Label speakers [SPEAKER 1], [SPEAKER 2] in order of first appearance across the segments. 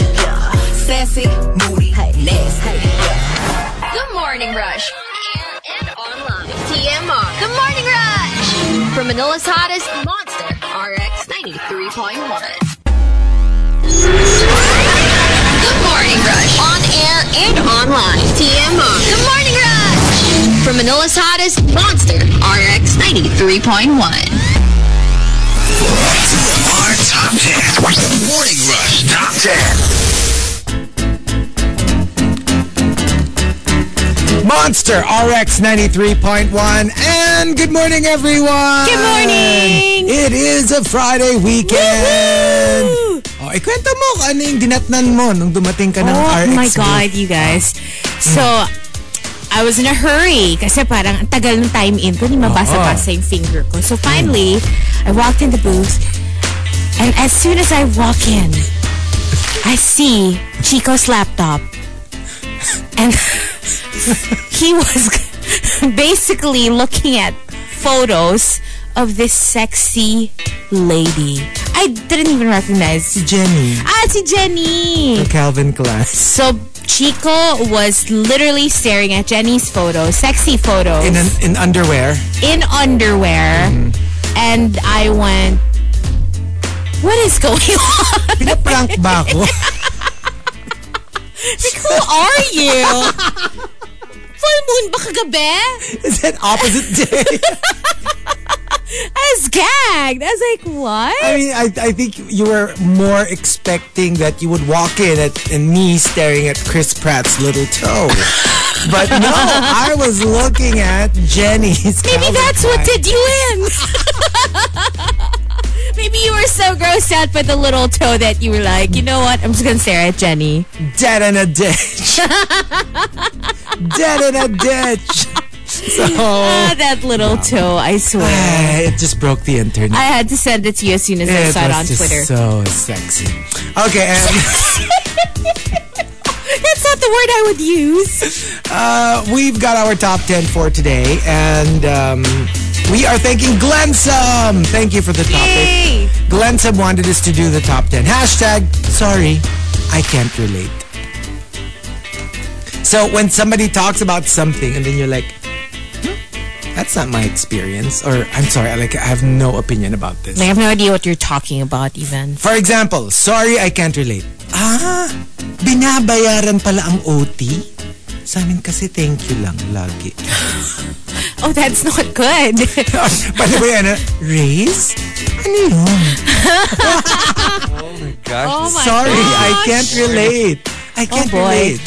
[SPEAKER 1] yeah. sassy, moody, nasty.
[SPEAKER 2] The Morning Rush. Air and online. TMR. The Morning Rush. From Manila's hottest monster, RX 93.1. The Morning Rush. On air and online. TMR. The Morning Rush. From Manila's hottest monster, RX 93.1.
[SPEAKER 3] Our top 10. Morning Rush Top 10.
[SPEAKER 4] Monster RX 93.1. And good morning, everyone! Good morning! It is a Friday weekend! Oh, ikwento mo kung ano yung dinatnan mo nung dumating ka ng
[SPEAKER 5] Oh
[SPEAKER 4] RX
[SPEAKER 5] my
[SPEAKER 4] booth.
[SPEAKER 5] God, you guys. So, I was in a hurry kasi parang ang tagal ng time in ko, hindi mabasa-basa yung finger ko. So finally, I walked in the booth and as soon as I walk in, I see Chico's laptop and he was basically looking at photos of this sexy lady. I didn't even recognize.
[SPEAKER 4] Si Jenny,
[SPEAKER 5] Ah, si Jenny!
[SPEAKER 4] Calvin Klein.
[SPEAKER 5] So Chico was literally staring at Jenny's photo, sexy photos,
[SPEAKER 4] In,
[SPEAKER 5] in,
[SPEAKER 4] an, in underwear.
[SPEAKER 5] underwear,
[SPEAKER 4] Mm-hmm.
[SPEAKER 5] and I went, "What is going on?
[SPEAKER 4] Pinaprank ba ako?
[SPEAKER 5] Like, who are you?" Full moon ba kagabi?
[SPEAKER 4] Is it opposite day?
[SPEAKER 5] I was gagged. I was like, what?
[SPEAKER 4] I mean, I, I think you were more expecting that you would walk in at, and me staring at Chris Pratt's little toe. But no, I was looking at Jenny's.
[SPEAKER 5] Maybe
[SPEAKER 4] Calvin
[SPEAKER 5] that's what
[SPEAKER 4] Klein.
[SPEAKER 5] did you in. Maybe you were so grossed out by the little toe that you were like, you know what? I'm just gonna stare at Jenny.
[SPEAKER 4] Dead in a ditch. Dead in a ditch. So.
[SPEAKER 5] Ah, that little toe, I swear.
[SPEAKER 4] eh, It just broke the internet.
[SPEAKER 5] I had to send it to you as soon as I
[SPEAKER 4] it
[SPEAKER 5] saw it
[SPEAKER 4] was
[SPEAKER 5] on
[SPEAKER 4] just
[SPEAKER 5] Twitter.
[SPEAKER 4] so sexy. Okay, and
[SPEAKER 5] That's not the word I would use.
[SPEAKER 4] Uh, we've got our top 10 for today, and um, we are thanking Glensum. Thank you for the topic.
[SPEAKER 5] Yay!
[SPEAKER 4] Glensum wanted us to do the top 10. Hashtag, sorry, I can't relate. So when somebody talks about something, and then you're like, "Hmm, that's not my experience, or I'm sorry, I like I have no opinion about this.
[SPEAKER 5] I have no idea what you're talking about, even.
[SPEAKER 4] For example, sorry I can't relate. Ah, binabayaran pala ang OT? Sa amin kasi thank you lang lagi.
[SPEAKER 5] Oh, that's not good.
[SPEAKER 4] Paano ba yan? ah? Raise? Ano yun?
[SPEAKER 5] oh my
[SPEAKER 4] Sorry, I
[SPEAKER 5] gosh. Oh
[SPEAKER 4] can't relate. I can't
[SPEAKER 5] boy.
[SPEAKER 4] relate.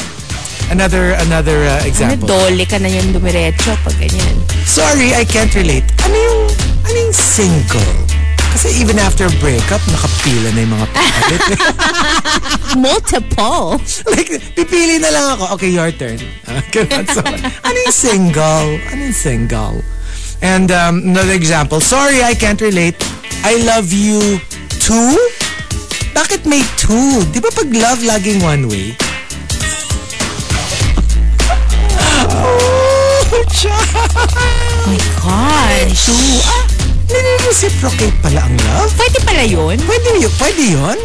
[SPEAKER 4] Another another uh, example.
[SPEAKER 5] Nadole ka na yung dumiretso pag ganyan.
[SPEAKER 4] Sorry, I can't relate. Ano yung, ano yung single? Kasi even after a breakup, nakapila na yung mga palit.
[SPEAKER 5] Multiple.
[SPEAKER 4] like, pipili na lang ako. Okay, your turn. Ah, ganun. so, ano yung single? Ano yung single? And um, another example. Sorry, I can't relate. I love you too? Bakit may two? Di ba pag love, laging one way? Oh, child.
[SPEAKER 5] Gosh.
[SPEAKER 4] Two. Ah, nire-reciprocate pala ang love?
[SPEAKER 5] Pwede pala yun?
[SPEAKER 4] Pwede yun? Pwede yun?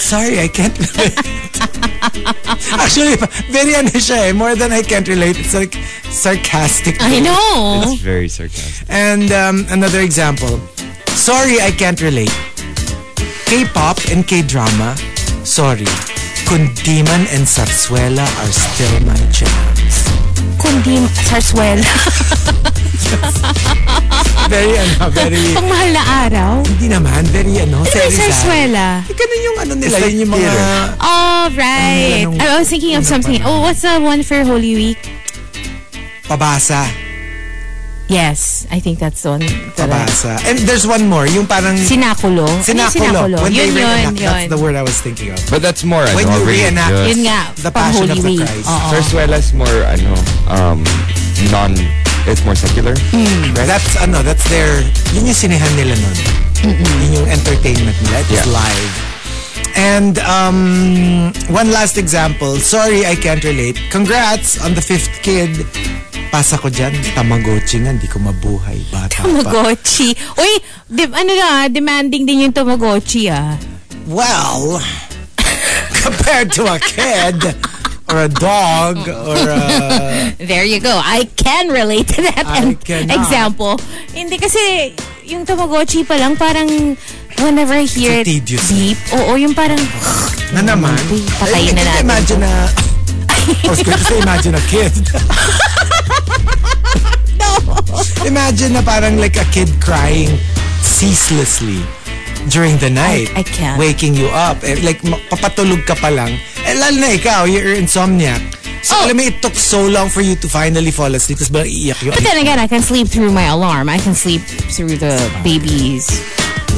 [SPEAKER 4] Sorry, I can't relate. Actually, very ano siya eh. More than I can't relate. It's like sarcastic.
[SPEAKER 5] I know.
[SPEAKER 6] It's very sarcastic.
[SPEAKER 4] And um, another example. Sorry, I can't relate. K-pop and K-drama, sorry. Kundiman and Sarsuela are still my channels.
[SPEAKER 5] Kundi sarswela.
[SPEAKER 4] Very, ano, very,
[SPEAKER 5] Pang mahal na araw.
[SPEAKER 4] hindi naman, very, ano,
[SPEAKER 5] May
[SPEAKER 4] seryosa.
[SPEAKER 5] sarswela.
[SPEAKER 4] Ganun yung ano nila,
[SPEAKER 6] It's like
[SPEAKER 4] yun yung mga,
[SPEAKER 6] theater.
[SPEAKER 5] All right.
[SPEAKER 4] Ano, anong-
[SPEAKER 5] I was thinking of
[SPEAKER 4] ano pa
[SPEAKER 5] Oh, something.
[SPEAKER 4] na?
[SPEAKER 5] Oh, what's the one for Holy Week?
[SPEAKER 4] pabasa.
[SPEAKER 5] Yes, I think that's the one. Correct.
[SPEAKER 4] Pabasa. And there's one more. Yung parang...
[SPEAKER 5] Sinakulo. Ano yung
[SPEAKER 4] Sinakulo. When
[SPEAKER 5] Yun,
[SPEAKER 4] they
[SPEAKER 5] yun,
[SPEAKER 4] reenact,
[SPEAKER 5] yun.
[SPEAKER 4] that's the word I was thinking of.
[SPEAKER 6] But that's more,
[SPEAKER 4] When
[SPEAKER 6] ano,
[SPEAKER 4] you reenact-
[SPEAKER 6] religious.
[SPEAKER 5] Yun nga,
[SPEAKER 4] The
[SPEAKER 5] pang
[SPEAKER 4] Passion
[SPEAKER 5] Holy
[SPEAKER 4] of the
[SPEAKER 5] Week. Oh.
[SPEAKER 4] Christ.
[SPEAKER 5] Oo.
[SPEAKER 6] Zarzuela's more, ano, um, non, it's more secular.
[SPEAKER 4] Hmm.
[SPEAKER 6] Right?
[SPEAKER 4] That's ano, that's their, yun yung sinehan nila nun. Yun yung entertainment nila. It's
[SPEAKER 6] Yeah.
[SPEAKER 4] live. And um, one last example. Sorry, I can't relate. Congrats on the fifth kid. Pasa ko dyan. Tamagotchi nga, hindi ko mabuhay. Bata pa.
[SPEAKER 5] Tamagotchi. Uy, di, ano na, ah, demanding din yung Tamagotchi ah.
[SPEAKER 4] Well, compared to a kid or a dog or a...
[SPEAKER 5] There you go. I can relate to that
[SPEAKER 4] I
[SPEAKER 5] and
[SPEAKER 4] cannot.
[SPEAKER 5] example. Hindi kasi yung Tamagotchi pa lang parang whenever I hear it
[SPEAKER 4] So tedious.
[SPEAKER 5] beep, oo, yung parang
[SPEAKER 4] Na naman.
[SPEAKER 5] Patayin
[SPEAKER 4] Eh,
[SPEAKER 5] na natin.
[SPEAKER 4] Imagine na... I was going to say imagine a kid. no. Imagine na parang like a kid crying ceaselessly during the night.
[SPEAKER 5] I can't.
[SPEAKER 4] Waking you up. Eh, like, ma- papatulog ka pa lang. Eh, lalo na ikaw, you're insomniac. So,
[SPEAKER 5] Oh.
[SPEAKER 4] alam mo, it took so long for you to finally fall asleep. Tapos bang iiyak yun.
[SPEAKER 5] But then again, I can sleep through my alarm. I can sleep through the baby's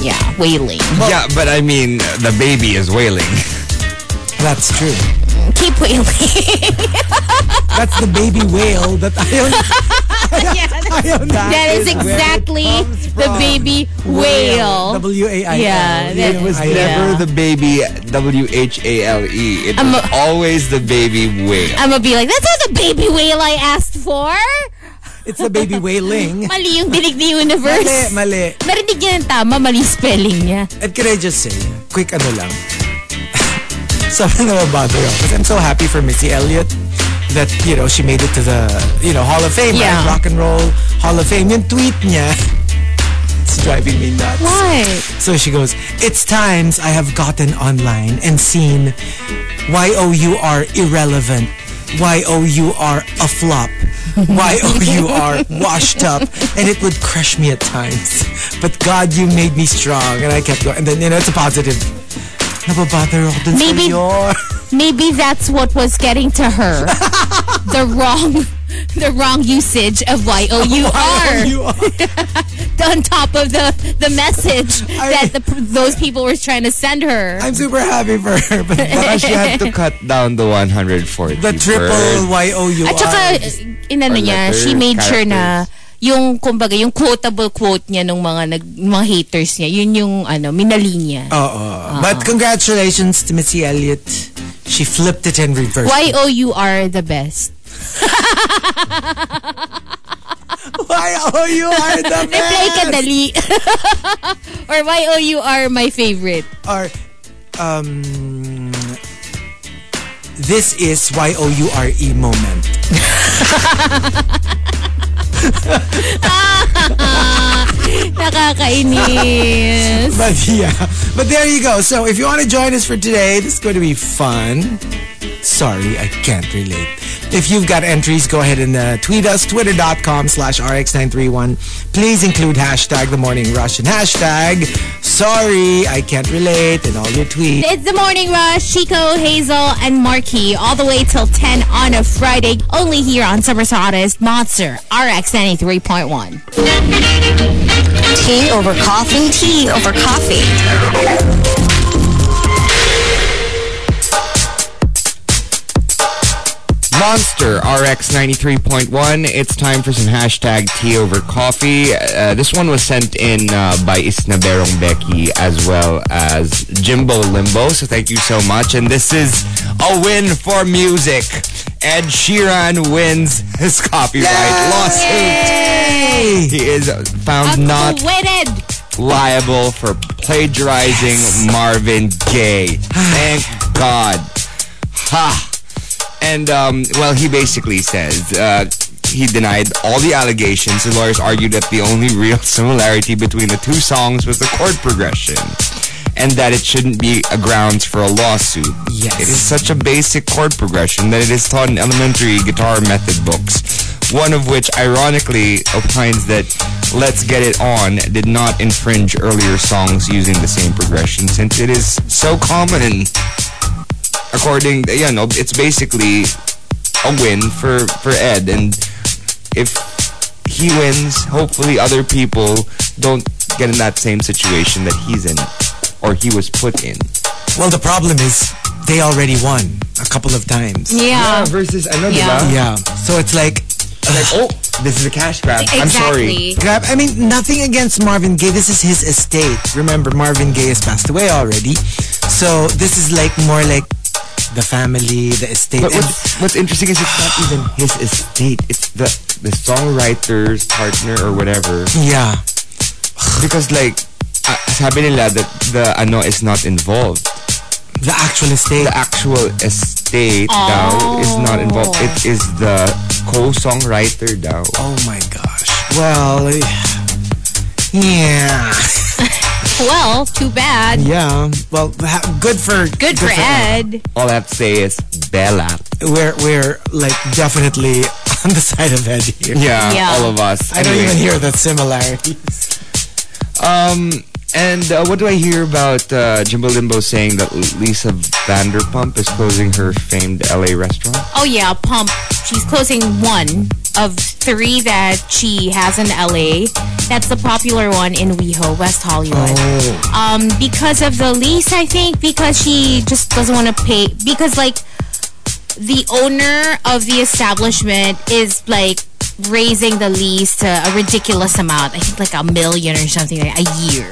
[SPEAKER 5] yeah, wailing.
[SPEAKER 6] yeah, but I mean, the baby is wailing.
[SPEAKER 4] That's true.
[SPEAKER 5] Keep wailing.
[SPEAKER 4] That's the baby wail that ayaw na. Ayaw na.
[SPEAKER 5] that is exactly the baby whale.
[SPEAKER 4] W-A-I-L.
[SPEAKER 5] Yeah, that
[SPEAKER 6] It was
[SPEAKER 5] Yeah.
[SPEAKER 6] never the baby W-H-A-L-E. E, It was
[SPEAKER 5] Um,
[SPEAKER 6] always the baby whale.
[SPEAKER 5] I'm gonna be like, that's not the baby whale I asked for.
[SPEAKER 4] It's the baby wailing.
[SPEAKER 5] Mali yung dinig ni universe.
[SPEAKER 4] mali, mali.
[SPEAKER 5] Narinig niya ng tama, mali spelling niya.
[SPEAKER 4] And can I just say, quick ano lang. Sobrang nababother ako. Because oh, I'm so happy for Missy Elliott that, you know, she made it to the, you know, Hall of Fame, right?
[SPEAKER 5] Yeah.
[SPEAKER 4] Rock and Roll Hall of Fame. Yung tweet niya, it's driving me nuts.
[SPEAKER 5] What?
[SPEAKER 4] So she goes, It's times I have gotten online and seen why oh you are irrelevant, why oh you are a flop, why oh you are washed up, and it would crush me at times. But God, you made me strong, and I kept going. And then, you know, it's a positive. Nababother ako dun
[SPEAKER 5] Maybe-
[SPEAKER 4] sa yun.
[SPEAKER 5] Maybe that's what was getting to her. the wrong the wrong usage of
[SPEAKER 4] Why oh
[SPEAKER 5] Y-O-U-R
[SPEAKER 4] you are.
[SPEAKER 5] on top of the, the message
[SPEAKER 4] I-
[SPEAKER 5] that the, those people were trying to send her.
[SPEAKER 4] I'm super happy for her. But
[SPEAKER 6] But she had to cut down the 140
[SPEAKER 4] the triple Y
[SPEAKER 6] words.
[SPEAKER 4] O U R.
[SPEAKER 5] At saka, inano
[SPEAKER 6] Or
[SPEAKER 5] niya,
[SPEAKER 6] letter,
[SPEAKER 5] she made sure na yung, kumbaga, yung quotable quote niya ng mga, nag, mga haters niya, yun yung, ano, minali niya.
[SPEAKER 4] Oo. But congratulations to Missy Elliott. She flipped it and reversed.
[SPEAKER 5] Y-O-U-R oh, the best.
[SPEAKER 4] Why oh you are the
[SPEAKER 5] Reply ka
[SPEAKER 4] best?
[SPEAKER 5] dali. Or Y-O-U-R my favorite.
[SPEAKER 4] Or um this is Y O U R E moment.
[SPEAKER 5] Nakakainis.
[SPEAKER 4] But yeah. But there you go. So if you want to join us for today, this is going to be fun. Sorry, I can't relate. If you've got entries, go ahead and uh, tweet us, twitter.com slash rx931. Please include hashtag the morning rush and hashtag sorry, I can't relate in all your tweets.
[SPEAKER 5] It's the morning rush. Chico, Hazel, and Marky, all the way till 10 on a Friday, only here on Summer's Hottest Monster RX 93.1.
[SPEAKER 1] Tea over coffee. Tea over coffee.
[SPEAKER 6] Monster RX 93.1. It's time for some hashtag tea over coffee. Uh, this one was sent in uh, by Isna Berong Becky as well as Jimbo Limbo. So thank you so much. And this is a win for music. Ed Sheeran wins his copyright lawsuit. He is found not
[SPEAKER 5] Acquitted.
[SPEAKER 6] liable for plagiarizing Marvin Gaye. Thank God. Ha! And, um, well, he basically says uh, he denied all the allegations. The lawyers argued that the only real similarity between the two songs was the chord progression. And that it shouldn't be a grounds for a lawsuit.
[SPEAKER 4] Yes.
[SPEAKER 6] It is such a basic chord progression that it is taught in elementary guitar method books. One of which, ironically, opines that Let's Get It On did not infringe earlier songs using the same progression since it is so common in according you know it's basically a win for for ed and if he wins, hopefully other people don't get in that same situation that he's in or he was put in.
[SPEAKER 4] Well, the problem is they already won a couple of times.
[SPEAKER 5] Yeah.
[SPEAKER 6] versus another
[SPEAKER 5] Um, Yeah.
[SPEAKER 6] yeah.
[SPEAKER 4] Yeah. So it's like,
[SPEAKER 6] Like, oh, this is a cash grab. I'm sorry.
[SPEAKER 5] Exactly.
[SPEAKER 4] grab. I mean, nothing against Marvin Gaye. This is his estate. Remember, Marvin Gaye has passed away already. So this is like more like the family, the estate.
[SPEAKER 6] But
[SPEAKER 4] And
[SPEAKER 6] what's, what's interesting is it's not even his estate. It's the the songwriter's partner or whatever.
[SPEAKER 4] yeah.
[SPEAKER 6] Because like, uh, sabi nila that the ano is not involved.
[SPEAKER 4] The actual estate.
[SPEAKER 6] The actual estate now is not involved. It
[SPEAKER 5] Oh.
[SPEAKER 6] is the co-songwriter now.
[SPEAKER 4] oh my gosh. Well, yeah.
[SPEAKER 5] Well, too bad.
[SPEAKER 4] Yeah. Well, ha- good for
[SPEAKER 5] Good for Ed.
[SPEAKER 6] All I have to say is Bella.
[SPEAKER 4] We're we're like definitely on the side of Ed here.
[SPEAKER 6] Yeah,
[SPEAKER 5] Yeah.
[SPEAKER 6] all of us.
[SPEAKER 4] I don't
[SPEAKER 6] Anyway.
[SPEAKER 4] even hear the similarities.
[SPEAKER 6] Um, and uh, what do I hear about uh, Jimbo Limbo saying that Lisa Vanderpump is closing her famed LA restaurant?
[SPEAKER 5] Oh yeah, Pump. She's closing one of three that she has in LA. That's the popular one in WeHo, West Hollywood. Um, because of the lease, I think, because she just doesn't want to pay. Because like the owner of the establishment is like raising the lease to a ridiculous amount. I think like a million or something, like a year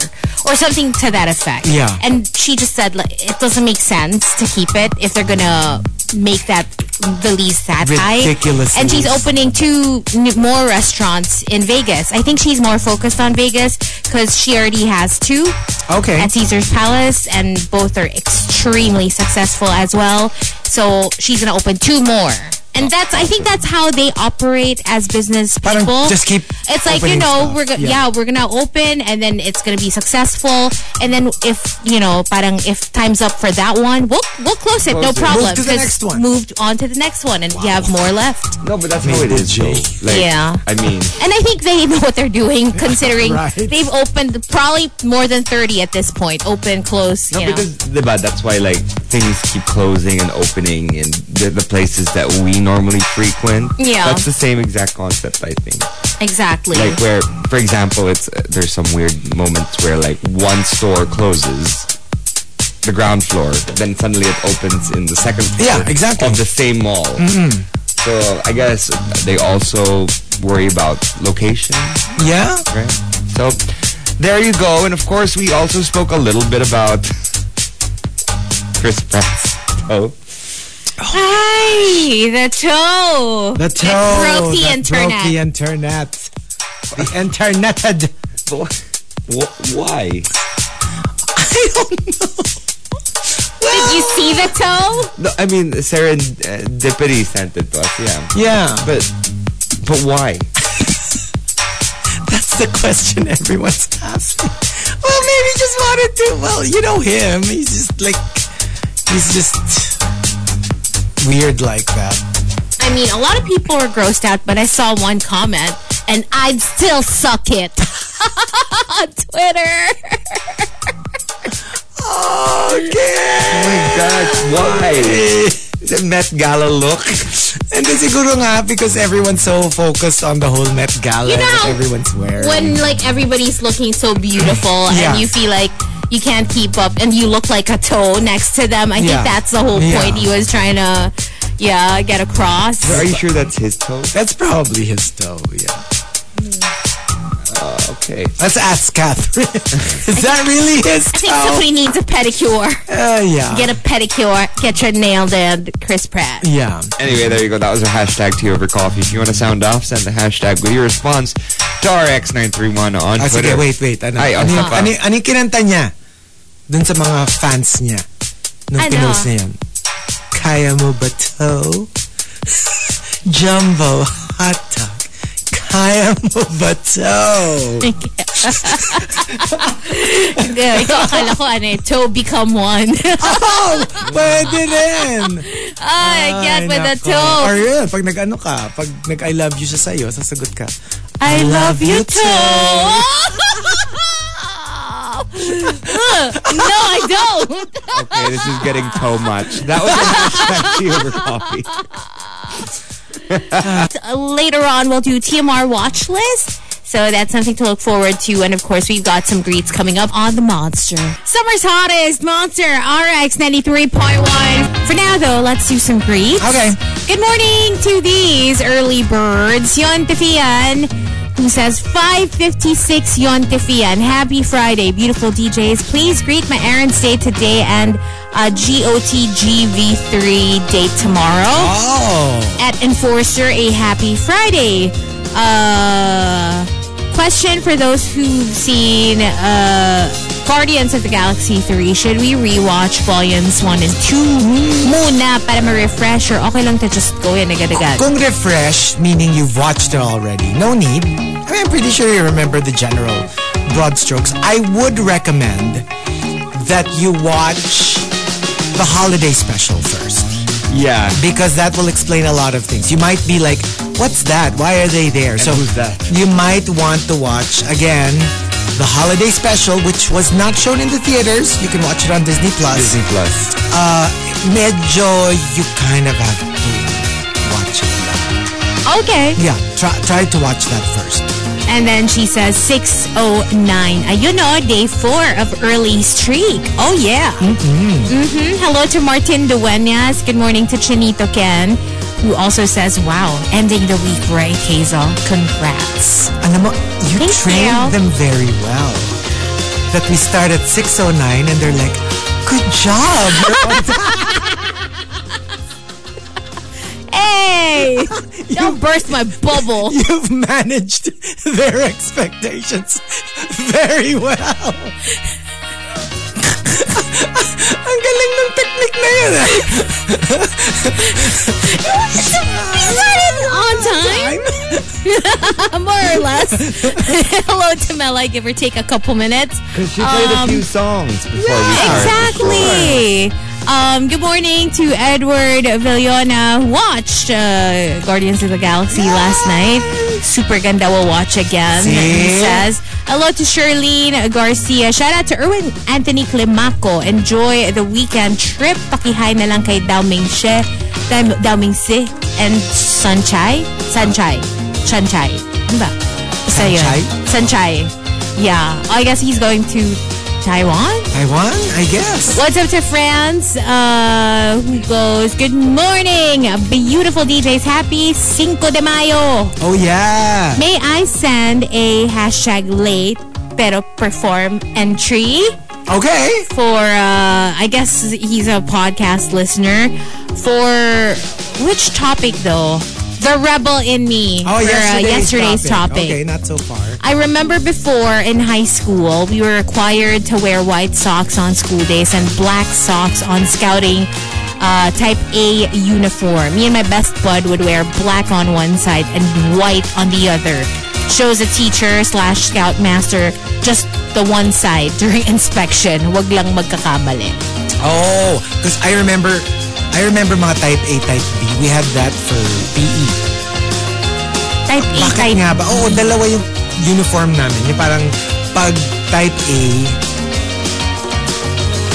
[SPEAKER 5] or something to that effect.
[SPEAKER 4] Yeah.
[SPEAKER 5] And she just said like it doesn't make sense to keep it if they're gonna make that the lease that
[SPEAKER 4] Ridiculous
[SPEAKER 5] high. And she's
[SPEAKER 4] lease.
[SPEAKER 5] opening two n- more restaurants in Vegas. I think she's more focused on Vegas because she already has two
[SPEAKER 4] Okay.
[SPEAKER 5] at Caesar's Palace, and both are extremely successful as well. So she's gonna open two more. And that's I think that's how they operate as business
[SPEAKER 4] Parang
[SPEAKER 5] people.
[SPEAKER 4] just keep
[SPEAKER 5] It's like you
[SPEAKER 4] opening
[SPEAKER 5] know
[SPEAKER 4] stuff.
[SPEAKER 5] we're go-
[SPEAKER 4] Yeah.
[SPEAKER 5] yeah. we're gonna open and then it's gonna be successful and then if you know parang if time's up for that one we'll we'll close it no
[SPEAKER 6] Close it.
[SPEAKER 5] problem
[SPEAKER 4] Move to the
[SPEAKER 5] 'cause
[SPEAKER 4] next one.
[SPEAKER 5] moved on to the next one and you have more left
[SPEAKER 6] No, but that's how it is.
[SPEAKER 4] Jay.
[SPEAKER 6] though. Like,
[SPEAKER 5] Yeah.
[SPEAKER 6] I mean,
[SPEAKER 5] and I think they know what they're doing considering
[SPEAKER 4] Right.
[SPEAKER 5] they've opened probably more than thirty at this point open close
[SPEAKER 6] no,
[SPEAKER 5] you know.
[SPEAKER 6] because diba, that's why like things keep closing and opening in the, the places that we normally frequent.
[SPEAKER 5] Yeah.
[SPEAKER 6] That's the same exact concept, I think.
[SPEAKER 5] Exactly.
[SPEAKER 6] Like where, for example, it's uh, there's some weird moments where like one store closes the ground floor, then suddenly it opens in the second floor.
[SPEAKER 4] Yeah, exactly.
[SPEAKER 6] Of the same mall. Mm-hmm. So I guess they also worry about location,
[SPEAKER 4] Yeah.
[SPEAKER 6] right? So there you go. And of course, we also spoke a little bit about Chris Pratt's toe.
[SPEAKER 5] Hi, the toe.
[SPEAKER 4] oh, The toe
[SPEAKER 5] That broke the
[SPEAKER 4] that
[SPEAKER 5] internet.
[SPEAKER 4] Broke the internet. The interneted.
[SPEAKER 6] Wh- Why?
[SPEAKER 4] I don't know.
[SPEAKER 5] Did you see the toe?
[SPEAKER 6] No, I mean, serendipity sent it to us. Yeah,
[SPEAKER 4] Yeah,
[SPEAKER 6] but but why?
[SPEAKER 4] that's the question everyone's asking. Well, maybe he just wanted to. Well, you know him. He's just like, he's just weird like that.
[SPEAKER 5] I mean, a lot of people were grossed out, but I saw one comment, and I'd still suck it. On Twitter.
[SPEAKER 4] Okay.
[SPEAKER 6] Oh my gosh, why? The Met Gala look.
[SPEAKER 4] And then siguro nga because everyone's so focused on the whole Met Gala
[SPEAKER 5] You
[SPEAKER 4] and
[SPEAKER 5] know how-
[SPEAKER 4] what everyone's wearing.
[SPEAKER 5] When, like, everybody's looking so beautiful,
[SPEAKER 4] Yeah.
[SPEAKER 5] and you feel like you can't keep up, and you look like a toe next to them. I
[SPEAKER 4] Yeah.
[SPEAKER 5] think that's the whole
[SPEAKER 4] Yeah.
[SPEAKER 5] point he was trying to, yeah, get across.
[SPEAKER 6] Are you sure that's his toe?
[SPEAKER 4] that's probably his toe. Yeah.
[SPEAKER 6] Okay.
[SPEAKER 4] Let's ask Catherine. Is that really his
[SPEAKER 5] I think
[SPEAKER 4] toe?
[SPEAKER 5] somebody needs a pedicure.
[SPEAKER 4] Oh. Uh, yeah.
[SPEAKER 5] Get a pedicure. Get your nail done, Chris Pratt.
[SPEAKER 4] yeah.
[SPEAKER 6] Anyway, there you go. That was our hashtag tea over coffee. If you want to sound off, send the hashtag with your response to RX931 on
[SPEAKER 4] Ah, sige,
[SPEAKER 6] Twitter.
[SPEAKER 4] wait, wait. Ano,
[SPEAKER 6] Ay,
[SPEAKER 4] ano,
[SPEAKER 6] ano
[SPEAKER 4] yung-
[SPEAKER 6] pa?
[SPEAKER 4] ano, ano yung kinanta niya? Dun sa mga fans niya. Nung
[SPEAKER 5] Ano?
[SPEAKER 4] pinost niya yun. Kaya mo ba to? Jumbo hot dog. Kaya mo ba to?
[SPEAKER 5] Yeah, ikaw akala ko ano eh, toe become one.
[SPEAKER 4] oh! Pwede rin!
[SPEAKER 5] Ay, get with the
[SPEAKER 4] nako. Or
[SPEAKER 5] toe.
[SPEAKER 4] yun, pag nag-ano ka, pag nag-I love you siya sa'yo, sasagot ka.
[SPEAKER 5] I love you
[SPEAKER 4] too.
[SPEAKER 5] toe. no, I don't.
[SPEAKER 6] Okay, this is getting toe much. That was our hashtag tea over coffee.
[SPEAKER 5] Uh, Later on, we'll do TMR watch list. So that's something to look forward to. And of course, we've got some greets coming up on The Monster. Summer's hottest Monster RX 93.1. For now, though, let's do some greets.
[SPEAKER 4] Okay.
[SPEAKER 5] Good morning to these early birds. Yon Tifian, who says 556 Yon Tifian. Happy Friday, beautiful DJs. Please greet my errands day today and uh, GOTGV3 day tomorrow.
[SPEAKER 4] Oh.
[SPEAKER 5] At Enforcer, a happy Friday. Uh, question for those who've seen uh, Guardians of the Galaxy 3, should we rewatch volumes 1 and 2 muna para ma-refresh or okay lang to just go in agad-agad?
[SPEAKER 4] Kung refresh, meaning you've watched it already, no need. I mean, I'm pretty sure you remember the general broad strokes. I would recommend that you watch the holiday special first.
[SPEAKER 6] Yeah.
[SPEAKER 4] because that will explain a lot of things. You might be like, "What's that? Why are they there?" so
[SPEAKER 6] who's that?
[SPEAKER 4] you might want to watch again the holiday special, which was not shown in the theaters. You can watch it on Disney Plus.
[SPEAKER 6] Disney Plus.
[SPEAKER 4] Uh, medyo you kind of have to watch it. now.
[SPEAKER 5] Okay.
[SPEAKER 4] Yeah, try try to watch that first.
[SPEAKER 5] And then she says 609. Ayun o, day 4 of early streak. Oh yeah. Mm-hmm. Hello to Martin Duenas. Good morning to Chinito Ken, who also says, wow, ending the week right, Hazel. Congrats.
[SPEAKER 4] Alam mo, you
[SPEAKER 5] Thank
[SPEAKER 4] trained
[SPEAKER 5] you.
[SPEAKER 4] them very well. That we start at 6.09 and they're like, good job.
[SPEAKER 5] Hey! Don't burst my bubble.
[SPEAKER 4] You've managed their expectations very well. Ang galing ng technique na yun. ah.
[SPEAKER 5] Is that it on time? More or less. Hello to Melai. Give or take a couple minutes. Um,
[SPEAKER 6] Because she played a few songs before we started.
[SPEAKER 5] Exactly. Um, good morning to Edward Villona. who Watched uh, Guardians of the Galaxy last night. Super ganda. We'll watch again. He
[SPEAKER 4] See?
[SPEAKER 5] says hello to Charlene Garcia. Shout out to Erwin Anthony Climaco. Enjoy the weekend trip. Pakihay na lang kay Daoming She, Dam- Daoming Si, and Sanchai. Sanchai. Sanchai. Ano ba? Isa yun. Sanchai. Yeah. I guess he's going to Taiwan?
[SPEAKER 4] Taiwan, I guess.
[SPEAKER 5] What's up to friends? Uh, who goes, Good morning, beautiful DJs. Happy Cinco de Mayo.
[SPEAKER 4] Oh, yeah.
[SPEAKER 5] May I send a hashtag late pero perform entry
[SPEAKER 4] Okay.
[SPEAKER 5] for, uh, I guess he's a podcast listener. For which topic though? The rebel in me.
[SPEAKER 4] Oh,
[SPEAKER 5] for, uh,
[SPEAKER 4] yesterday's,
[SPEAKER 5] yesterday's topic.
[SPEAKER 4] Okay, not so far.
[SPEAKER 5] I remember before in high school, we were required to wear white socks on school days and black socks on scouting uh, type A uniform. Me and my best bud would wear black on one side and white on the other. Shows a teacher slash scout master just the one side during inspection. Wag lang magkakamali.
[SPEAKER 4] Oh, because I remember, I remember mga type A, type B. We had that for PE.
[SPEAKER 5] Type A,
[SPEAKER 4] Bakit
[SPEAKER 5] type
[SPEAKER 4] nga ba? Oo, dalawa yung uniform namin. Yung parang pag type A,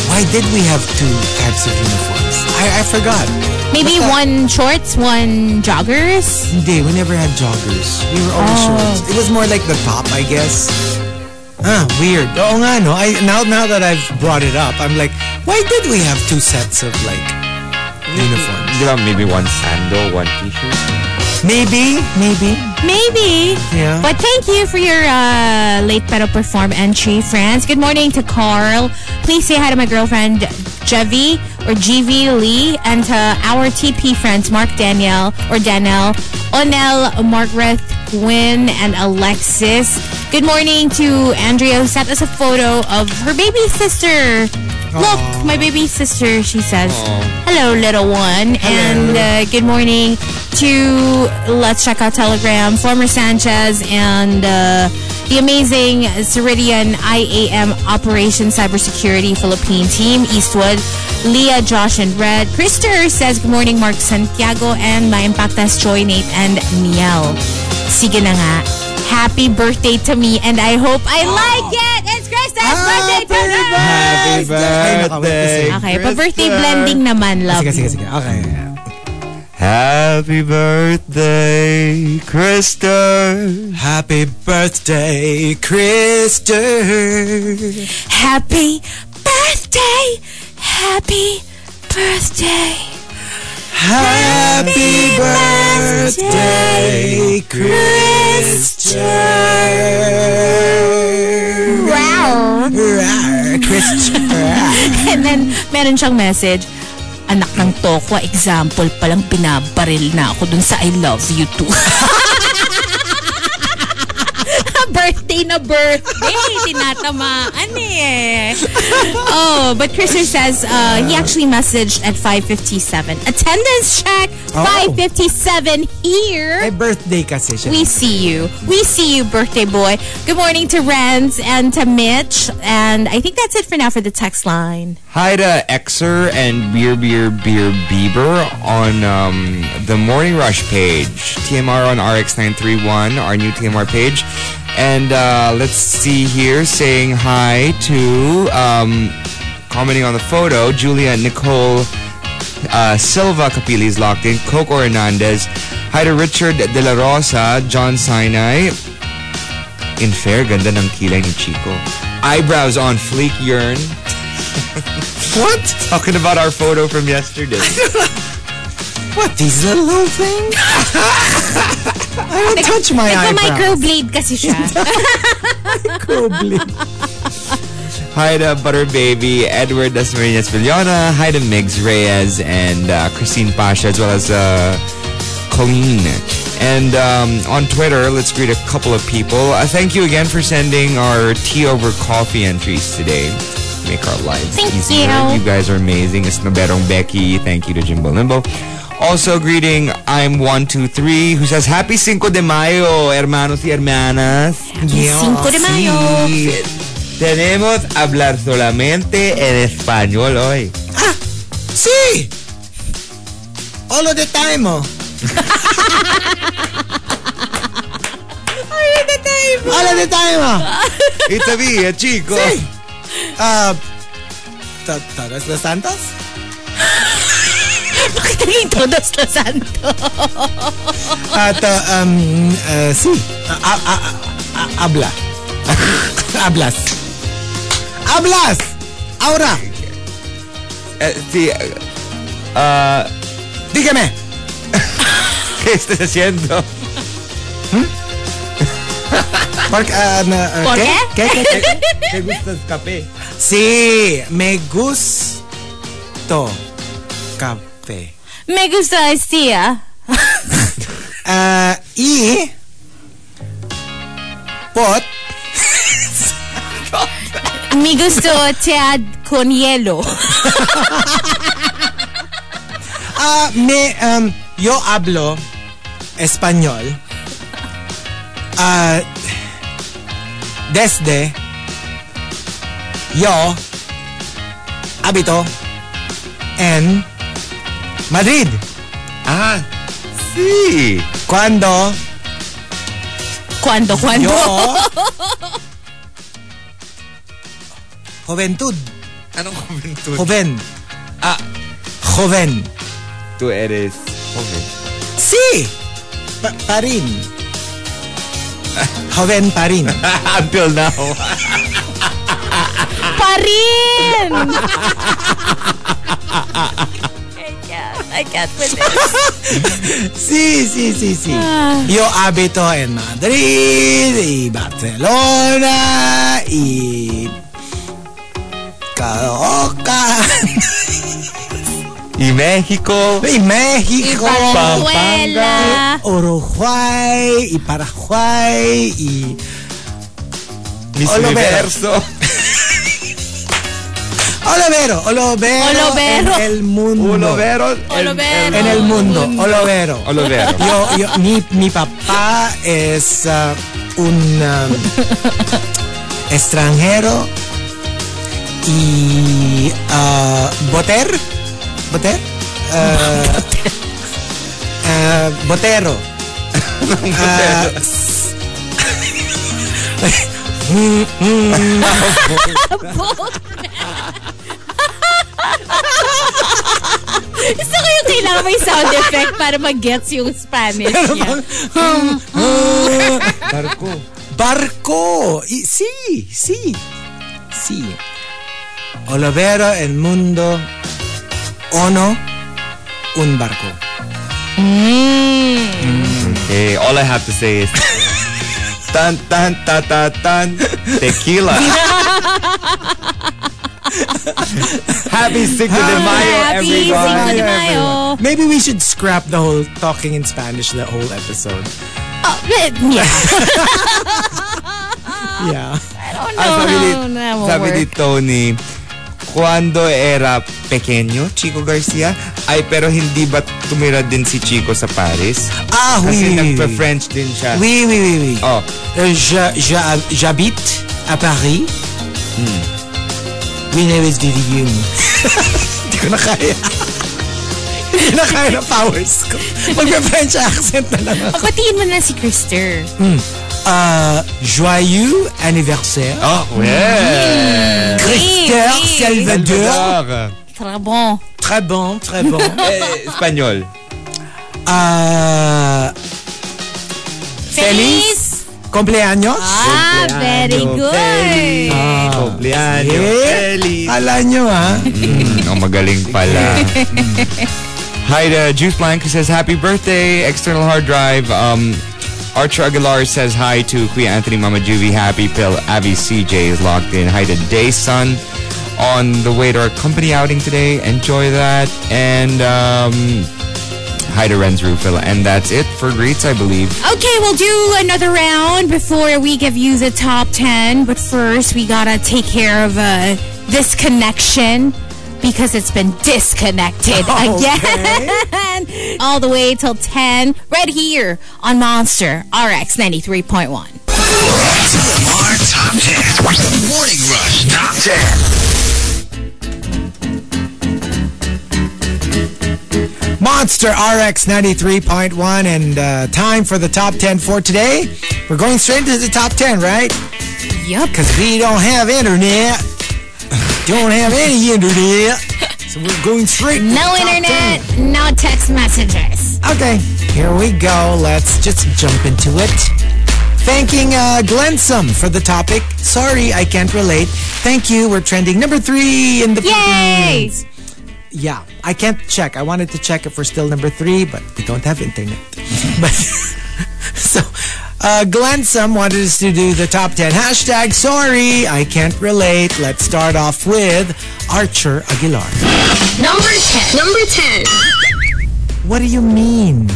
[SPEAKER 4] why did we have two types of uniforms? I, I forgot.
[SPEAKER 5] Maybe
[SPEAKER 4] Basta-
[SPEAKER 5] one shorts, one joggers.
[SPEAKER 4] Hindi, we never had joggers. We were always shorts. It was more like the top, I guess. Ah, weird. Oo nga, no? I, now, now that I've brought it up, I'm like, why did we have two sets of, like, uniforms?
[SPEAKER 6] Di ba, maybe one sandal, one t-shirt?
[SPEAKER 4] Maybe, maybe.
[SPEAKER 5] Maybe.
[SPEAKER 4] Yeah.
[SPEAKER 5] But thank you for your uh, late pero perform entry, friends. Good morning to Carl. Please say hi to my girlfriend, Jevi or GV Lee, and to our TP friends, Mark Danielle or Danielle, Onel, Margaret, Gwyn, and Alexis. Good morning to Andrea, who sent us a photo of her baby sister. Look, my baby sister, she says. Hello, little one. And uh, good morning to Let's Check Out Telegram, former Sanchez, and uh, the amazing Ceridian IAM Operation Cybersecurity Philippine Team, Eastwood, Leah, Josh, and Red. Krister says, Good morning, Mark Santiago, and my impactas, Joy, Nate, and Miel. Sige na nga. Happy birthday to me, and I hope I like it! It's Krista's birthday to me!
[SPEAKER 6] Happy
[SPEAKER 4] Ay, naka, wait, kasi-
[SPEAKER 6] birthday,
[SPEAKER 5] Okay, pa birthday
[SPEAKER 6] Krister.
[SPEAKER 5] blending naman, love.
[SPEAKER 4] Sige, sige, sige. Okay.
[SPEAKER 6] Happy birthday, Krista.
[SPEAKER 4] Happy birthday, Krister.
[SPEAKER 5] Happy birthday! Happy birthday!
[SPEAKER 4] Happy birthday, Krister.
[SPEAKER 5] Wow!
[SPEAKER 4] Rawr, Krister.
[SPEAKER 5] And then, meron siyang message. Anak ng Tokwa, example palang binabaril na ako dun sa I love you too. birthday na birthday. Tinatamaan eh. Oh, but Chriser says uh, he actually messaged at 5.57. Attendance check, 5.57 here.
[SPEAKER 4] Ay, birthday kasi siya.
[SPEAKER 5] We see you. We see you, birthday boy. Good morning to Renz and to Mitch. And I think that's it for now for the text line.
[SPEAKER 6] Hi to Exer and Beer Beer Beer Bieber on um, the Morning Rush page. TMR on RX931, our new TMR page. And uh, let's see here, saying hi to, um, commenting on the photo, Julia Nicole uh, Silva Capili's locked in, Coco Hernandez. Hi to Richard De La Rosa, John Sinai, In fair, ganda ng kilay ni Chico. Eyebrows on fleek yearn. what? Talking about our photo from yesterday.
[SPEAKER 4] What, these little old things? I don't touch my
[SPEAKER 5] So
[SPEAKER 4] eyebrows.
[SPEAKER 5] microblade kasi siya.
[SPEAKER 4] Oh, Microblade.
[SPEAKER 6] Hi to Butter Baby, Edward Dasmarinas Villona. Hi to Migs Reyes and uh, Christine Pasha, as well as uh, Colleen. And um, on Twitter, let's greet a couple of people. Uh, thank you again for sending our tea over coffee entries today. Make our lives
[SPEAKER 5] Thank
[SPEAKER 6] easier.
[SPEAKER 5] you.
[SPEAKER 6] guys are amazing. It's Noberong Becky. Thank you to Jimbo Limbo. Also greeting I'm one two three who says Happy Cinco de Mayo, hermanos y hermanas.
[SPEAKER 5] Cinco de Mayo.
[SPEAKER 6] Sí. Tenemos hablar solamente en español hoy.
[SPEAKER 4] See? All of the time, oh. All of the time, oh.
[SPEAKER 6] Esta vía, chicos.
[SPEAKER 4] Uh, Ta- Tagas Los Santos?
[SPEAKER 5] Bakit naging todos los santo?
[SPEAKER 4] At, uh, um, uh, si. Uh, a- a- a- habla. Hablas. Hablas! Ahora!
[SPEAKER 6] Eh, sí, eh, ah,
[SPEAKER 4] Dígame.
[SPEAKER 6] ¿Qué estás haciendo?
[SPEAKER 4] Por, ah, na- ah,
[SPEAKER 5] ¿Por qué?
[SPEAKER 4] ¿Qué? ¿Qué? ¿Qué? ¿Qué?
[SPEAKER 6] Me gusta el café.
[SPEAKER 4] Sí, me gusto café.
[SPEAKER 5] Me gusta Estia.
[SPEAKER 4] Ah, y pot
[SPEAKER 5] Me gusto tead con hielo.
[SPEAKER 4] ah, me um, yo hablo español ah, desde yo habito en Madrid
[SPEAKER 6] Ah, sí.
[SPEAKER 4] cuando
[SPEAKER 5] Cuando, cuando.
[SPEAKER 4] yo juventud
[SPEAKER 6] Anong juventud?
[SPEAKER 4] joven ah joven
[SPEAKER 6] Tú eres joven.
[SPEAKER 4] Sí. Pa- parin. Joven parin.
[SPEAKER 6] Until now.
[SPEAKER 5] Pa rin! I can't. I can't with this.
[SPEAKER 4] Sí, sí, sí, sí. Yo habito en Madrid y Barcelona y Caocan
[SPEAKER 6] Y México.
[SPEAKER 4] y México.
[SPEAKER 5] Pampanga.
[SPEAKER 4] Uruguay y Paraguay y
[SPEAKER 6] Miss
[SPEAKER 4] Olivero.
[SPEAKER 6] Universo.
[SPEAKER 4] Olovero, Olovero,
[SPEAKER 5] Olovero.
[SPEAKER 4] en el mundo,
[SPEAKER 6] Olivero.
[SPEAKER 5] Olivero.
[SPEAKER 4] en el mundo, Olovero.
[SPEAKER 6] Olivero.
[SPEAKER 4] Yo, yo, mi, mi papá es ah, un ah, extranjero y ah, boter, boter, Ah, ah, botero. Ah, s- Mm, mm.
[SPEAKER 5] Gusto ko yung kay Ano kailangan may sound effect para mag-gets yung Spanish
[SPEAKER 6] Ano
[SPEAKER 5] niya.
[SPEAKER 4] Barco. Barco. Y- Sí, sí, sí. Olivero, el mundo, ono, un barco.
[SPEAKER 6] Okay, all I have to say is tan tan ta ta tan tequila. Happy Cinco de Mayo,
[SPEAKER 5] Happy
[SPEAKER 6] everyone.
[SPEAKER 5] Cinco de Mayo.
[SPEAKER 4] Maybe we should scrap the whole talking in Spanish the whole episode.
[SPEAKER 5] Oh, eh, yeah.
[SPEAKER 4] Yeah.
[SPEAKER 5] Oh, no,
[SPEAKER 6] Ah, sabi ni,
[SPEAKER 5] no, that won't
[SPEAKER 6] sabi ni
[SPEAKER 5] work.
[SPEAKER 6] Tony, cuando era pequeño, Chico Garcia, ay pero hindi ba tumira din si Chico sa Paris?
[SPEAKER 4] Ah,
[SPEAKER 6] Kasi
[SPEAKER 4] oui, oui, oui, oui.
[SPEAKER 6] nagpa-French din siya.
[SPEAKER 4] Oui, oui, oui, oui.
[SPEAKER 6] Oh,
[SPEAKER 4] Euh, je- je- J'habite à Paris. We know it's Didi Yun. Hindi ko na kaya. Hindi ko na kaya na powers ko. Magpe-French accent na lang ako.
[SPEAKER 5] Patiin mo na si Krister.
[SPEAKER 4] Uh, joyeux anniversaire.
[SPEAKER 6] oh, yeah.
[SPEAKER 4] Christer
[SPEAKER 5] oui.
[SPEAKER 4] Salvador.
[SPEAKER 5] Très bon.
[SPEAKER 4] Très bon, très bon.
[SPEAKER 6] Eh, Espanyol.
[SPEAKER 4] Uh,
[SPEAKER 5] Feliz!
[SPEAKER 4] cumpleaños.
[SPEAKER 5] Ah, very good.
[SPEAKER 6] Cumpleaños.
[SPEAKER 4] Eh,
[SPEAKER 6] Feliz.
[SPEAKER 4] Ala nyo ha.
[SPEAKER 6] Mm, oh, magaling pala. Mm. Hi to Juice Blank who says happy birthday, external hard drive. Um, Archer Aguilar says hi to Kuya Anthony Mama Juvie, happy pill. Avi CJ is locked in. Hi to Day Sun on the way to our company outing today. Enjoy that. And um, hi to Renz Rufil. And that's it for greets, I believe.
[SPEAKER 5] Okay, we'll do another round before we give you the top 10. But first, we gotta take care of uh, this connection because it's been disconnected again. All the way till 10, right here on Monster RX 93.1.
[SPEAKER 3] TMR Top 10. Morning Rush Top 10.
[SPEAKER 4] Monster RX 93.1 and uh, time for the top 10 for today. We're going straight to the top 10, right?
[SPEAKER 5] Yup.
[SPEAKER 4] Because we don't have internet. don't have any internet. So we're going straight to
[SPEAKER 5] No
[SPEAKER 4] the top
[SPEAKER 5] internet, no text messages.
[SPEAKER 4] 10. Okay, here we go. Let's just jump into it. Thanking uh, Glensum for the topic. Sorry, I can't relate. Thank you. We're trending number three in the
[SPEAKER 5] Yay!
[SPEAKER 4] Philippines. Yeah, I can't check. I wanted to check if we're still number three, but we don't have internet. but so, uh, Glensum wanted us to do the top 10 hashtag. Sorry, I can't relate. Let's start off with Archer Aguilar.
[SPEAKER 2] Number 10. Number 10.
[SPEAKER 4] What do you mean?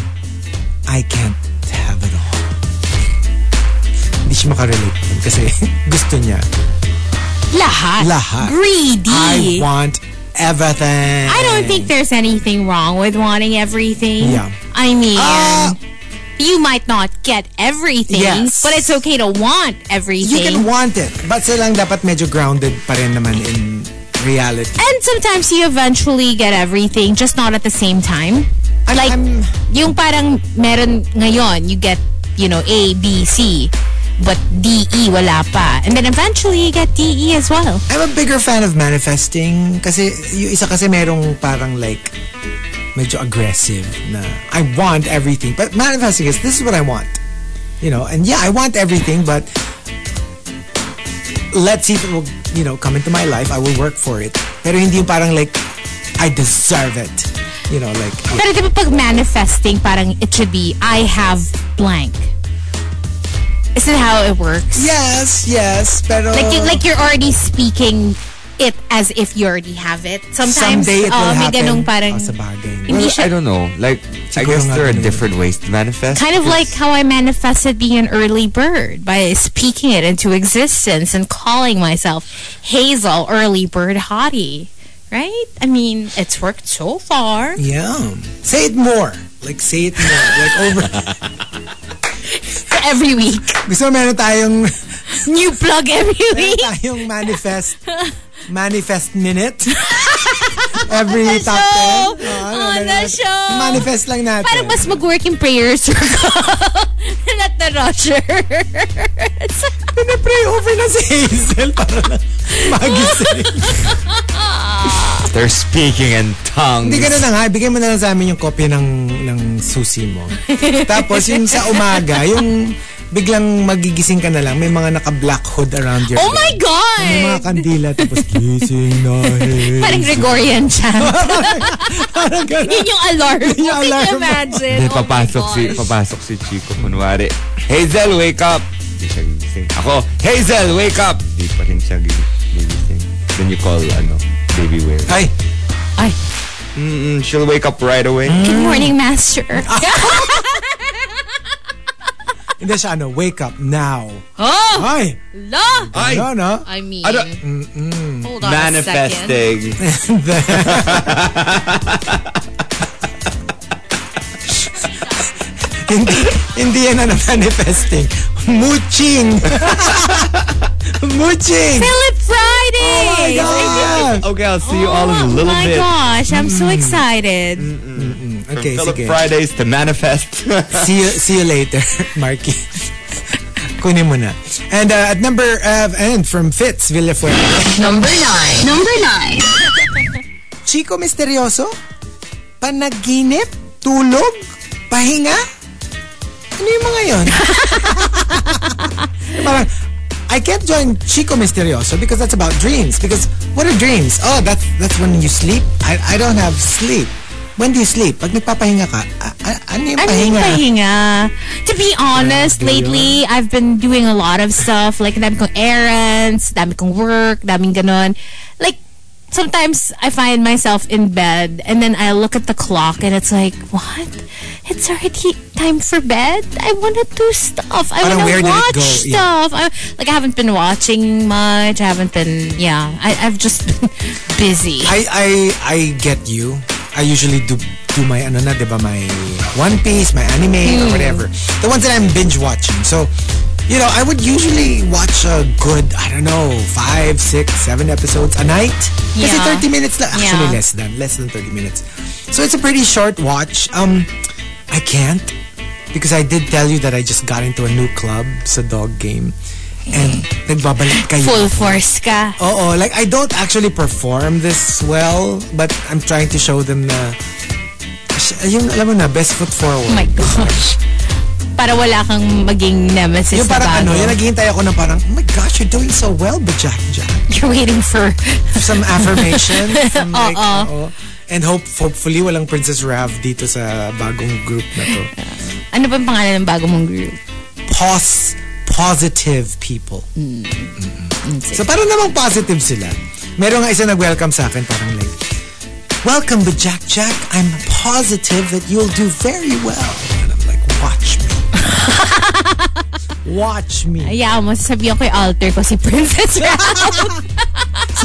[SPEAKER 4] I can't have it all. Hindi siya makarelate dun kasi gusto niya
[SPEAKER 5] Lahat.
[SPEAKER 4] lahat.
[SPEAKER 5] Greedy.
[SPEAKER 4] I want everything.
[SPEAKER 5] I don't think there's anything wrong with wanting everything.
[SPEAKER 4] Yeah.
[SPEAKER 5] I mean,
[SPEAKER 4] Ah.
[SPEAKER 5] you might not get everything,
[SPEAKER 4] Yes.
[SPEAKER 5] but it's okay to want
[SPEAKER 4] You
[SPEAKER 5] everything.
[SPEAKER 4] can want it, but silang dapat medyo grounded pa rin naman in reality.
[SPEAKER 5] and sometimes you eventually get everything, just not at the same time.
[SPEAKER 4] I'm-
[SPEAKER 5] like,
[SPEAKER 4] I'm-
[SPEAKER 5] yung parang meron ngayon, you get, you know, A, B, C, but D, E wala pa. And then eventually you get D, E as well.
[SPEAKER 4] I'm a bigger fan of manifesting kasi yung isa kasi merong parang like medyo aggressive na I want everything. But manifesting is this is what I want. You know, and yeah, I want everything but let's see if it will, you know, come into my life. I will work for it. Pero hindi yung parang like I deserve it. You know, like
[SPEAKER 5] Pero di ba pag manifesting, parang it should be, I have blank. Isn't how it works?
[SPEAKER 4] yes, yes, pero
[SPEAKER 5] Like you, like you're already speaking it as if you already have it. Sometimes,
[SPEAKER 4] someday it
[SPEAKER 5] oh,
[SPEAKER 4] will
[SPEAKER 5] may
[SPEAKER 4] happen.
[SPEAKER 5] ganung parang
[SPEAKER 4] Oh, sa bagay.
[SPEAKER 5] hindi
[SPEAKER 6] I
[SPEAKER 5] siya,
[SPEAKER 6] don't know. Like, I
[SPEAKER 4] Siguro
[SPEAKER 6] guess
[SPEAKER 4] nga
[SPEAKER 6] there are
[SPEAKER 4] ganun.
[SPEAKER 6] different ways to manifest.
[SPEAKER 5] kind of
[SPEAKER 6] It's-
[SPEAKER 5] like how I manifested being an early bird by speaking it into existence and calling myself Hazel Early Bird Hottie. Right? I mean, it's worked so far.
[SPEAKER 4] Yeah. Say it more. Like say it more. Like over.
[SPEAKER 5] Every week,
[SPEAKER 4] Gusto mo meron tayong
[SPEAKER 5] new plug every
[SPEAKER 4] Meron
[SPEAKER 5] week.
[SPEAKER 4] tayong manifest manifest minute. Every
[SPEAKER 5] the
[SPEAKER 4] top 10. Oo, ano,
[SPEAKER 5] show! Oh, On
[SPEAKER 4] meron
[SPEAKER 5] the
[SPEAKER 4] natin.
[SPEAKER 5] show!
[SPEAKER 4] Manifest lang natin.
[SPEAKER 5] Parang mas mag-work in prayer circle. Not the rushers.
[SPEAKER 4] Pinapray over na si Hazel para lang magising.
[SPEAKER 6] They're speaking in tongues.
[SPEAKER 4] Hindi ganun na nga. Bigay mo na lang sa amin yung kopya ng, ng susi mo. Tapos yung sa umaga, yung biglang magigising ka na lang, may mga naka-black hood around your
[SPEAKER 5] Oh my
[SPEAKER 4] head. May mga
[SPEAKER 5] God!
[SPEAKER 4] kandila, tapos gising na eh.
[SPEAKER 5] Parang Gregorian chant.
[SPEAKER 4] Parang ganun.
[SPEAKER 5] Yun yung alarm.
[SPEAKER 4] Yung
[SPEAKER 5] Can you
[SPEAKER 4] alarm.
[SPEAKER 5] imagine?
[SPEAKER 6] Hindi,
[SPEAKER 5] Oh my
[SPEAKER 6] Eh, papasok si,
[SPEAKER 5] gosh.
[SPEAKER 6] papasok si Chico, kunwari. Hazel, wake up! Hindi siya gigising. Ako, Hazel, wake up! Hindi pa rin siya gigi- gigising. Then you call, ano, baby wear.
[SPEAKER 4] Ay,
[SPEAKER 5] Ay,
[SPEAKER 6] Mm-mm, she'll wake up right away.
[SPEAKER 5] good morning, master.
[SPEAKER 4] hindi siya ano, wake up now.
[SPEAKER 5] oh,
[SPEAKER 4] Ay,
[SPEAKER 5] la!
[SPEAKER 6] Ay!
[SPEAKER 4] yun ah.
[SPEAKER 5] I mean,
[SPEAKER 6] Ano?
[SPEAKER 5] hold on a second.
[SPEAKER 6] Manifesting.
[SPEAKER 4] hindi, hindi yan ano manifesting. Mooching. Mooching.
[SPEAKER 5] Philip Friday!
[SPEAKER 4] Oh my God.
[SPEAKER 6] Okay, I'll see you all in a little
[SPEAKER 5] Oh my
[SPEAKER 6] bit. Hmm.
[SPEAKER 5] gosh, I'm so excited.
[SPEAKER 4] Okay,
[SPEAKER 6] Philip
[SPEAKER 4] sige.
[SPEAKER 6] Fridays to manifest.
[SPEAKER 4] See you, see you later, Marky. Kunin mo na. And uh, at number, uh, and from Fitz Villafuerte.
[SPEAKER 2] Number nine. Number nine.
[SPEAKER 4] Chico Misterioso? Panaginip? Tulog? Pahinga? Ano yung mga yun? Parang, I can't join Chico Misterioso because that's about dreams. Because what are dreams? Oh, that's that's when you sleep. I, I don't have sleep. When do you sleep? Pag nagpapahinga ka, a- a- ano yung
[SPEAKER 5] I mean,
[SPEAKER 4] pahinga?
[SPEAKER 5] pahinga. To be honest,
[SPEAKER 4] Grabe
[SPEAKER 5] lately, I've been doing a lot of stuff. Like, dami kong errands, dami kong work, daming ganon. Like, sometimes I find myself in bed and then I look at the clock and it's like, what? It's already time for bed? I want to do stuff. I
[SPEAKER 4] Parang
[SPEAKER 5] want
[SPEAKER 4] where
[SPEAKER 5] to
[SPEAKER 4] did it
[SPEAKER 5] watch
[SPEAKER 4] go? Yeah.
[SPEAKER 5] stuff. I, like, I haven't been watching much. I haven't been, yeah. I, I've just been busy.
[SPEAKER 4] I I I get you. I usually do do my ano na, 'di ba, my One Piece, my anime or
[SPEAKER 5] Hmm.
[SPEAKER 4] whatever. The ones that I'm binge watching. So, you know, I would usually watch a good, I don't know, five, six, seven episodes a night. Kasi
[SPEAKER 5] Yeah.
[SPEAKER 4] 30 minutes lang. Actually,
[SPEAKER 5] Yeah.
[SPEAKER 4] less than. Less than 30 minutes. So, it's a pretty short watch. Um, I can't because I did tell you that I just got into a new club sa dog game. And nagbabalik kayo.
[SPEAKER 5] Full force ka.
[SPEAKER 4] Oo, like I don't actually perform this well, but I'm trying to show them na Sh- yung alam mo na best foot forward.
[SPEAKER 5] Oh my gosh. Para wala kang maging nemesis
[SPEAKER 4] yung
[SPEAKER 5] na
[SPEAKER 4] parang ano,
[SPEAKER 5] bago.
[SPEAKER 4] yung naghihintay ako na parang, oh my gosh, you're doing so well, but Jack Jack.
[SPEAKER 5] You're waiting for...
[SPEAKER 4] Some affirmation. some like,
[SPEAKER 5] Oo.
[SPEAKER 4] oo. And hope, hopefully, walang Princess Rav dito sa bagong group na to.
[SPEAKER 5] Ano ba ang pangalan ng bago mong group?
[SPEAKER 4] Pos, positive people.
[SPEAKER 5] Mm.
[SPEAKER 4] Mm-hmm. So parang namang positive sila. Meron nga isa nag-welcome sa akin, parang like, Welcome to Jack Jack. I'm positive that you'll do very well. And I'm like, watch me. watch me.
[SPEAKER 5] Ayaw mo, sasabihin ko yung alter ko si Princess Ralph.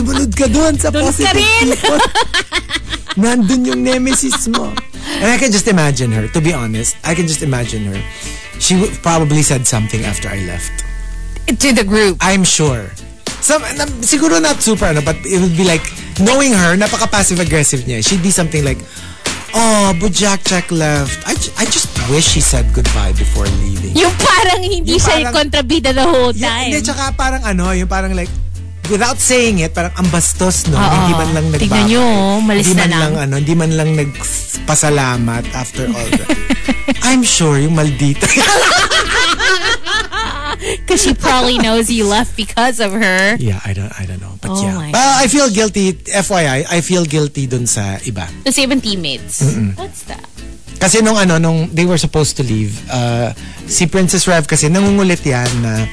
[SPEAKER 4] Sumunod ka doon sa
[SPEAKER 5] Doon ka
[SPEAKER 4] positive
[SPEAKER 5] rin.
[SPEAKER 4] people. Nandun yung nemesis mo. And I can just imagine her. To be honest, I can just imagine her. She would- probably said something after I left.
[SPEAKER 5] to the group.
[SPEAKER 4] I'm sure. Some, na, siguro not super ano, but it would be like, knowing her, napaka-passive-aggressive niya. She'd be something like, Oh, but Jack Jack left. I, ju- I just wish she said goodbye before leaving.
[SPEAKER 5] Yung parang hindi
[SPEAKER 4] Yung
[SPEAKER 5] siya
[SPEAKER 4] parang-
[SPEAKER 5] kontrabida the whole
[SPEAKER 4] Yeah,
[SPEAKER 5] time.
[SPEAKER 4] Hindi, tsaka parang ano, yung parang like, without saying it, parang ang bastos, no?
[SPEAKER 5] Oo.
[SPEAKER 4] Hindi man lang nagbabay.
[SPEAKER 5] Tignan nyo, malis
[SPEAKER 4] hindi
[SPEAKER 5] na
[SPEAKER 4] man
[SPEAKER 5] lang.
[SPEAKER 4] lang. ano, hindi man lang nagpasalamat after all that. I'm sure yung maldita.
[SPEAKER 5] Because she probably knows you left because of her.
[SPEAKER 4] yeah, I don't, I don't know. But
[SPEAKER 5] Oh
[SPEAKER 4] yeah.
[SPEAKER 5] my
[SPEAKER 4] Well, I feel guilty. FYI, I feel guilty dun sa iba.
[SPEAKER 5] Tapos even teammates. What's that?
[SPEAKER 4] Kasi nung ano, nung they were supposed to leave, uh, si Princess Rev kasi nangungulit yan na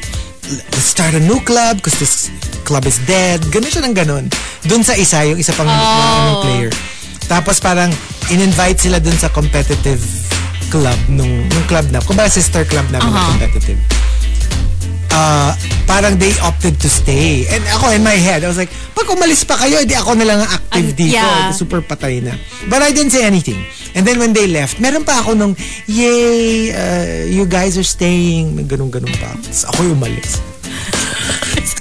[SPEAKER 4] let's start a new club because this club is dead. Ganun siya ng ganun. Doon sa isa, yung isa pang na, anong player. Tapos parang in-invite sila doon sa competitive club nung, nung club na, kumbaga sister club namin na
[SPEAKER 5] Uh-huh.
[SPEAKER 4] competitive. Uh, parang they opted to stay. And ako in my head, I was like, pag umalis pa kayo, edi ako na lang ang active
[SPEAKER 5] Ang-
[SPEAKER 4] dito.
[SPEAKER 5] yeah.
[SPEAKER 4] Super patay na. But I didn't say anything. And then when they left, meron pa ako nung, yay, uh, you guys are staying. May ganun-ganun pa. Tapos ako yung umalis.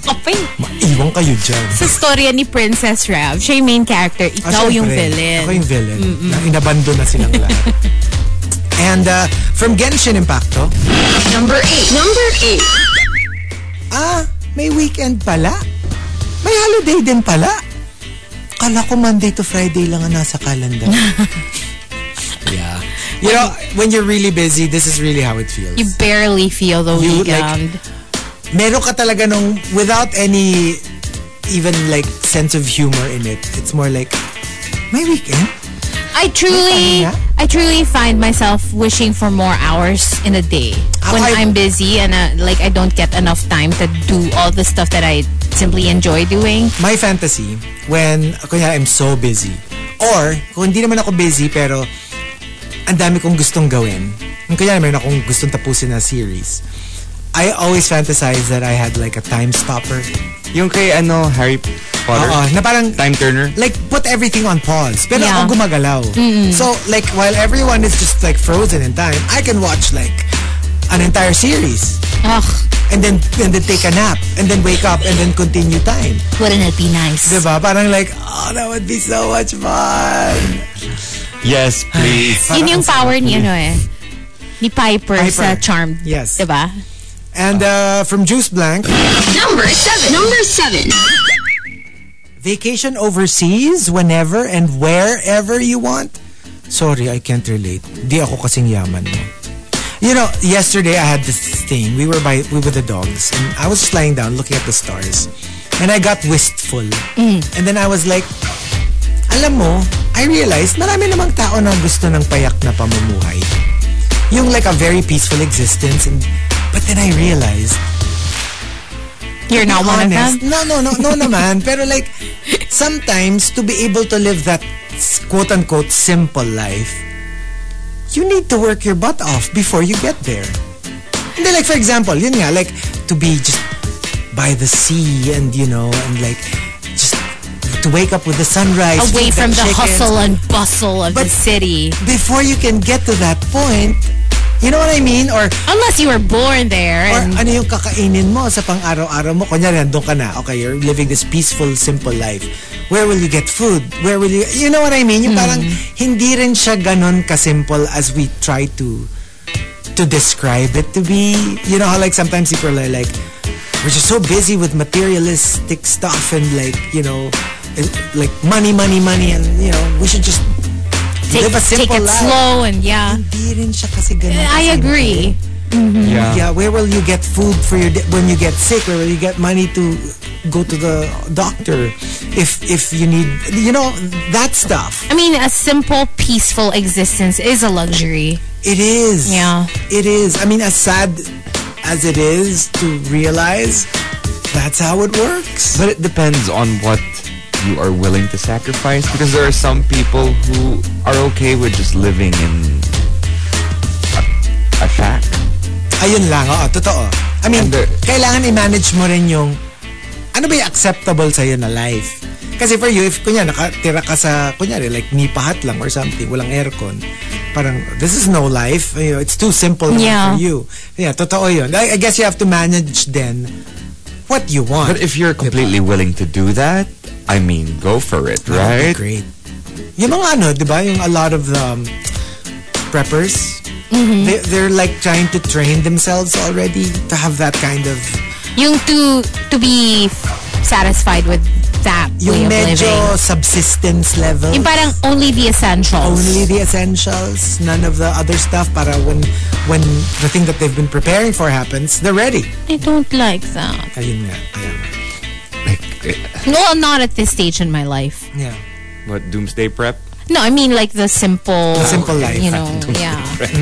[SPEAKER 5] Kapay.
[SPEAKER 4] Maiwan kayo dyan.
[SPEAKER 5] Sa storya ni Princess Rav, siya yung main character,
[SPEAKER 4] Ah,
[SPEAKER 5] ikaw yung
[SPEAKER 4] syempre.
[SPEAKER 5] villain.
[SPEAKER 4] Ako yung villain. Na inabandon na silang lahat. And uh, from Genshin Impacto,
[SPEAKER 2] Number eight. Number eight.
[SPEAKER 4] ah, may weekend pala. May holiday din pala. akala ko Monday to Friday lang ang nasa calendar. Ano? yeah. You know, when you're really busy, this is really how it feels.
[SPEAKER 5] You barely feel the
[SPEAKER 4] You, like-
[SPEAKER 5] weekend.
[SPEAKER 4] meron ka talaga nung without any even like sense of humor in it. It's more like my weekend.
[SPEAKER 5] I truly,
[SPEAKER 4] May time na?
[SPEAKER 5] I truly find myself wishing for more hours in a day when
[SPEAKER 4] I-
[SPEAKER 5] I'm busy and uh, like I don't get enough time to do all the stuff that I simply enjoy doing.
[SPEAKER 4] My fantasy when kunya I'm so busy or kung hindi naman ako busy pero ang dami kong gustong gawin. Kung kunya meron akong gustong tapusin na series. I always fantasize that I had like a time stopper.
[SPEAKER 6] Yung kay ano, Harry Potter?
[SPEAKER 4] Oo, na parang
[SPEAKER 6] Time Turner?
[SPEAKER 4] like put everything on pause. Pero
[SPEAKER 5] Yeah.
[SPEAKER 4] ako gumagalaw. So like while everyone is just like frozen in time, I can watch like an entire series
[SPEAKER 5] Ugh,
[SPEAKER 4] and then and then take a nap and then wake up and then continue time.
[SPEAKER 5] wouldn't it be nice?
[SPEAKER 4] Diba? Parang like, oh, that would be so much fun.
[SPEAKER 6] Yes, please.
[SPEAKER 5] Yun yung power ni ano eh. Ni Piper,
[SPEAKER 4] Piper.
[SPEAKER 5] sa Charmed.
[SPEAKER 4] Yes.
[SPEAKER 5] Diba?
[SPEAKER 4] And uh, from Juice Blank,
[SPEAKER 2] Number seven. Number seven.
[SPEAKER 4] vacation overseas whenever and wherever you want. Sorry, I can't relate. Di ako kasing yaman mo. You know, yesterday I had this thing. We were by we were the dogs, and I was just lying down looking at the stars, and I got wistful. And then I was like, alam mo, I realized marami namang tao na gusto ng payak na pamumuhay. Yung like a very peaceful existence, and but then I realized
[SPEAKER 5] You're not one of them?
[SPEAKER 4] No, no, no, no naman. Pero like, sometimes to be able to live that s- quote-unquote simple life, you need to work your butt off before you get there. And then like, for example, yun nga, like, to be just by the sea and, you know, and like, just to wake up with the sunrise.
[SPEAKER 5] Away
[SPEAKER 4] feed
[SPEAKER 5] from the
[SPEAKER 4] chickens.
[SPEAKER 5] hustle and bustle of the
[SPEAKER 4] But-
[SPEAKER 5] city.
[SPEAKER 4] Before you can get to that point, you know what I mean? Or
[SPEAKER 5] Unless you were born there
[SPEAKER 4] Or uh,
[SPEAKER 5] and
[SPEAKER 4] ano yung kakainin mo sa pang-araw-araw mo? Kunyari, nandun ka na. Okay, you're living this peaceful, simple life. Where will you get food? Where will you... You know what I mean? Yung
[SPEAKER 5] Hmm.
[SPEAKER 4] parang hindi rin siya ganun kasimple as we try to to describe it to be. You know how like sometimes people are like, we're just so busy with materialistic stuff and like, you know, it- like money, money, money and you know, we should just
[SPEAKER 5] take,
[SPEAKER 4] live a
[SPEAKER 5] take
[SPEAKER 4] simple
[SPEAKER 5] it
[SPEAKER 4] life.
[SPEAKER 5] slow and yeah.
[SPEAKER 4] Hindi rin siya kasi ganun.
[SPEAKER 5] I
[SPEAKER 4] kasimple.
[SPEAKER 5] agree.
[SPEAKER 6] yeah.
[SPEAKER 4] Yeah, where will you get food for your di- when you get sick? Where will you get money to go to the doctor if if you need you know that stuff?
[SPEAKER 5] I mean, a simple, peaceful existence is a luxury.
[SPEAKER 4] It is.
[SPEAKER 5] Yeah.
[SPEAKER 4] It is. I mean, as sad as it is to realize that's how it works.
[SPEAKER 6] But it depends on what you are willing to sacrifice because there are some people who are okay with just living in a, a shack.
[SPEAKER 4] Ayun lang, oo, totoo. I mean,
[SPEAKER 6] And the-
[SPEAKER 4] kailangan i-manage mo rin yung ano ba yung acceptable sa'yo na life? Kasi for you, if kunya nakatira ka sa, kunyari, like nipahat lang or something, walang aircon, parang, this is no life. You know, it's too simple naman
[SPEAKER 5] Yeah.
[SPEAKER 4] for you. Yeah, totoo yun. I, I guess you have to manage then what you want.
[SPEAKER 6] But if you're completely willing to do that, I mean, go for it,
[SPEAKER 4] That'd be
[SPEAKER 6] right?
[SPEAKER 4] Great. Yung mga ano, di ba? Yung a lot of um, preppers, they, they're like trying to train themselves already to have that kind of
[SPEAKER 5] Yung to to be satisfied with that way
[SPEAKER 4] yung
[SPEAKER 5] of
[SPEAKER 4] medyo
[SPEAKER 5] living.
[SPEAKER 4] subsistence level.
[SPEAKER 5] Yung parang only the essentials.
[SPEAKER 4] only the essentials, none of the other stuff para when when the thing that they've been preparing for happens, they're ready.
[SPEAKER 5] I don't like that.
[SPEAKER 4] Ayun nga. Ayun.
[SPEAKER 5] No, not at this stage in my life.
[SPEAKER 4] Yeah.
[SPEAKER 6] What, doomsday prep?
[SPEAKER 5] No, I mean like the simple,
[SPEAKER 4] simple life.
[SPEAKER 5] You know, yeah.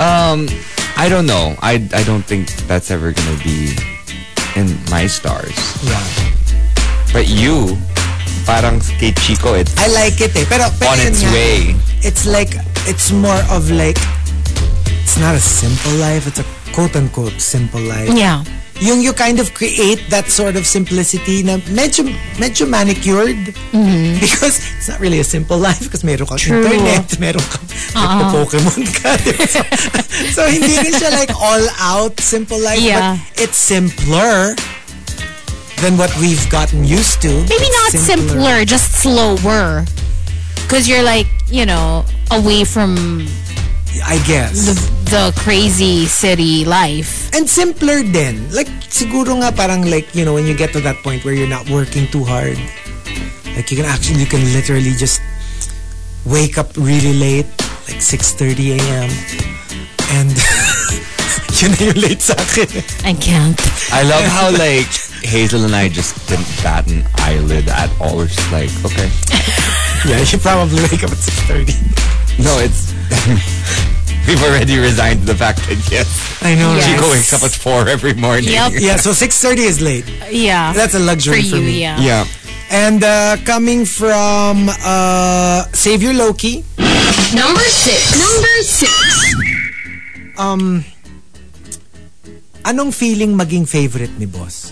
[SPEAKER 6] Um, I don't know. I, I don't think that's ever going to be in my stars.
[SPEAKER 4] Yeah.
[SPEAKER 6] But you, parang kay Chico, it's
[SPEAKER 4] I like it eh. Pero, pero
[SPEAKER 6] on
[SPEAKER 4] yun
[SPEAKER 6] its
[SPEAKER 4] nga,
[SPEAKER 6] way.
[SPEAKER 4] It's like, it's more of like, it's not a simple life, it's a quote-unquote simple life.
[SPEAKER 5] Yeah.
[SPEAKER 4] Yung you kind of create that sort of simplicity na medyo, medyo manicured because it's not really a simple life because meron kang
[SPEAKER 5] Mm-hmm. True. Uh-uh.
[SPEAKER 4] internet, meron kang nagpo-Pokemon ka. di ba? So, so, hindi rin siya like all out simple life
[SPEAKER 5] Yeah.
[SPEAKER 4] but it's simpler than what we've gotten used to.
[SPEAKER 5] Maybe
[SPEAKER 4] It's
[SPEAKER 5] not simpler, just slower. Because you're like, you know, away from
[SPEAKER 4] I guess.
[SPEAKER 5] the, the crazy city life.
[SPEAKER 4] And simpler din. Like, siguro nga parang like, you know, when you get to that point where you're not working too hard. Like you can actually, you can literally just wake up really late, like 6.30 a.m. And yun na yung late sa akin.
[SPEAKER 5] I can't.
[SPEAKER 6] I love how like Hazel and I just didn't bat an eyelid at all. We're just like, okay.
[SPEAKER 4] Yeah, you probably wake up at 6.30.
[SPEAKER 6] No, it's we've already resigned to the fact that yes,
[SPEAKER 4] I know,
[SPEAKER 5] Yeah.
[SPEAKER 4] right?
[SPEAKER 6] Chico wakes up at four every morning.
[SPEAKER 5] Yep.
[SPEAKER 4] Yeah, so 6.30 is late.
[SPEAKER 5] Yeah.
[SPEAKER 4] That's a
[SPEAKER 5] for
[SPEAKER 4] luxury for,
[SPEAKER 5] you,
[SPEAKER 4] me.
[SPEAKER 5] yeah.
[SPEAKER 6] Yeah.
[SPEAKER 4] And uh, coming from uh, Savior Loki,
[SPEAKER 2] Number six. Number six.
[SPEAKER 4] anong feeling maging favorite ni boss?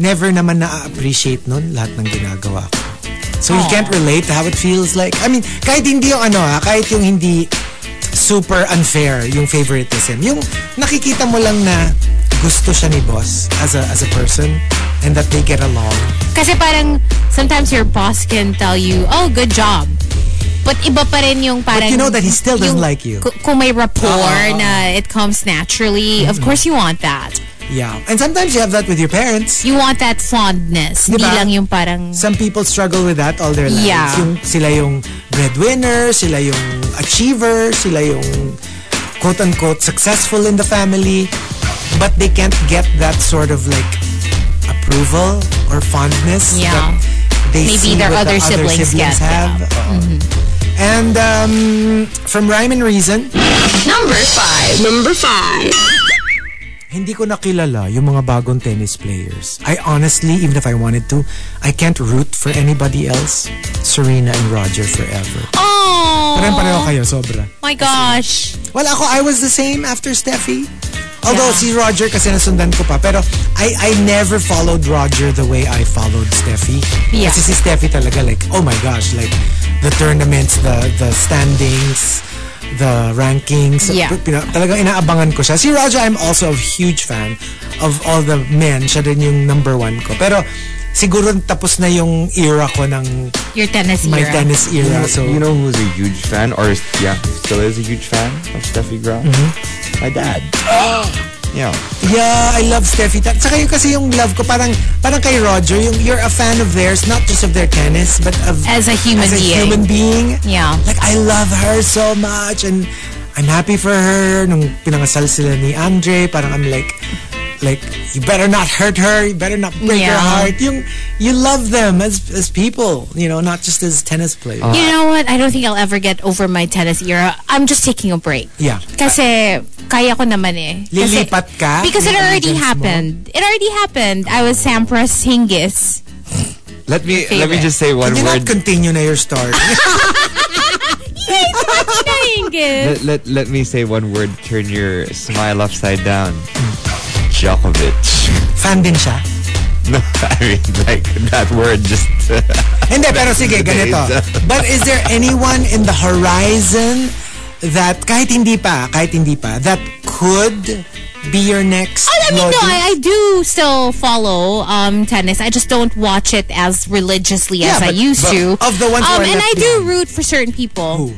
[SPEAKER 4] Never naman na-appreciate nun lahat ng ginagawa ko. So he can't relate to how it feels like. I mean, kahit hindi yung ano ha, kahit yung hindi super unfair yung favoritism. Yung nakikita mo lang na gusto siya ni boss as a, as a person and that they get along.
[SPEAKER 5] Kasi parang sometimes your boss can tell you, oh, good job. But iba pa rin yung parang...
[SPEAKER 4] you know that he still doesn't like you. Ah.
[SPEAKER 5] ku- Kung may rapport na it comes naturally, of course you want that.
[SPEAKER 4] Yeah. And sometimes you have that with your parents.
[SPEAKER 5] You want that fondness.
[SPEAKER 4] Di
[SPEAKER 5] Hindi
[SPEAKER 4] ba?
[SPEAKER 5] lang yung parang...
[SPEAKER 4] Some people struggle with that all their lives.
[SPEAKER 5] Yeah.
[SPEAKER 4] Yung, sila yung breadwinner, sila yung achiever, sila yung quote-unquote successful in the family, but they can't get that sort of like approval or fondness
[SPEAKER 5] Yeah.
[SPEAKER 4] that they
[SPEAKER 5] Maybe
[SPEAKER 4] see
[SPEAKER 5] their
[SPEAKER 4] what
[SPEAKER 5] other
[SPEAKER 4] the other
[SPEAKER 5] siblings get, Mm-hmm.
[SPEAKER 4] have. Oo. And um, from Rhyme and Reason,
[SPEAKER 2] Number five. Number five.
[SPEAKER 4] hindi ko nakilala yung mga bagong tennis players. I honestly, even if I wanted to, I can't root for anybody else. Serena and Roger forever.
[SPEAKER 5] Oh!
[SPEAKER 4] Parang pareho kayo, sobra.
[SPEAKER 5] My gosh.
[SPEAKER 4] Well, ako, I was the same after Steffi. Although si Roger kasi nasundan ko pa. Pero I, I never followed Roger the way I followed Steffi.
[SPEAKER 5] Yeah.
[SPEAKER 4] Kasi si Steffi talaga like, oh my gosh, like the tournaments, the the standings, the rankings.
[SPEAKER 5] Yeah.
[SPEAKER 4] Pina, talagang inaabangan ko siya. Si Roger, I'm also a huge fan of all the men. Siya din yung number one ko. Pero siguro tapos na yung era ko ng
[SPEAKER 5] Your tennis
[SPEAKER 4] my
[SPEAKER 5] era.
[SPEAKER 4] tennis era. So,
[SPEAKER 6] you know who's a huge fan, or is, yeah, who still is a huge fan of Steffi Graf? My dad. Yeah.
[SPEAKER 4] Yeah, I love Steffi. Ta- Tsaka yung kasi yung love ko, parang, parang kay Roger, yung you're a fan of theirs, not just of their tennis, but of...
[SPEAKER 5] As a human
[SPEAKER 4] as a
[SPEAKER 5] being.
[SPEAKER 4] human being.
[SPEAKER 5] Yeah.
[SPEAKER 4] Like, I love her so much and I'm happy for her. Nung pinangasal sila ni Andre, parang I'm like, like, you better not hurt her, you better not break her
[SPEAKER 5] Yeah.
[SPEAKER 4] heart. Yung, you love them as, as people, you know, not just as tennis players.
[SPEAKER 6] Oh,
[SPEAKER 5] You know what? I don't think I'll ever get over my tennis era. I'm just taking a break.
[SPEAKER 4] Yeah.
[SPEAKER 5] Kasi kaya ko naman eh. Kasi-
[SPEAKER 4] Lilipat ka?
[SPEAKER 5] Because it
[SPEAKER 4] Yung
[SPEAKER 5] already
[SPEAKER 4] allegiance mo?
[SPEAKER 5] happened. It already happened. I was Sampras Hingis.
[SPEAKER 6] Let me let me
[SPEAKER 5] favorite.
[SPEAKER 6] just say one
[SPEAKER 4] Can you
[SPEAKER 6] word.
[SPEAKER 4] not continue na your story?
[SPEAKER 5] Na Hingis.
[SPEAKER 6] let, let let me say one word. Turn your smile upside down. Djokovic.
[SPEAKER 4] Fan din siya?
[SPEAKER 6] No, I mean like that word just.
[SPEAKER 4] Hindi, pero sige, ganito. But is there anyone in the horizon that kahit hindi pa, kahit hindi pa, that could be your next
[SPEAKER 5] Oh, I mean, no,
[SPEAKER 4] Lottie?
[SPEAKER 5] I, I do still follow um, tennis. I just don't watch it as religiously as
[SPEAKER 4] Yeah,
[SPEAKER 5] I
[SPEAKER 4] but-
[SPEAKER 5] used
[SPEAKER 4] but
[SPEAKER 5] to.
[SPEAKER 4] of the ones who
[SPEAKER 5] um,
[SPEAKER 4] are
[SPEAKER 5] and
[SPEAKER 4] left
[SPEAKER 5] I do
[SPEAKER 4] behind.
[SPEAKER 5] root for certain people.
[SPEAKER 4] Who?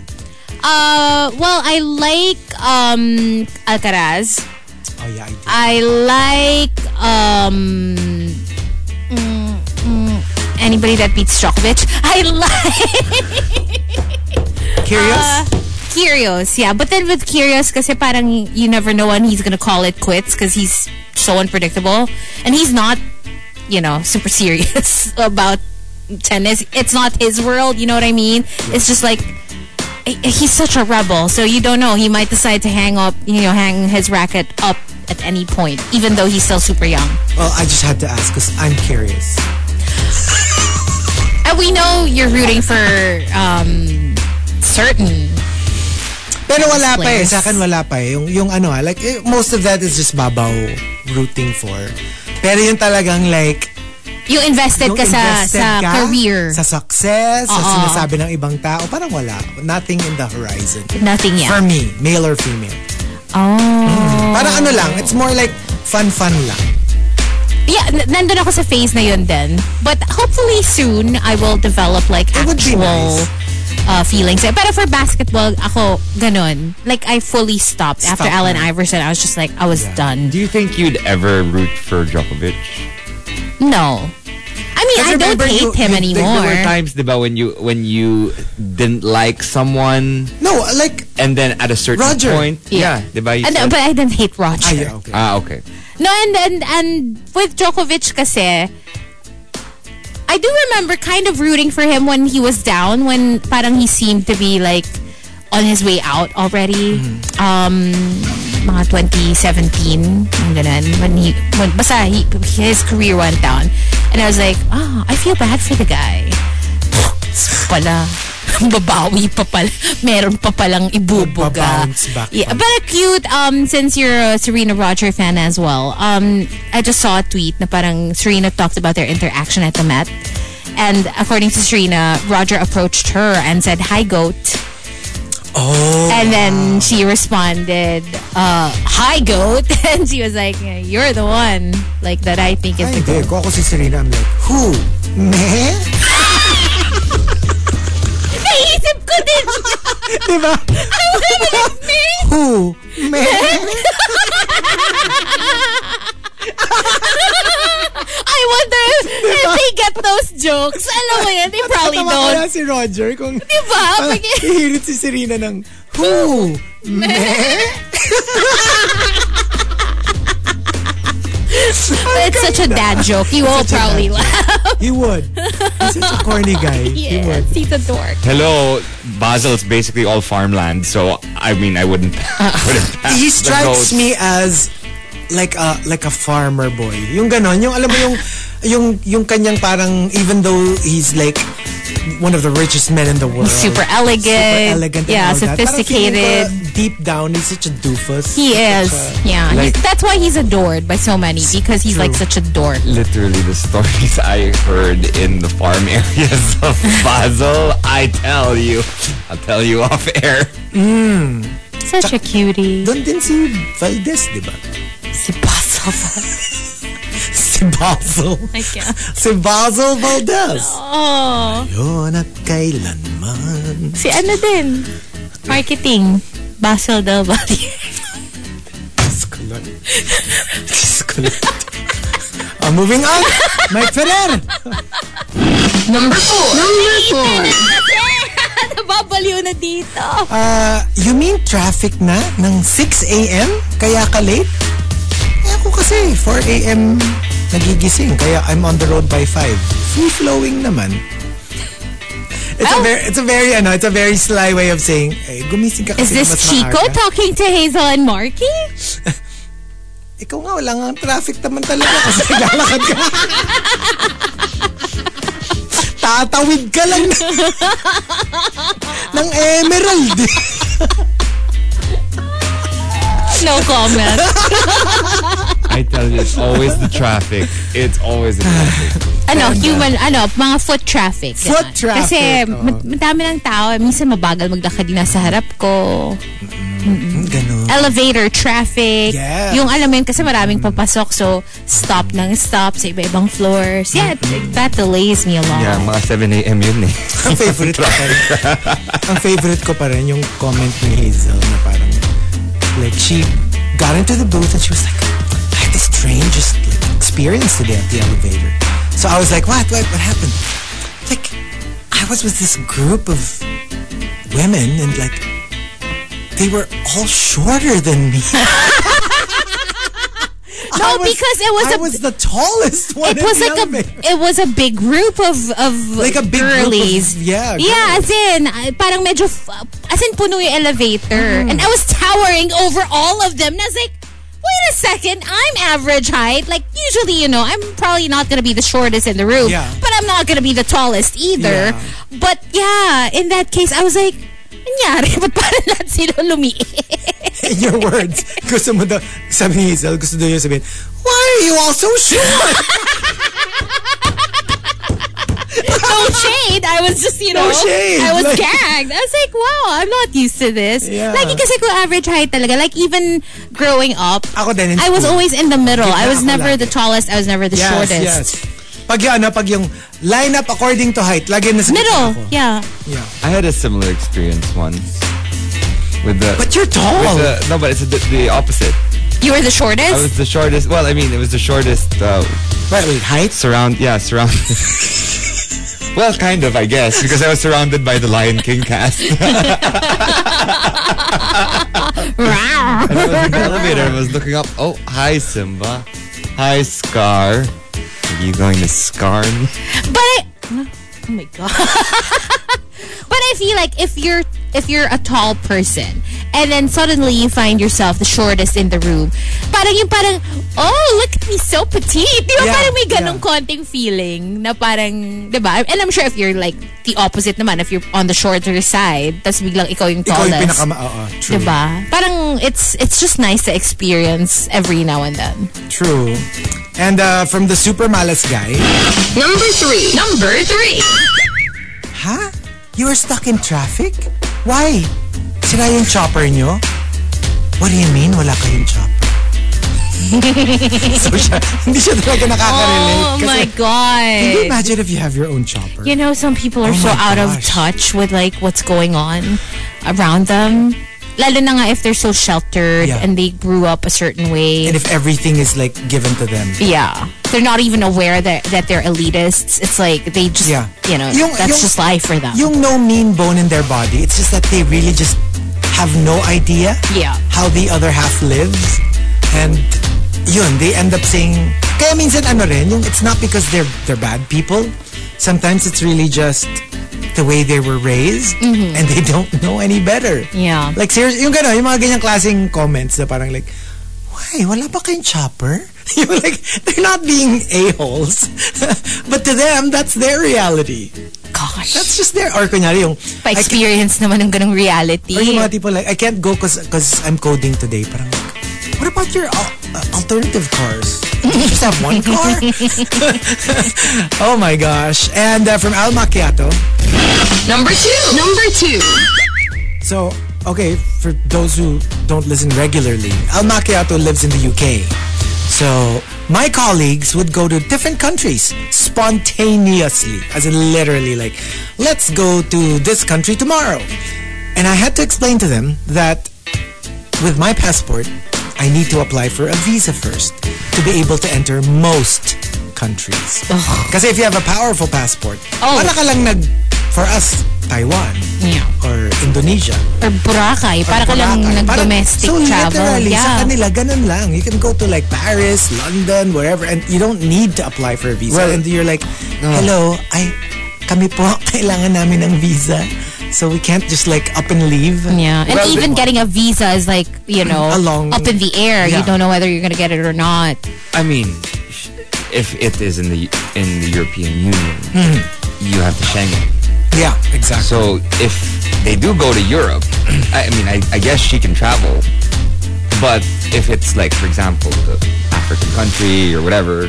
[SPEAKER 5] Uh, well, I like um, Alcaraz.
[SPEAKER 4] Oh, yeah, I do.
[SPEAKER 5] I like um mm, mm, anybody that beats Djokovic. I like
[SPEAKER 4] Curious?
[SPEAKER 5] uh, Curios, yeah. But then with Curios, kasi parang you never know when he's gonna call it quits because he's so unpredictable and he's not, you know, super serious about tennis. It's not his world. You know what I mean? It's just like. eh, eh, He's such a rebel, so you don't know. He might decide to hang up, you know, hang his racket up at any point, even though he's still super young.
[SPEAKER 4] well, I just had to ask because I'm curious.
[SPEAKER 5] And we know you're rooting for um, certain.
[SPEAKER 4] Pero wala pa eh.
[SPEAKER 5] Players.
[SPEAKER 4] Sa akin wala pa eh. Yung, yung ano ah, like eh, most of that is just babaw rooting for. Pero yung talagang like,
[SPEAKER 5] You invested
[SPEAKER 4] yung
[SPEAKER 5] ka sa,
[SPEAKER 4] invested
[SPEAKER 5] sa
[SPEAKER 4] ka,
[SPEAKER 5] career.
[SPEAKER 4] sa success, sa
[SPEAKER 5] Oo.
[SPEAKER 4] sinasabi ng ibang tao, parang wala. Nothing in the horizon.
[SPEAKER 5] Nothing yet.
[SPEAKER 4] For me, male or female.
[SPEAKER 5] oh.
[SPEAKER 4] Parang ano lang, it's more like fun-fun lang.
[SPEAKER 5] Yeah, n- nandun ako sa phase na yun din. But hopefully soon, I will develop like
[SPEAKER 4] It would be
[SPEAKER 5] actual
[SPEAKER 4] nice.
[SPEAKER 5] uh, feelings. Pero for basketball, ako ganun. Like, I fully stopped. After
[SPEAKER 4] Stop
[SPEAKER 5] Allen
[SPEAKER 4] na.
[SPEAKER 5] Iverson, I was just like, I was done.
[SPEAKER 6] Do you think you'd ever root for Djokovic?
[SPEAKER 5] No. I I mean, I don't
[SPEAKER 4] remember
[SPEAKER 5] hate
[SPEAKER 4] you-
[SPEAKER 5] him
[SPEAKER 4] you
[SPEAKER 6] Like, there were
[SPEAKER 5] anymore.
[SPEAKER 6] times, diba, when you when you didn't like someone,
[SPEAKER 4] No, like,
[SPEAKER 6] and then at a certain
[SPEAKER 4] Roger.
[SPEAKER 6] point,
[SPEAKER 5] Yeah.
[SPEAKER 6] yeah, diba, you
[SPEAKER 5] And,
[SPEAKER 6] said-
[SPEAKER 5] but I didn't hate Roger.
[SPEAKER 4] ah, yeah, okay.
[SPEAKER 6] ah, okay.
[SPEAKER 5] No, and, and, and with Djokovic kasi, I do remember kind of rooting for him when he was down, when parang he seemed to be like on his way out already. Um, mga 2017, yung ganun, when he, when, basta he, his career went down. And I was like, ah, I feel bad for the guy. pala. Babawi pa pala. Meron pa palang ibubuga.
[SPEAKER 4] Magbabounce back
[SPEAKER 5] Yeah,
[SPEAKER 4] pala.
[SPEAKER 5] but a cute, um, since you're a Serena Roger fan as well, um, I just saw a tweet na parang Serena talked about their interaction at the Met. And according to Serena, Roger approached her and said, Hi, goat.
[SPEAKER 4] Oh.
[SPEAKER 5] And then she responded, uh, Hi, goat. And she was like, "Yeah, You're the one like that I think is
[SPEAKER 4] Ay,
[SPEAKER 5] the
[SPEAKER 4] hindi.
[SPEAKER 5] goat.
[SPEAKER 4] Kung ako si Serena, I'm like, who? Me?
[SPEAKER 5] Naisip ko din.
[SPEAKER 4] diba? who? Me?
[SPEAKER 5] I wonder if, if they get those jokes. Alam mo yan, they probably
[SPEAKER 4] Tama
[SPEAKER 5] don't.
[SPEAKER 4] kaya si Roger kung
[SPEAKER 5] Diba?
[SPEAKER 4] parang
[SPEAKER 5] Pag-
[SPEAKER 4] hihirit si Serena ng who?
[SPEAKER 5] But it's such a dad joke. You all probably laugh.
[SPEAKER 4] He would. He's such a corny guy. He would.
[SPEAKER 5] Yes, he's a dork.
[SPEAKER 6] Hello, Basel's basically all farmland, so I mean, I wouldn't.
[SPEAKER 5] Uh,
[SPEAKER 6] wouldn't pass
[SPEAKER 4] He
[SPEAKER 6] Ah, the
[SPEAKER 4] strikes
[SPEAKER 6] goat.
[SPEAKER 4] me as like a like a farmer boy. Yung ganon, yung alam mo yung yung yung kanyang parang even though he's like one of the richest men in the world.
[SPEAKER 5] Super elegant.
[SPEAKER 4] Super elegant. and
[SPEAKER 5] Yeah,
[SPEAKER 4] all that. Parang
[SPEAKER 5] sophisticated.
[SPEAKER 4] feeling ko, deep down, he's such a doofus.
[SPEAKER 5] He is. Yeah.
[SPEAKER 6] Like-
[SPEAKER 5] he's, that's why he's adored by so many because he's like such a dork.
[SPEAKER 6] Literally, the stories I heard in the farm areas of Basel, I tell you, I'll tell you off air.
[SPEAKER 5] Such a cutie.
[SPEAKER 4] Doon din si Valdez, di ba?
[SPEAKER 5] Si Puzzle.
[SPEAKER 4] Si Basil.
[SPEAKER 5] Like, yeah.
[SPEAKER 4] Si Basil Valdez.
[SPEAKER 5] Oh.
[SPEAKER 4] Yun at kailanman.
[SPEAKER 5] Si ano din? Marketing. Basil Del Valle.
[SPEAKER 4] Diyos ko lang. Diyos ko lang. Ah, moving on. Mike Ferrer.
[SPEAKER 5] Number four. Number four. Nababaliw na dito.
[SPEAKER 4] Ah, you mean traffic na ng 6 a.m.? Kaya ka late? Eh ako kasi 4 a.m. nagigising. Kaya I'm on the road by 5. Free-flowing naman. It's, a very, it's a very, ano, it's a very sly way of saying, eh, gumising ka
[SPEAKER 5] Is
[SPEAKER 4] kasi
[SPEAKER 5] this
[SPEAKER 4] mas
[SPEAKER 5] Chico
[SPEAKER 4] maaga.
[SPEAKER 5] talking to Hazel and Marky?
[SPEAKER 4] Ikaw nga, wala nga traffic naman talaga kasi lalakad ka. Tatawid ka lang ng, ng emerald.
[SPEAKER 5] No comment.
[SPEAKER 6] I tell you, it's always the traffic. It's always the traffic.
[SPEAKER 5] ano, human, ano, mga foot traffic. ganun.
[SPEAKER 4] Foot traffic,
[SPEAKER 5] Kasi
[SPEAKER 4] oo.
[SPEAKER 5] ma- madami ng tao. eh, Minsan mabagal maglakad din sa harap ko.
[SPEAKER 4] Ganun.
[SPEAKER 5] Elevator traffic.
[SPEAKER 4] Yes.
[SPEAKER 5] Yung alam mo yun, kasi maraming papasok. So, stop ng stop sa iba-ibang floors. Yeah, it- that delays me a lot.
[SPEAKER 6] Yeah, mga 7 a.m. yun eh.
[SPEAKER 4] Ang favorite ko pa rin. ang favorite ko pa rin yung comment ni Hazel na parang, like, she got into the booth and she was like, I had this strangest like, experience today at the elevator. So I was like, what? What, what happened? Like, I was with this group of women and like, they were all shorter than me. I
[SPEAKER 5] No, because it was
[SPEAKER 4] I
[SPEAKER 5] a-
[SPEAKER 4] was the tallest one.
[SPEAKER 5] It was
[SPEAKER 4] in
[SPEAKER 5] like
[SPEAKER 4] the
[SPEAKER 5] a
[SPEAKER 4] elevator.
[SPEAKER 5] it was a big group of of
[SPEAKER 4] Like a big group of-
[SPEAKER 5] girlies.
[SPEAKER 4] yeah,
[SPEAKER 5] yeah. As in, uh, parang medyo f- as in puno yung elevator,
[SPEAKER 4] Mm.
[SPEAKER 5] and I was towering over all of them. And I was like, wait a second, I'm average height. Like usually, you know, I'm probably not gonna be the shortest in the room,
[SPEAKER 4] Yeah.
[SPEAKER 5] but I'm not gonna be the tallest either.
[SPEAKER 4] Yeah.
[SPEAKER 5] But yeah, in that case, I was like, nangyari, ba't parang lahat sila lumiit?
[SPEAKER 4] in your words, gusto mo daw, sabi ni Hazel, gusto daw niya sabihin, why are you all so short?
[SPEAKER 5] no shade. I was just, you know,
[SPEAKER 4] shade.
[SPEAKER 5] I was
[SPEAKER 4] Like-
[SPEAKER 5] gagged. I was like, wow, I'm not used to this.
[SPEAKER 4] Yeah.
[SPEAKER 5] Like, kasi ko average height talaga. Like, even growing up,
[SPEAKER 4] Ako din in
[SPEAKER 5] I was
[SPEAKER 4] school.
[SPEAKER 5] always in the middle.
[SPEAKER 4] Gitna
[SPEAKER 5] I was
[SPEAKER 4] ako
[SPEAKER 5] never
[SPEAKER 4] lagi.
[SPEAKER 5] the tallest. I was never the shortest.
[SPEAKER 4] Pag yun, ano, pag yung lineup according to height, lagi na sa
[SPEAKER 5] Middle,
[SPEAKER 4] gitna ako.
[SPEAKER 5] yeah.
[SPEAKER 4] Yeah.
[SPEAKER 6] I had a similar experience once with the.
[SPEAKER 4] But you're tall.
[SPEAKER 6] with the, no, but it's the, the opposite.
[SPEAKER 5] You were the
[SPEAKER 6] I
[SPEAKER 5] shortest?
[SPEAKER 6] was the shortest. Well, I mean, it was the shortest uh,
[SPEAKER 4] Wait, wait, height?
[SPEAKER 6] Surround, yeah, surround. well, kind of, I guess, because I was surrounded by the Lion King cast.
[SPEAKER 5] Wow.
[SPEAKER 6] I was in the elevator and was looking up. Oh, hi, Simba. Hi, Scar. Are you going to scar me?
[SPEAKER 5] But I, oh my god. but I feel like if you're if you're a tall person and then suddenly you find yourself the shortest in the room, parang yung parang oh look at me so petite. Di ba
[SPEAKER 4] Yeah,
[SPEAKER 5] parang may ganong
[SPEAKER 4] yeah.
[SPEAKER 5] konting feeling na parang di ba? And I'm sure if you're like the opposite naman, if you're on the shorter side, tas biglang ikaw yung
[SPEAKER 4] Ikaw
[SPEAKER 5] tallest.
[SPEAKER 4] yung pinakama... Oo, true.
[SPEAKER 5] Diba? Parang it's it's just nice to experience every now and then.
[SPEAKER 4] True. And uh, from the super malas guy...
[SPEAKER 2] Number three. Number three.
[SPEAKER 4] Ha? You were stuck in traffic? Why? Sira yung chopper nyo? What do you mean wala kayong chopper? so siya, hindi siya talaga nakakarelate.
[SPEAKER 5] Oh
[SPEAKER 4] kasi,
[SPEAKER 5] my
[SPEAKER 4] Can you
[SPEAKER 5] god.
[SPEAKER 4] imagine if you have your own chopper?
[SPEAKER 5] You know, some people are
[SPEAKER 4] Oh
[SPEAKER 5] so
[SPEAKER 4] my
[SPEAKER 5] out of
[SPEAKER 4] gosh.
[SPEAKER 5] touch with like what's going on around them. Lalo na nga if they're so sheltered
[SPEAKER 4] Yeah.
[SPEAKER 5] and they grew up a certain way.
[SPEAKER 4] And if everything is like given to them.
[SPEAKER 5] yeah. They're not even aware that, that they're elitists. It's like they just,
[SPEAKER 4] Yeah.
[SPEAKER 5] you know,
[SPEAKER 4] Yung-
[SPEAKER 5] that's
[SPEAKER 4] yung-
[SPEAKER 5] just life for them.
[SPEAKER 4] Yung no mean bone in their body, it's just that they really just have no idea
[SPEAKER 5] Yeah.
[SPEAKER 4] how the other half lives. And yun, they end up saying, kaya minsan ano rin, yung it's not because they're, they're bad people. Sometimes it's really just the way they were raised and they don't know any better.
[SPEAKER 5] Mm-hmm. Yeah.
[SPEAKER 4] Like seriously, yung gano'n, yung mga ganyang klaseng comments na parang like, why, wala ba kayong chopper? You're like, they're not being a-holes. but to them, that's their reality.
[SPEAKER 5] Gosh.
[SPEAKER 4] That's just there. Or kunyari yung...
[SPEAKER 5] pa
[SPEAKER 4] I can't-
[SPEAKER 5] experience naman ng ganong reality.
[SPEAKER 4] Or yung mga tipo like, I can't go because I'm coding today. Parang like, what about your al- uh, alternative cars? You just have one car? oh my gosh. And uh, from Al Macchiato.
[SPEAKER 2] Number two. Number two.
[SPEAKER 4] So, okay, for those who don't listen regularly, Al Macchiato lives in the UK. So, my colleagues would go to different countries spontaneously, as in literally, like, let's go to this country tomorrow. And I had to explain to them that with my passport, I need to apply for a visa first to be able to enter most countries. Kasi if you have a powerful passport,
[SPEAKER 5] Oh.
[SPEAKER 4] para ka lang nag, for us, Taiwan
[SPEAKER 5] Yeah.
[SPEAKER 4] or Indonesia.
[SPEAKER 5] or Boracay. Para ka lang
[SPEAKER 4] Boracay. Parang-
[SPEAKER 5] nag-domestic
[SPEAKER 4] so
[SPEAKER 5] travel.
[SPEAKER 4] literally, sa
[SPEAKER 5] yeah.
[SPEAKER 4] kanila, ganun lang. You can go to like Paris, London, wherever, and you don't need to apply for a visa.
[SPEAKER 6] Well, uh.
[SPEAKER 4] and you're like, hello, I, kami po, kailangan namin ng visa. So we can't just like up and leave.
[SPEAKER 5] Yeah, and
[SPEAKER 6] Well,
[SPEAKER 5] even
[SPEAKER 6] they-
[SPEAKER 5] getting a visa is like you know
[SPEAKER 4] A long-
[SPEAKER 5] up in the air.
[SPEAKER 4] Yeah.
[SPEAKER 5] You don't know whether you're gonna get it or not.
[SPEAKER 6] I mean, if it is in the in the European Union, you have the Schengen.
[SPEAKER 4] Yeah, exactly.
[SPEAKER 6] So if they do go to Europe, I, I mean, I, I guess she can travel. But if it's like, for example, the African country or whatever,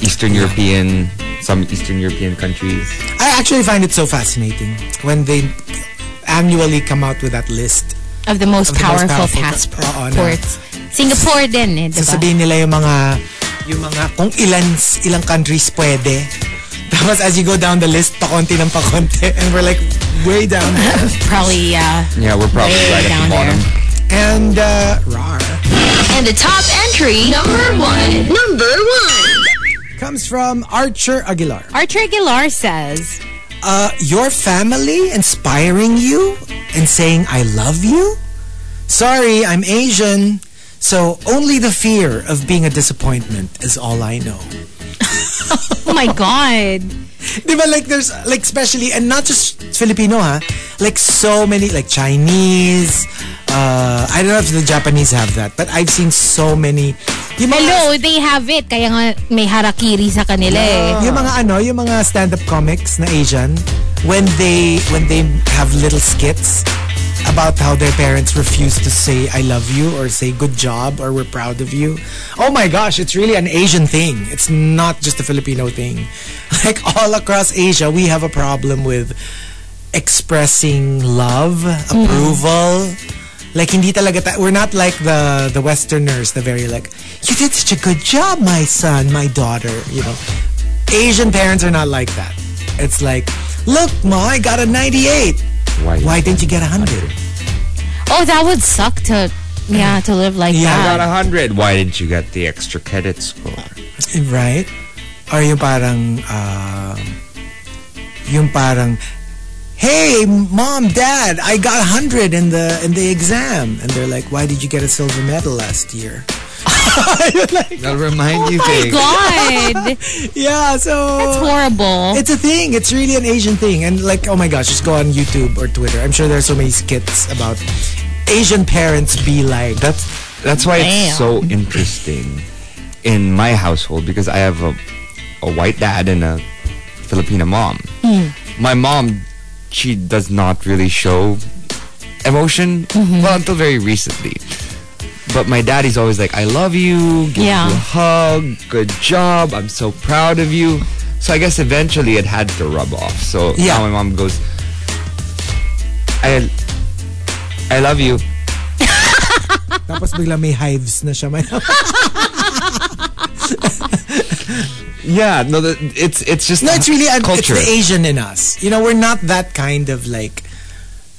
[SPEAKER 6] Eastern European, some Eastern European countries.
[SPEAKER 4] I actually find it so fascinating when they annually come out with that list.
[SPEAKER 5] Of the most,
[SPEAKER 4] Of the most
[SPEAKER 5] powerful,
[SPEAKER 4] powerful pa- Oo, na.
[SPEAKER 5] passports. Singapore din eh, diba?
[SPEAKER 4] Sasabihin nila yung mga yung mga kung ilan ilang countries pwede. Tapos as you go down the list, pakonti ng pakonti. And we're like, way down there.
[SPEAKER 5] Probably, uh, yeah.
[SPEAKER 6] Yeah, we're probably
[SPEAKER 5] Way
[SPEAKER 6] right at
[SPEAKER 5] down
[SPEAKER 6] the bottom.
[SPEAKER 5] there.
[SPEAKER 4] And, uh, rar.
[SPEAKER 2] And the top entry. Number one. Number one.
[SPEAKER 4] Comes from Archer Aguilar.
[SPEAKER 5] Archer Aguilar says,
[SPEAKER 4] Uh, your family inspiring you and saying, I love you? Sorry, I'm Asian. So only the fear of being a disappointment is all I know.
[SPEAKER 5] "Oh my God,
[SPEAKER 4] Di ba, like, there's, like, especially, and not just Filipino, ha? Like, so many, like, Chinese, uh, I don't know if the Japanese have that, but I've seen so many. Yung mga,
[SPEAKER 5] hello, they have it." Kaya nga may harakiri sa kanila eh.
[SPEAKER 4] Yung mga, ano, yung mga stand-up comics na Asian, when they, when they have little skits about how their parents refuse to say, I love you, or say, good job, or we're proud of you. Oh my gosh, it's really an Asian thing. It's not just a Filipino thing. Like, all across Asia, we have a problem with expressing love, approval. Like hindi talaga ta- we're not like the the westerners, the very like you did such a good job, my son, my daughter, you know. Asian parents are not like that. It's like, look, ma, I got a 98.
[SPEAKER 6] Why?
[SPEAKER 4] Why didn't you get a 100?
[SPEAKER 5] Oh, that would suck to, yeah, to live like
[SPEAKER 4] Yeah.
[SPEAKER 6] I got
[SPEAKER 5] that.
[SPEAKER 6] a hundred. Why didn't you get the extra credit score?
[SPEAKER 4] Right? Or yung parang, ah, yung parang, hey, mom, dad, I got 100 in the in the exam. And they're like, why did you get a silver medal last year? You're like,
[SPEAKER 6] That'll remind you
[SPEAKER 5] Oh My
[SPEAKER 6] things.
[SPEAKER 5] God.
[SPEAKER 4] yeah, so...
[SPEAKER 5] That's horrible.
[SPEAKER 4] It's a thing. It's really an Asian thing. And like, oh my gosh, just go on YouTube or Twitter. I'm sure there's so many skits about Asian parents be like,
[SPEAKER 6] That's that's why
[SPEAKER 5] Damn.
[SPEAKER 6] it's so interesting in my household because I have a a white dad and a Filipina mom.
[SPEAKER 5] Hmm.
[SPEAKER 6] My mom, she does not really show emotion
[SPEAKER 5] Mm-hmm.
[SPEAKER 6] well until very recently. But my daddy's always like, "I love you, give
[SPEAKER 5] Yeah.
[SPEAKER 6] you a hug, good job, I'm so proud of you." So I guess eventually it had to rub off. So
[SPEAKER 4] Yeah.
[SPEAKER 6] now my mom goes, "I, I love you."
[SPEAKER 4] tapos bigla may hives na siya. May-
[SPEAKER 6] Yeah, no, the, it's it's just
[SPEAKER 4] no, it's really an, it's
[SPEAKER 6] culture.
[SPEAKER 4] the Asian in us. You know, we're not that kind of like,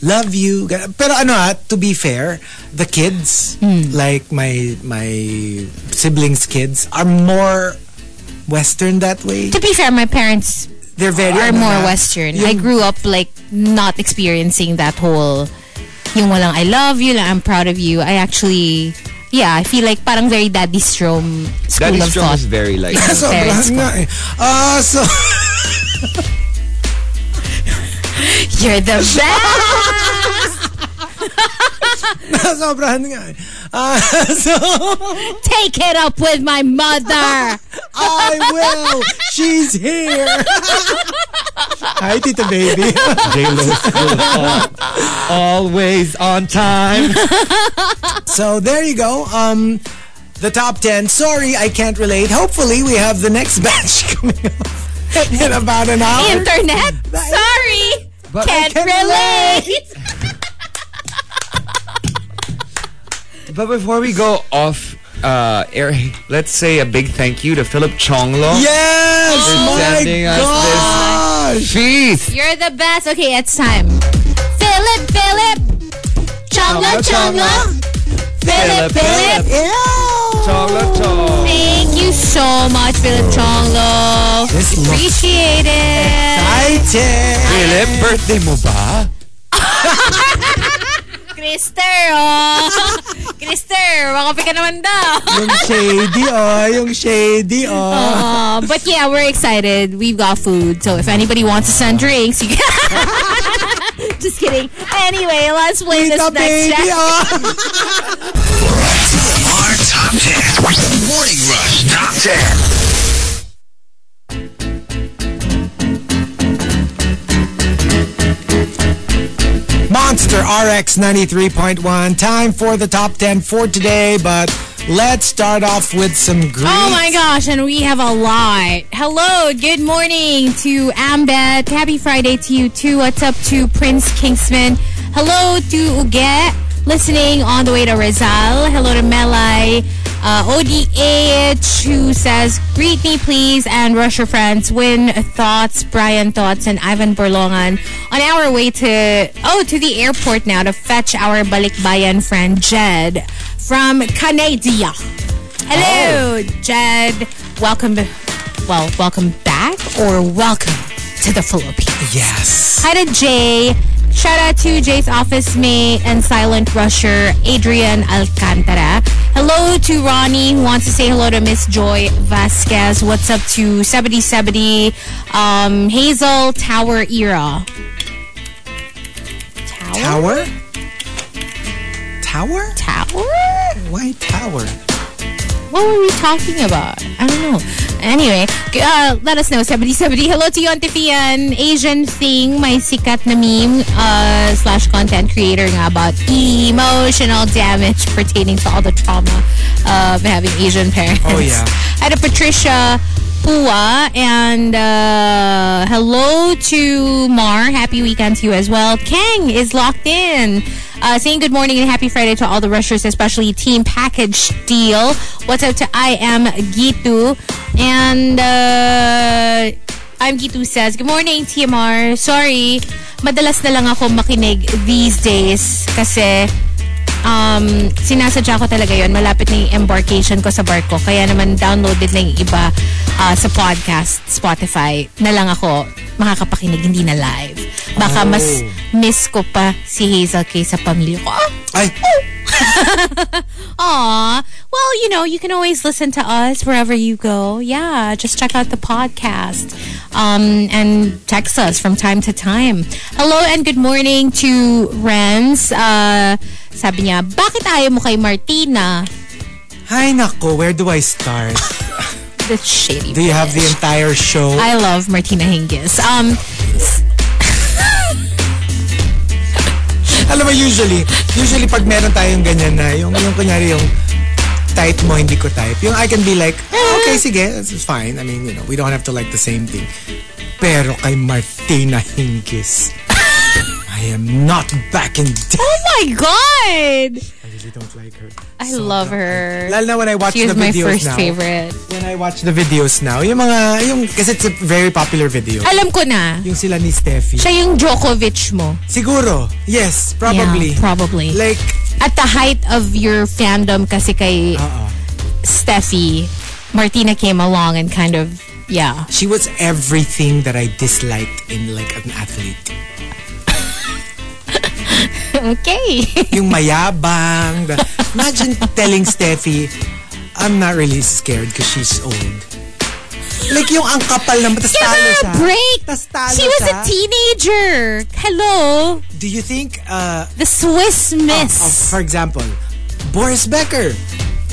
[SPEAKER 4] love you. gan- Pero ano ah, to be fair, the kids,
[SPEAKER 5] Hmm.
[SPEAKER 4] like my my siblings' kids, are more Western that way.
[SPEAKER 5] to be fair, my parents
[SPEAKER 4] They're very
[SPEAKER 5] are
[SPEAKER 4] ano
[SPEAKER 5] more
[SPEAKER 4] na,
[SPEAKER 5] Western.
[SPEAKER 4] yung-
[SPEAKER 5] I grew up like not experiencing that whole yung walang I love you, lang, I'm proud of you. I actually, yeah, I feel like parang very Daddy Strom school
[SPEAKER 6] Daddy
[SPEAKER 5] of
[SPEAKER 6] Strong
[SPEAKER 5] thought.
[SPEAKER 6] is very like
[SPEAKER 4] So,
[SPEAKER 5] parents
[SPEAKER 4] nga eh. Ah, so...
[SPEAKER 5] You're the best.
[SPEAKER 4] Sobrahan nga. eh. Ah, so,
[SPEAKER 5] Take it up with my mother.
[SPEAKER 4] I will. She's here. Hi, Tita Baby.
[SPEAKER 6] always on time.
[SPEAKER 4] so, there you go. Um, the top 10. Sorry, I can't relate. Hopefully, we have the next batch coming up in about an hour.
[SPEAKER 5] Internet. Sorry.
[SPEAKER 4] But I
[SPEAKER 5] Can't
[SPEAKER 4] can
[SPEAKER 5] relate.
[SPEAKER 6] but before we go off uh, air, let's say a big thank you to Philip Chonglo.
[SPEAKER 4] Yes! My
[SPEAKER 6] sending us
[SPEAKER 4] gosh!
[SPEAKER 6] Jeez.
[SPEAKER 5] You're the best. Okay, it's time. Philip, Philip. Chongla, chongla. Philip, Philip.
[SPEAKER 6] Chonglo Chong.
[SPEAKER 5] Thank you so much, Philip Chonglo.
[SPEAKER 4] This looks-
[SPEAKER 5] Appreciate it.
[SPEAKER 4] Excited!
[SPEAKER 6] Philip, birthday mo ba?
[SPEAKER 5] Cristero. Crister, makapi ka naman daw.
[SPEAKER 4] Yung shady, oh. Yung shady, oh.
[SPEAKER 5] Uh, but yeah, we're excited. We've got food. So if anybody wants to send drinks, you can. Just kidding. Anyway, let's play this
[SPEAKER 4] Tita
[SPEAKER 5] next
[SPEAKER 4] Baby,
[SPEAKER 5] track.
[SPEAKER 4] oh.
[SPEAKER 3] Our top 10. Morning Rush Top 10.
[SPEAKER 4] Monster RX 93.1. Time for the top 10 for today, but let's start off with some great.
[SPEAKER 5] Oh my gosh, and we have a lot. Hello, good morning to Ambet. Happy Friday to you too. What's up to Prince Kingsman? Hello to Uge, listening on the way to Rizal. Hello to Melai. Uh, ODH, who says, greet me please, and rush your friends. Win Thoughts, Brian Thoughts, and Ivan Borlongan on our way to, oh, to the airport now to fetch our Balikbayan friend Jed from Canada. Hello,
[SPEAKER 4] Oh.
[SPEAKER 5] Jed. Welcome. Well, welcome back or welcome to the Philippines.
[SPEAKER 4] Yes.
[SPEAKER 5] Hi to Jay. Shout out to Jay's office mate and silent rusher Adrian Alcantara. Hello to Ronnie who wants to say hello to Miss Joy Vasquez. What's up to 7070 um, Hazel Tower Era? Tower?
[SPEAKER 4] Tower? Tower?
[SPEAKER 5] Tower?
[SPEAKER 4] Why tower?
[SPEAKER 5] What were we talking about? I don't know. Anyway, uh, let us know. 7070. Hello to you, Auntie Fian. Asian thing, my sikat na meme uh, slash content creator nga about emotional damage pertaining to all the trauma of having Asian parents.
[SPEAKER 4] Oh, yeah.
[SPEAKER 5] I had a Patricia Pua and uh, hello to Mar. Happy weekend to you as well. Kang is locked in. Uh, saying good morning and happy Friday to all the rushers, especially Team Package Deal. What's up to I am Gitu and uh, I'm Gitu says good morning TMR. Sorry, madalas na lang ako makinig these days kasi um, sinasadya ko talaga yon Malapit na yung embarkation ko sa barko. Kaya naman downloaded na yung iba ah, sa podcast, Spotify, na lang ako makakapakinig, hindi na live. Baka mas miss ko pa si Hazel kaysa pamilya ko. Ah,
[SPEAKER 4] Ay,
[SPEAKER 5] Aw. Well, you know, you can always listen to us wherever you go. Yeah, just check out the podcast um, and text us from time to time. Hello and good morning to Renz. Uh, sabi niya, bakit ayaw mo kay Martina?
[SPEAKER 4] hi nako, where do I start?
[SPEAKER 5] That's shady.
[SPEAKER 4] Do you have the entire show?
[SPEAKER 5] I love Martina Hingis. Um,
[SPEAKER 4] Alam mo, usually, usually pag meron tayong ganyan na, yung, yung kunyari yung type mo, hindi ko type. Yung I can be like, "Ah, okay,
[SPEAKER 5] Eh.
[SPEAKER 4] sige, this is fine. I mean, you know, we don't have to like the same thing. Pero kay Martina Hingis, I am not back in
[SPEAKER 5] oh
[SPEAKER 4] debt.
[SPEAKER 5] my God!
[SPEAKER 4] I really don't like her.
[SPEAKER 5] I love her.
[SPEAKER 4] Lalo na when I watch
[SPEAKER 5] She
[SPEAKER 4] the
[SPEAKER 5] is my
[SPEAKER 4] videos
[SPEAKER 5] first
[SPEAKER 4] now.
[SPEAKER 5] favorite.
[SPEAKER 4] When I watch the videos now, yung mga, yung, kasi it's a very popular video.
[SPEAKER 5] Alam ko na.
[SPEAKER 4] Yung sila ni Steffi.
[SPEAKER 5] Siya yung Djokovic mo.
[SPEAKER 4] Siguro. Yes, probably.
[SPEAKER 5] Yeah, probably.
[SPEAKER 4] Like,
[SPEAKER 5] at the height of your fandom kasi kay Steffi, Martina came along and kind of, yeah.
[SPEAKER 4] She was everything that I disliked in like an athlete.
[SPEAKER 5] Okay.
[SPEAKER 4] Yung mayabang. the- imagine telling Steffi, I'm not really scared because she's old. Like yung ang kapal naman, tas
[SPEAKER 5] Give
[SPEAKER 4] talo
[SPEAKER 5] her
[SPEAKER 4] siya.
[SPEAKER 5] a break.
[SPEAKER 4] Tas talo
[SPEAKER 5] She was a
[SPEAKER 4] siya.
[SPEAKER 5] teenager. Hello.
[SPEAKER 4] Do you think, uh,
[SPEAKER 5] The Swiss
[SPEAKER 4] of,
[SPEAKER 5] Miss.
[SPEAKER 4] for example, Boris Becker,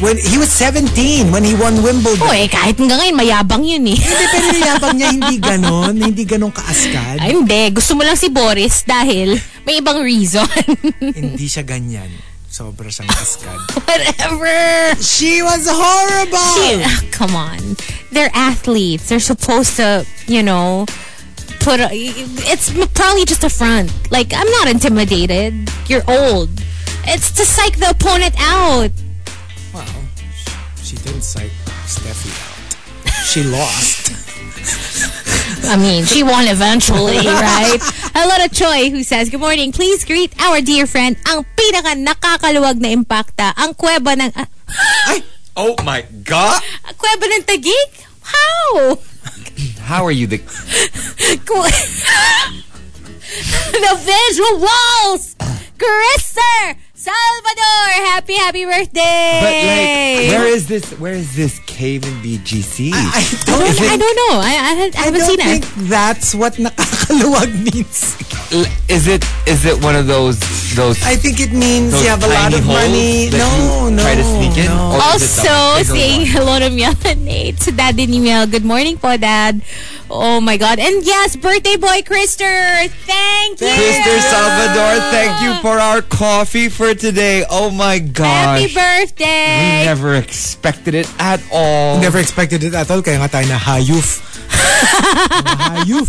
[SPEAKER 4] when he was 17 when he won Wimbledon.
[SPEAKER 5] Oh, eh, kahit hanggang ngayon, mayabang yun eh.
[SPEAKER 4] Hindi, pero yung yabang niya hindi ganon, hindi ganon kaaskad.
[SPEAKER 5] Ay, hindi. Gusto mo lang si Boris dahil may ibang reason.
[SPEAKER 4] Hindi siya ganyan. Sobra siyang kaskad.
[SPEAKER 5] Whatever.
[SPEAKER 4] She was horrible!
[SPEAKER 5] Ah, come on. They're athletes. They're supposed to, you know, put a, it's probably just a front. Like, I'm not intimidated. You're old. It's to psych the opponent out.
[SPEAKER 4] Wow. She didn't psych Steffi out. She lost.
[SPEAKER 5] I mean, she won eventually, right? Hello to Choi who says, Good morning. Please greet our dear friend, ang pinaka nakakaluwag na impacta, ang kuweba ng, ah,
[SPEAKER 6] Oh my god!
[SPEAKER 5] ang kuweba ng tagig? How?
[SPEAKER 6] How are you the
[SPEAKER 5] Ku- the visuals! Carissa! Salvador! Happy, happy birthday!
[SPEAKER 6] But like where is this where is this cave in BGC?
[SPEAKER 4] I don't
[SPEAKER 5] I don't, I
[SPEAKER 4] think,
[SPEAKER 5] don't know. I, I, I
[SPEAKER 4] I
[SPEAKER 5] haven't
[SPEAKER 4] don't
[SPEAKER 5] seen
[SPEAKER 4] think
[SPEAKER 5] her.
[SPEAKER 4] that's what nakakaluwag means.
[SPEAKER 6] L- is it is it one of those those
[SPEAKER 4] I think it means
[SPEAKER 6] those
[SPEAKER 4] you have a lot
[SPEAKER 6] tiny
[SPEAKER 4] of
[SPEAKER 6] holes
[SPEAKER 4] money.
[SPEAKER 6] that
[SPEAKER 4] No,
[SPEAKER 6] you
[SPEAKER 4] no.
[SPEAKER 6] Try to sneak in.
[SPEAKER 4] no.
[SPEAKER 6] Or is it
[SPEAKER 5] Also,
[SPEAKER 6] the bigger
[SPEAKER 5] saying
[SPEAKER 6] one?
[SPEAKER 5] hello to Miel and Nate. To Daddy ni Miel. Good morning po, Dad. Oh my God. And yes, birthday boy, Krister! Thank you!
[SPEAKER 6] Mr. Salvador, thank you for our coffee for today. Oh my
[SPEAKER 5] Happy
[SPEAKER 6] gosh.
[SPEAKER 5] birthday!
[SPEAKER 6] We never expected it at all.
[SPEAKER 4] Never expected it at all. Kaya nga tayo na hayuf. hayuf.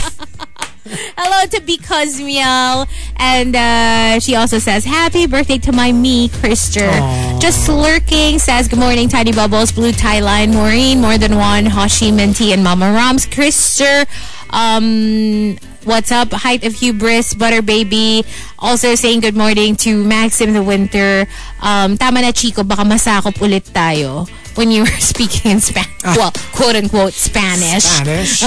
[SPEAKER 5] Hello to Because Miel. And uh, she also says, Happy birthday to my me, Krister. Just lurking says, Good morning, Tiny Bubbles, Blue Tie Line, Maureen, More Than One, Hoshi, Minty, and Mama Roms. Krister, um, what's up? Height of Hubris, Butter Baby. Also saying good morning to Maxim the Winter. Um, tama na, Chico, baka masakop ulit tayo when you were speaking in Spanish. Well, quote unquote Spanish.
[SPEAKER 4] Spanish.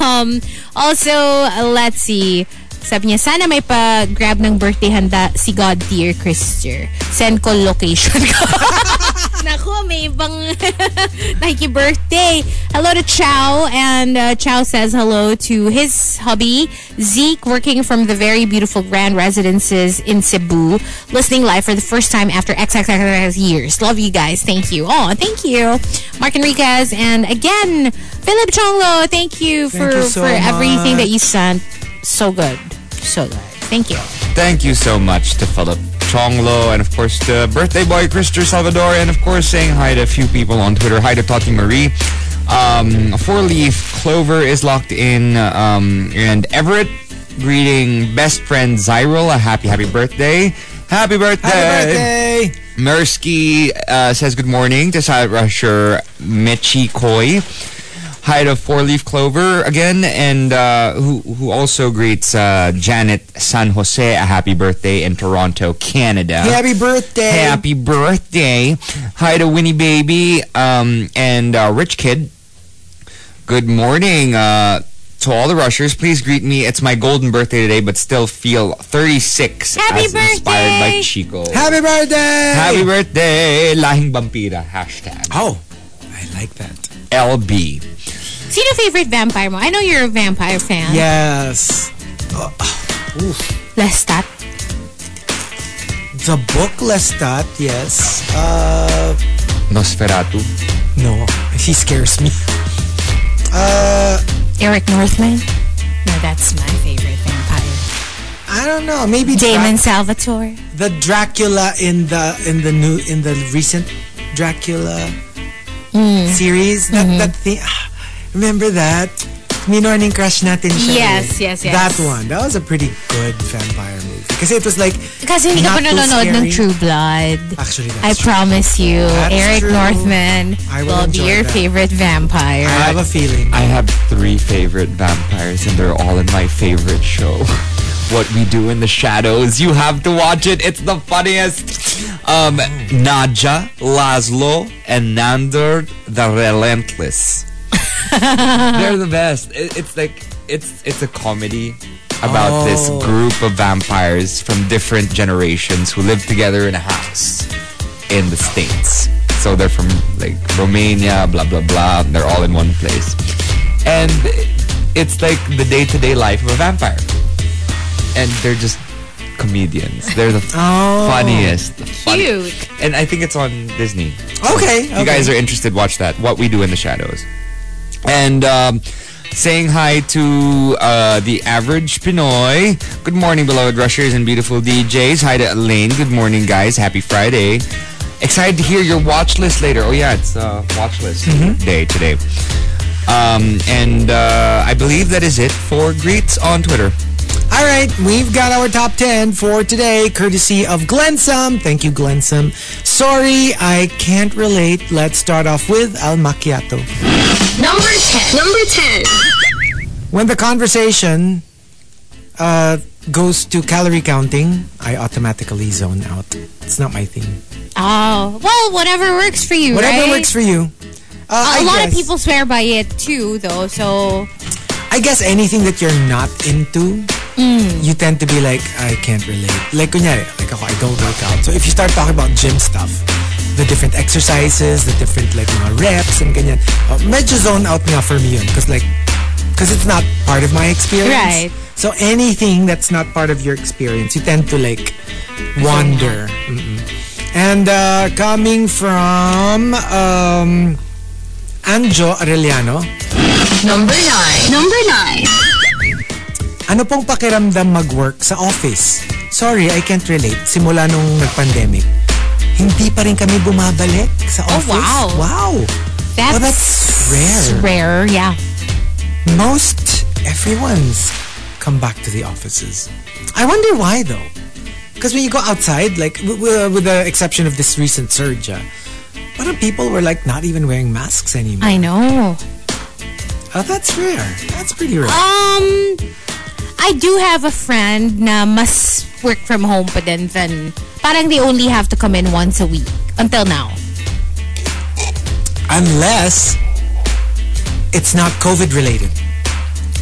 [SPEAKER 5] Um, also, uh, let's see. Sabi niya, sana may pa-grab ng birthday handa si God Dear Christier. Send ko location ko. Nako, may ibang Nike birthday. Hello to Chow. And uh, Chow says hello to his hubby, Zeke, working from the very beautiful Grand Residences in Cebu, listening live for the first time after XXX years. Love you guys. Thank you. Oh, thank you. Mark Enriquez. And again, Philip Chonglo, thank you for,
[SPEAKER 4] you so
[SPEAKER 5] for everything
[SPEAKER 4] much.
[SPEAKER 5] that you sent. So good. So good. Thank you.
[SPEAKER 6] Thank you so much to Philip Chonglo and of course to birthday boy Christopher Salvador and of course saying hi to a few people on Twitter. Hi to Tati Marie. Um, four leaf clover is locked in um, and Everett greeting best friend Zyril a happy happy birthday. Happy birthday.
[SPEAKER 4] Happy birthday!
[SPEAKER 6] Mirsky uh, says good morning to side rusher Michi Koi. Height of Four Leaf Clover again, and uh, who who also greets uh, Janet San Jose a happy birthday in Toronto, Canada.
[SPEAKER 4] Happy birthday.
[SPEAKER 6] Happy birthday. Hi to Winnie Baby um, and uh, Rich Kid. Good morning uh, to all the rushers. Please greet me. It's my golden birthday today, but still feel 36
[SPEAKER 5] Happy
[SPEAKER 6] as inspired by
[SPEAKER 5] birthday.
[SPEAKER 6] Chico.
[SPEAKER 4] Happy birthday.
[SPEAKER 6] Happy birthday, Lahing Vampira. Hashtag
[SPEAKER 4] Oh, I like that.
[SPEAKER 6] LB.
[SPEAKER 5] Sino favorite vampire mo? I know you're a vampire fan.
[SPEAKER 4] Yes. Uh,
[SPEAKER 5] Lestat.
[SPEAKER 4] The book Lestat, yes. Uh,
[SPEAKER 6] Nosferatu.
[SPEAKER 4] no, he scares me. Uh,
[SPEAKER 5] Eric Northman. No, that's my favorite vampire.
[SPEAKER 4] I don't know. Maybe
[SPEAKER 5] Damon Salvatore.
[SPEAKER 4] Drac- the Dracula in the in the new in the recent Dracula
[SPEAKER 5] Hmm.
[SPEAKER 4] series. That
[SPEAKER 5] Mm-hmm.
[SPEAKER 4] that thing. ah, Remember that? Minorning crush natin siya.
[SPEAKER 5] Yes,
[SPEAKER 4] eh.
[SPEAKER 5] yes, yes.
[SPEAKER 4] That one. That was a pretty good vampire movie. Kasi it was like
[SPEAKER 5] Kasi hindi ka pa
[SPEAKER 4] Not too
[SPEAKER 5] nanonood ng
[SPEAKER 4] scary.
[SPEAKER 5] True Blood.
[SPEAKER 4] actually
[SPEAKER 5] I
[SPEAKER 4] that's true.
[SPEAKER 5] promise you,
[SPEAKER 4] That's
[SPEAKER 5] Eric
[SPEAKER 4] true.
[SPEAKER 5] Northman
[SPEAKER 4] I will
[SPEAKER 5] will be
[SPEAKER 4] enjoy
[SPEAKER 5] your
[SPEAKER 4] that.
[SPEAKER 5] favorite vampire.
[SPEAKER 4] I have a feeling.
[SPEAKER 6] I have three favorite vampires, and they're all in my favorite show. What We Do in the Shadows. You have to watch it. It's the funniest. Um, Nadja, Laszlo, and Nander the Relentless. They're the best. It- it's like it's it's a comedy about this
[SPEAKER 4] Oh.
[SPEAKER 6] group of vampires from different generations who live together in a house in the states. So they're from like Romania, blah blah blah. and They're all in one place, and it's like the day-to-day life of a vampire. And they're just comedians. They're the
[SPEAKER 4] Oh.
[SPEAKER 6] funniest. the funny-
[SPEAKER 5] Cute.
[SPEAKER 6] And I think it's on Disney.
[SPEAKER 4] Okay.
[SPEAKER 6] If you guys are interested, watch that. What we do in the shadows. And um, saying hi to uh, the average Pinoy. Good morning, beloved rushers and beautiful DJs. Hi to Elaine. Good morning, guys. Happy Friday. Excited to hear your watch list later. Oh yeah, it's uh, watch list day today. Um, and uh, I believe that is it for greets on Twitter.
[SPEAKER 4] All right, we've got our top 10 for today, courtesy of Glensum. Thank you, Glensum. Sorry, I can't relate. Let's start off with Al Macchiato.
[SPEAKER 2] Number 10. Number 10.
[SPEAKER 4] When the conversation uh, goes to calorie counting, I automatically zone out. It's not my thing.
[SPEAKER 5] Oh, well, whatever works for you,
[SPEAKER 4] Whatever
[SPEAKER 5] right?
[SPEAKER 4] works for you. Uh,
[SPEAKER 5] A
[SPEAKER 4] I
[SPEAKER 5] lot of
[SPEAKER 4] guess-
[SPEAKER 5] people swear by it too, though. So
[SPEAKER 4] I guess anything that you're not into, you tend to be like, I can't relate. Like, kunyari, like ako, I don't work out. So if you start talking about gym stuff, the different exercises, the different like mga reps and ganyan, uh, medyo zone out nga for me yun. Because like, because it's not part of my experience.
[SPEAKER 5] Right.
[SPEAKER 4] So anything that's not part of your experience, you tend to like wander. Mm-mm. And uh, coming from um, Anjo Arellano,
[SPEAKER 2] Number 9. Number 9.
[SPEAKER 4] Ano pong pakiramdam mag-work sa office? Sorry, I can't relate. Simula nung nag-pandemic, hindi pa rin kami bumabalik sa
[SPEAKER 5] Oh,
[SPEAKER 4] office.
[SPEAKER 5] wow.
[SPEAKER 4] Wow.
[SPEAKER 5] that's,
[SPEAKER 4] Well, that's rare.
[SPEAKER 5] rare, yeah.
[SPEAKER 4] Most everyone's come back to the offices. I wonder why though. Because when you go outside, like w- w- with the exception of this recent surge, ah, parang people were like not even wearing masks anymore.
[SPEAKER 5] I know.
[SPEAKER 4] oh, that's rare. That's pretty rare.
[SPEAKER 5] Um, I do have a friend na mas work from home pa din than parang they only have to come in once a week until now.
[SPEAKER 4] Unless it's not COVID related.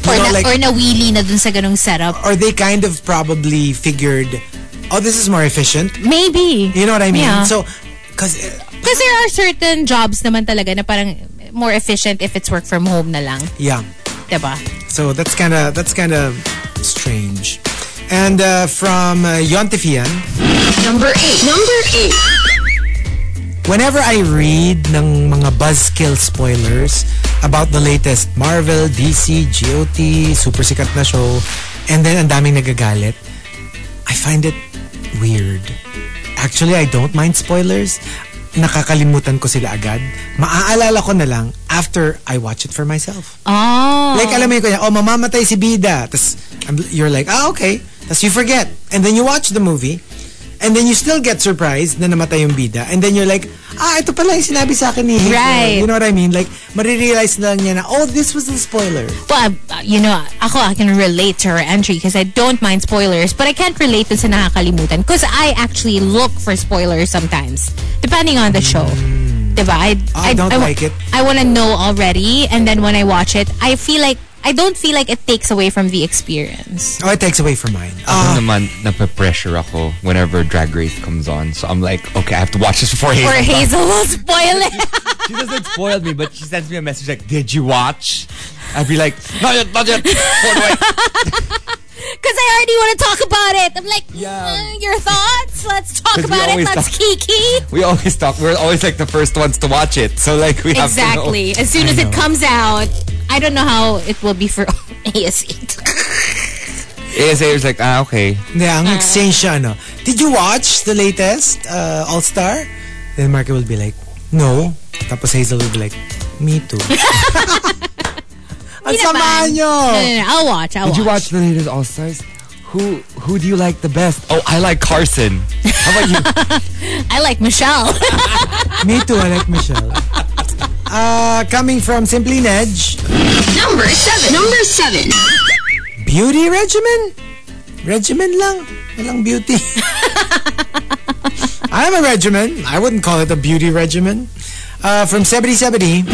[SPEAKER 5] Or, na, or nawili na dun sa ganung setup.
[SPEAKER 4] or they kind of probably figured, oh, this is more efficient.
[SPEAKER 5] Maybe.
[SPEAKER 4] You know what I mean?
[SPEAKER 5] Yeah.
[SPEAKER 4] So, uh, because
[SPEAKER 5] Because there are certain jobs naman talaga na parang more efficient if it's work from home na lang.
[SPEAKER 4] yeah,
[SPEAKER 5] Diba?
[SPEAKER 4] so that's kind of that's kind of strange. And uh, from uh, Yontifian,
[SPEAKER 2] Number 8. Number 8.
[SPEAKER 4] whenever I read ng mga buzzkill spoilers about the latest Marvel, DC, GOT, super sikat na show, and then ang daming nagagalit, I find it weird. Actually, I don't mind spoilers. Nakakalimutan ko sila agad. Maaalala ko na lang after I watch it for myself.
[SPEAKER 5] Oh.
[SPEAKER 4] Like, alam mo yun, kunya, oh, mamamatay si Bida. Tapos, I'm- you're like, ah, okay. Tapos you forget. And then you watch the movie. And then you still get surprised na namatay yung bida. And then you're like, ah, ito pala yung sinabi sa akin ni Hazel.
[SPEAKER 5] Right.
[SPEAKER 4] You know what I mean? Like, marirealize na lang niya na, oh, this was the spoiler.
[SPEAKER 5] Well, uh, you know, ako, I can relate to her entry because I don't mind spoilers, but I can't relate to sa nakakalimutan because I actually look for spoilers sometimes, depending on the show. Diba? I,
[SPEAKER 4] I don't
[SPEAKER 5] wa-
[SPEAKER 4] like it.
[SPEAKER 5] I want to know already, and then when I watch it, I feel like, I don't feel like it takes away from the experience.
[SPEAKER 4] Oh, it takes away from mine.
[SPEAKER 6] Ako naman, nape-pressure ako whenever Drag Race comes on. So I'm like, okay, I have to watch this before Hazel.
[SPEAKER 5] Or Hazel will spoil it.
[SPEAKER 6] She doesn't spoil me, but she sends me a message like, did you watch? I'd be like, not yet, not yet. Hold away.
[SPEAKER 5] Because I already want to talk about it. I'm like,
[SPEAKER 6] Yeah.
[SPEAKER 5] "Mm, your thoughts? Let's talk
[SPEAKER 6] 'Cause we
[SPEAKER 5] about it.
[SPEAKER 6] always
[SPEAKER 5] Let's
[SPEAKER 6] talk-
[SPEAKER 5] kiki.
[SPEAKER 6] We always talk. We're always like the first ones to watch it. So like we have
[SPEAKER 5] Exactly.
[SPEAKER 6] to
[SPEAKER 5] As soon as it comes out, I don't know how it will be for E AS8.
[SPEAKER 6] know. ASA was like, ah, okay.
[SPEAKER 4] Yeah, ang exchange siya, ano. Did you watch the latest uh, All-Star? Then Marky will be like, no. Tapos Hazel will be like, me too. Ang sama
[SPEAKER 5] naman.
[SPEAKER 4] nyo!
[SPEAKER 5] No, no, no. I'll watch. I'll
[SPEAKER 6] Did
[SPEAKER 5] watch.
[SPEAKER 6] you watch the latest All Stars? Who who do you like the best? Oh, I like Carson. How about you?
[SPEAKER 5] I like Michelle.
[SPEAKER 4] Me too, I like Michelle. Uh, coming from Simply Nedge,
[SPEAKER 2] Number seven. Number seven.
[SPEAKER 4] beauty regimen? Regimen lang. Walang beauty. I'm a regimen. I wouldn't call it a beauty regimen. Uh, from 7070,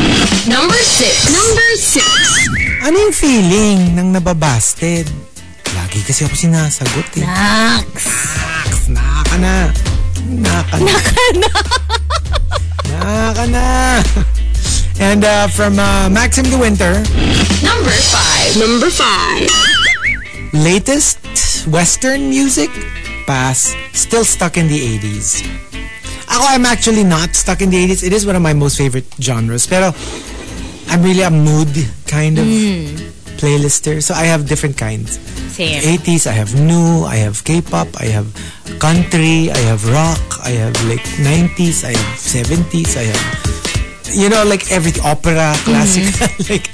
[SPEAKER 2] Number six. Number six.
[SPEAKER 4] ano yung feeling ng nababasted? Lagi kasi ako sinasagot eh. Naks! Naka na. Naka na. Naka na. And uh, from uh, Maxim De Winter,
[SPEAKER 2] Number five. Number five.
[SPEAKER 4] latest Western music? Pass. Still stuck in the 80s. Ako, I'm actually not stuck in the 80s. It is one of my most favorite genres. Pero, I'm really a mood kind of playlister. So, I have different kinds.
[SPEAKER 5] Same.
[SPEAKER 4] 80s, I have new, I have K-pop, I have country, I have rock, I have like 90s, I have 70s, I have, you know, like every opera, classical, like,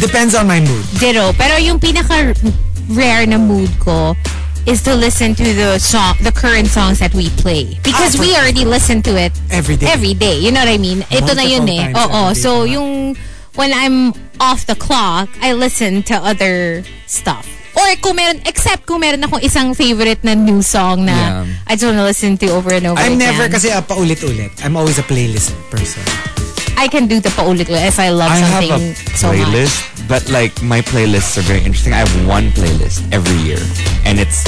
[SPEAKER 4] depends on my mood.
[SPEAKER 5] Ditto. Pero yung pinaka rare na mood ko is to listen to the song, the current songs that we play because
[SPEAKER 4] Ah,
[SPEAKER 5] we already listen to it
[SPEAKER 4] Every day.
[SPEAKER 5] Every day. You know what I mean? Ito na yun
[SPEAKER 4] Multiple
[SPEAKER 5] eh.
[SPEAKER 4] times
[SPEAKER 5] Oo.
[SPEAKER 4] every day.
[SPEAKER 5] So yung when I'm off the clock, I listen to other stuff. Or kung meron, except kung meron akong isang favorite na new song na
[SPEAKER 6] Yeah.
[SPEAKER 5] I just want to listen to over and over
[SPEAKER 4] I'm
[SPEAKER 5] again.
[SPEAKER 4] never kasi a paulit-ulit. I'm always a playlist person.
[SPEAKER 5] I can do the paulit if I love
[SPEAKER 6] I have
[SPEAKER 5] something
[SPEAKER 6] a
[SPEAKER 5] so much.
[SPEAKER 6] playlist, but like my playlists are very interesting. I have one playlist every year, and it's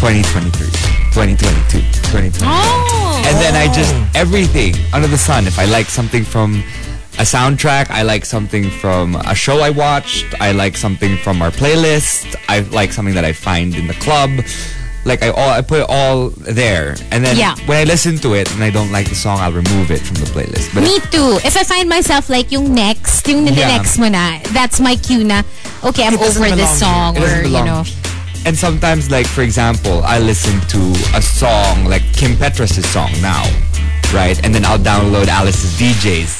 [SPEAKER 6] 2023, 2022, 2023.
[SPEAKER 5] Oh!
[SPEAKER 6] And then I just everything under the sun. If I like something from a soundtrack, I like something from a show I watched, I like something from our playlist, I like something that I find in the club. Like I all I put it all there. And then
[SPEAKER 5] Yeah.
[SPEAKER 6] when I listen to it and I don't like the song, I'll remove it from the playlist. But
[SPEAKER 5] Me too. If I find myself like yung next, yung
[SPEAKER 6] Yeah.
[SPEAKER 5] next mo na, that's my cue na, okay, I'm
[SPEAKER 4] It doesn't
[SPEAKER 5] over this
[SPEAKER 4] belong
[SPEAKER 5] song
[SPEAKER 6] It
[SPEAKER 5] or,
[SPEAKER 6] doesn't
[SPEAKER 5] you
[SPEAKER 6] belong.
[SPEAKER 5] know.
[SPEAKER 6] And sometimes, like for example, I listen to a song like Kim Petras' song now, right? And then I'll download Alice's DJ's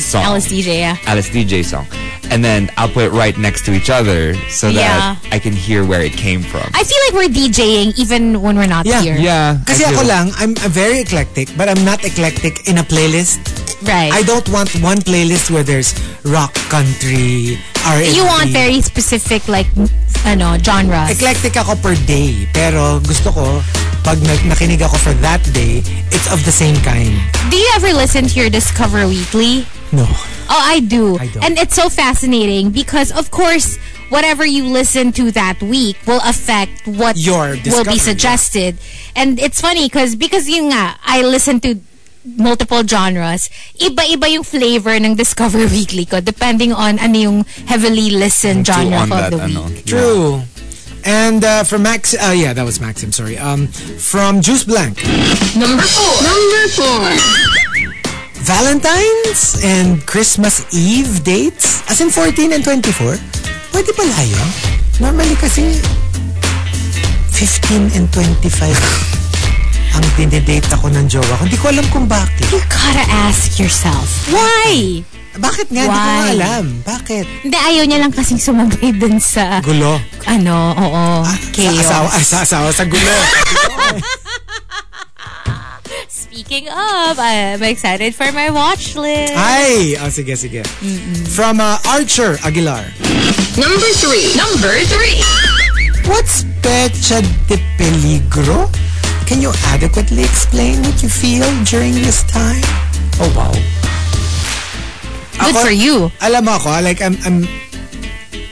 [SPEAKER 6] song,
[SPEAKER 5] Hmm, Alice DJ, yeah.
[SPEAKER 6] Alice DJ song, and then I'll put it right next to each other so
[SPEAKER 5] Yeah.
[SPEAKER 6] that I can hear where it came from.
[SPEAKER 5] I feel like we're DJing even when we're not
[SPEAKER 4] Yeah.
[SPEAKER 5] here.
[SPEAKER 6] yeah,
[SPEAKER 4] Kasi
[SPEAKER 6] I do.
[SPEAKER 4] ako lang, I'm uh, very eclectic, but I'm not eclectic in a playlist.
[SPEAKER 5] Right.
[SPEAKER 4] I don't want one playlist where there's rock, country, R&B.
[SPEAKER 5] You want very specific like ano genres.
[SPEAKER 4] Eclectic ako per day, pero gusto ko, pag na- nakinig ako for that day, it's of the same kind.
[SPEAKER 5] Do you ever listen to your Discover Weekly?
[SPEAKER 4] No.
[SPEAKER 5] Oh, I do.
[SPEAKER 4] I don't.
[SPEAKER 5] And it's so fascinating because of course whatever you listen to that week will affect what
[SPEAKER 4] Your
[SPEAKER 5] will
[SPEAKER 4] discovery,
[SPEAKER 5] be suggested. And it's funny cuz because yung nga I listen to multiple genres, iba-iba yung flavor ng Discover Weekly ko depending on ano yung heavily listened
[SPEAKER 6] Too
[SPEAKER 5] genre
[SPEAKER 6] on
[SPEAKER 5] of
[SPEAKER 6] that,
[SPEAKER 5] the week.
[SPEAKER 6] ano.
[SPEAKER 4] True. And uh, from Max, uh, yeah, that was Maxim, sorry. Um, from Juice Blank.
[SPEAKER 2] Number four. Number four.
[SPEAKER 4] Valentine's and Christmas Eve dates? As in 14 and 24? Pwede pala yun. Normally kasi 15 and 25 ang dinedate ako ng jowa ko. Hindi ko alam kung bakit.
[SPEAKER 5] You gotta ask yourself, why?
[SPEAKER 4] Bakit nga? Hindi ko nga
[SPEAKER 5] Why?
[SPEAKER 4] alam. Bakit?
[SPEAKER 5] Hindi, ayaw niya lang kasing sumabay dun sa,
[SPEAKER 4] Gulo.
[SPEAKER 5] ano, oo,
[SPEAKER 4] Sa
[SPEAKER 5] chaos.
[SPEAKER 4] asawa, ah, sa asawa, sa gulo.
[SPEAKER 5] Speaking of, I'm excited for my watch list.
[SPEAKER 4] Ay! Oh, sige, sige. From uh, Archer Aguilar.
[SPEAKER 2] Number three. Number three.
[SPEAKER 4] What's pecha de peligro? Can you adequately explain what you feel during this time? Oh, wow.
[SPEAKER 5] Good
[SPEAKER 4] Ako-
[SPEAKER 5] for you.
[SPEAKER 4] Alam mo ako, like, I'm, I'm,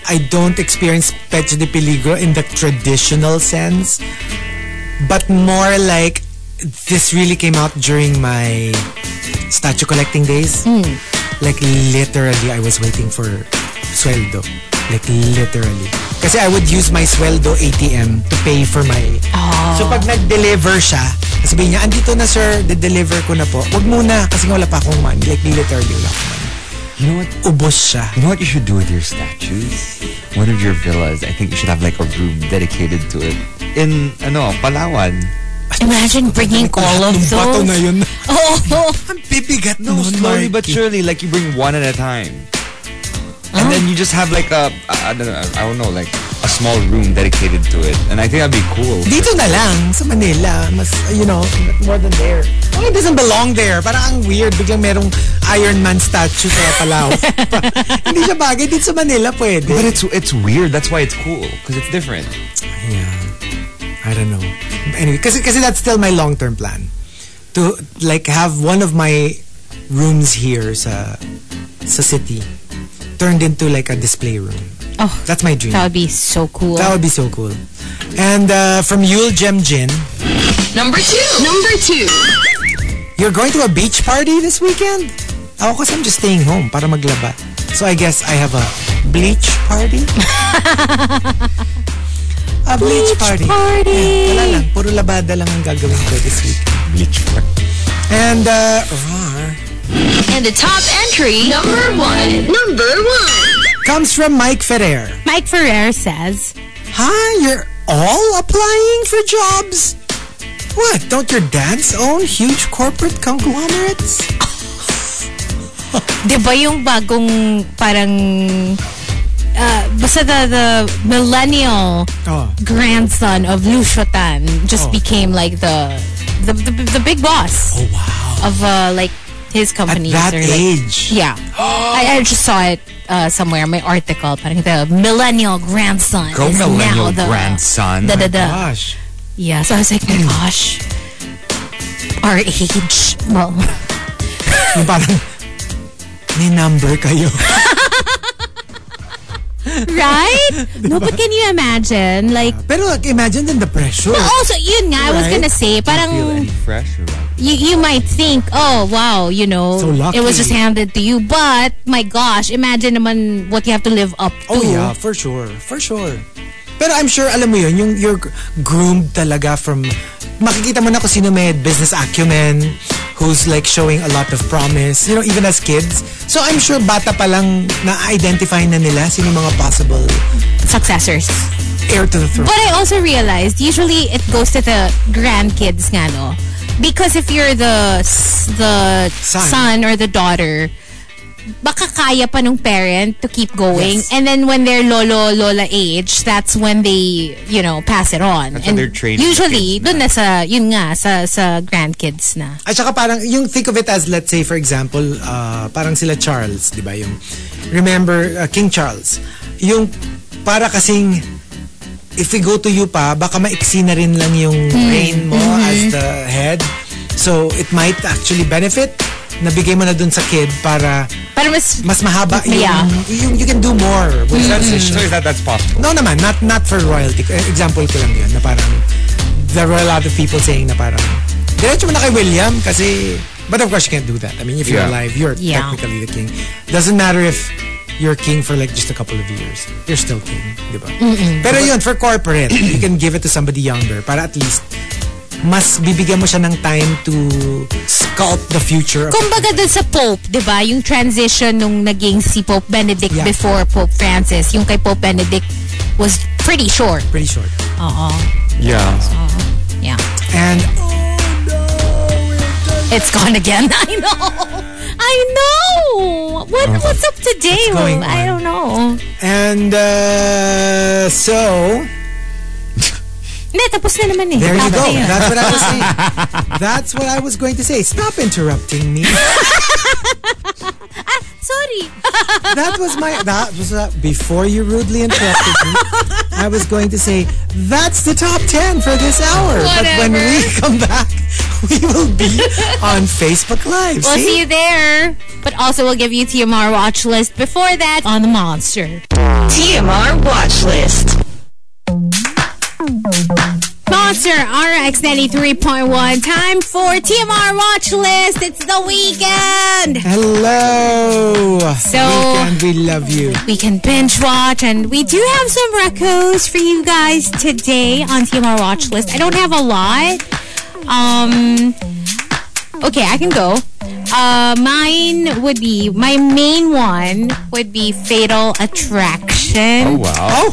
[SPEAKER 4] I don't experience pecha de peligro in the traditional sense, but more like, this really came out during my statue collecting days.
[SPEAKER 6] Hmm.
[SPEAKER 4] Like, literally, I was waiting for sweldo. Like, literally. Kasi I would use my sweldo ATM to pay for my...
[SPEAKER 6] Oh.
[SPEAKER 4] So, pag nag-deliver siya, sabihin niya, andito na sir, de-deliver ko na po. Huwag muna, kasi nga wala pa akong money. Like, literally, wala akong money.
[SPEAKER 6] You know what?
[SPEAKER 4] Ubos siya.
[SPEAKER 6] You know what you should do with your statues? One of your villas, I think you should have like a room dedicated to it. In, ano, Palawan.
[SPEAKER 5] Imagine bringing all of
[SPEAKER 4] Nung bato na
[SPEAKER 5] those.
[SPEAKER 4] yun.
[SPEAKER 5] Oh,
[SPEAKER 4] Ang bibigat no, nun, Marky.
[SPEAKER 6] slowly but surely, like you bring one at a time. And then you just have like a, I don't know, I don't know, like a small room dedicated to it. And I think that'd be cool.
[SPEAKER 4] Dito na lang, sa Manila, mas, you know, more than there. Parang it doesn't belong there. Parang ang weird, biglang merong Iron Man statue sa Palawan. Parang Hindi siya bagay, dito sa Manila pwede.
[SPEAKER 6] But it's it's weird. That's why it's cool because it's different.
[SPEAKER 4] Yeah. I don't know. Anyway, kasi kasi that's still my long-term plan. To like have one of my rooms here sa sa city turned into like a display room.
[SPEAKER 5] oh,
[SPEAKER 4] That's my dream.
[SPEAKER 5] that would be so cool.
[SPEAKER 4] That would be so cool. And uh, from Yul Gem Jin,
[SPEAKER 2] Number two. Number two.
[SPEAKER 4] you're going to a beach party this weekend? Ako kasi I'm just staying home para maglaba. So I guess I have a bleach party? a bleach, party.
[SPEAKER 5] Party.
[SPEAKER 4] Wala lang. Puro labada lang ang gagawin ko this week.
[SPEAKER 6] Bleach.
[SPEAKER 4] And, uh, rawr,
[SPEAKER 2] And the top entry. Number one. Number one.
[SPEAKER 4] comes from Mike Ferrer.
[SPEAKER 5] Mike Ferrer says,
[SPEAKER 4] Huh? You're all applying for jobs? What? Don't your dads own huge corporate conglomerates?
[SPEAKER 5] di ba yung bagong parang uh, basta the, the millennial
[SPEAKER 4] Oh.
[SPEAKER 5] grandson of Lucio Tan
[SPEAKER 4] Oh.
[SPEAKER 5] just became like the the, the the big boss
[SPEAKER 4] Oh, wow.
[SPEAKER 5] of uh, like his
[SPEAKER 4] At
[SPEAKER 5] company.
[SPEAKER 4] that
[SPEAKER 5] or, like-
[SPEAKER 4] age.
[SPEAKER 5] Yeah. I, I just saw it uh, somewhere, my article. Parang the millennial grandson
[SPEAKER 6] Go
[SPEAKER 5] is
[SPEAKER 6] millennial
[SPEAKER 5] now the...
[SPEAKER 6] grandson. Oh
[SPEAKER 5] Da, da, da.
[SPEAKER 4] Gosh.
[SPEAKER 5] Yeah, so I was like, my gosh. Our age. Well,
[SPEAKER 4] Yung parang, may number kayo.
[SPEAKER 5] right? no, but can you imagine? Like,
[SPEAKER 4] Pero like, imagine then the pressure.
[SPEAKER 5] also, yun nga, I was
[SPEAKER 4] Right?
[SPEAKER 5] gonna say,
[SPEAKER 6] Feel
[SPEAKER 5] parang
[SPEAKER 6] any fresh or what?
[SPEAKER 5] you, you might think, oh, wow, you know,
[SPEAKER 4] So lucky.
[SPEAKER 5] it was just handed to you. But, my gosh, imagine naman what you have to live up to.
[SPEAKER 4] Oh yeah, for sure. For sure. Pero I'm sure, alam mo yun, yung, you're groomed talaga from, makikita mo na kung sino may business acumen, who's like showing a lot of promise, you know, even as kids. So I'm sure bata pa lang na-identify na nila sino yung mga possible
[SPEAKER 5] Successors.
[SPEAKER 4] heir to the throne.
[SPEAKER 5] But I also realized usually it goes to the grandkids, nga no? Because if you're the s- the
[SPEAKER 4] Son.
[SPEAKER 5] son, or the daughter, baka kaya pa nung parent to keep going.
[SPEAKER 4] Yes.
[SPEAKER 5] And then when they're lolo lola age, that's when they, you know, pass it on.
[SPEAKER 6] That's when
[SPEAKER 5] and
[SPEAKER 6] they're training the
[SPEAKER 5] usually
[SPEAKER 6] kids
[SPEAKER 5] doon na sa yun nga sa sa grandkids na.
[SPEAKER 4] At saka parang, yung think of it as, let's say, for example, ah, parang sila Charles, di ba? Yung, remember, ah, King Charles. Yung, para kasing, if we go to you pa, baka maiksi na rin lang yung reign mo as the head. So, it might actually benefit. Nabigay mo na dun sa kid para
[SPEAKER 5] Pero mas
[SPEAKER 4] mas mahaba yung,
[SPEAKER 5] Yeah.
[SPEAKER 4] yung you can do more with transition.
[SPEAKER 6] So is that that's possible?
[SPEAKER 4] No naman, not not for royalty. Eh, Example ko lang yun, na parang there were a lot of people saying na parang diretso mo na kay William kasi but of course you can't do that. I mean, if you're
[SPEAKER 6] Yeah.
[SPEAKER 4] alive, you're
[SPEAKER 5] Yeah.
[SPEAKER 4] technically the king. Doesn't matter if you're king for like just a couple of years. You're still king, di ba? Pero yun, for corporate, you can give it to somebody younger para at least mas bibigyan mo siya ng time to sculpt the future of
[SPEAKER 5] Kumbaga dun sa Pope, di ba? Yung transition nung naging si Pope Benedict
[SPEAKER 4] Yeah.
[SPEAKER 5] before Pope Francis. Yung kay Pope Benedict was pretty short.
[SPEAKER 4] pretty short.
[SPEAKER 5] Oo.
[SPEAKER 6] Yeah.
[SPEAKER 5] Yeah.
[SPEAKER 4] And
[SPEAKER 5] It's gone again. I know. I know. What what's up today?
[SPEAKER 4] Oh. going
[SPEAKER 5] I
[SPEAKER 4] on?
[SPEAKER 5] don't know.
[SPEAKER 4] and uh, so
[SPEAKER 5] Hindi, tapos na naman eh.
[SPEAKER 4] There you
[SPEAKER 5] Tapos
[SPEAKER 4] go.
[SPEAKER 5] na yun.
[SPEAKER 4] That's what I was saying. That's what I was going to say. Stop interrupting me.
[SPEAKER 5] Sorry.
[SPEAKER 4] That was my. That was uh, before you rudely interrupted me. I was going to say that's the top ten for this hour. But when
[SPEAKER 5] Whatever.
[SPEAKER 4] we come back, we will be on Facebook Live.
[SPEAKER 5] We'll see
[SPEAKER 4] see?
[SPEAKER 5] you there. But also, we'll give you TMR watch list before that on The Monster.
[SPEAKER 1] TMR watch list.
[SPEAKER 5] Monster RX 93.1. Time for TMR watch list. It's the weekend.
[SPEAKER 4] Hello.
[SPEAKER 5] So-
[SPEAKER 4] Weekend, we love you.
[SPEAKER 5] We can binge watch, and we do have some recos for you guys today on TMR watch list. I don't have a lot. Um, okay, I can go. Uh, mine would be my main one would be Fatal Attraction.
[SPEAKER 6] Oh,
[SPEAKER 4] Oh,
[SPEAKER 6] wow.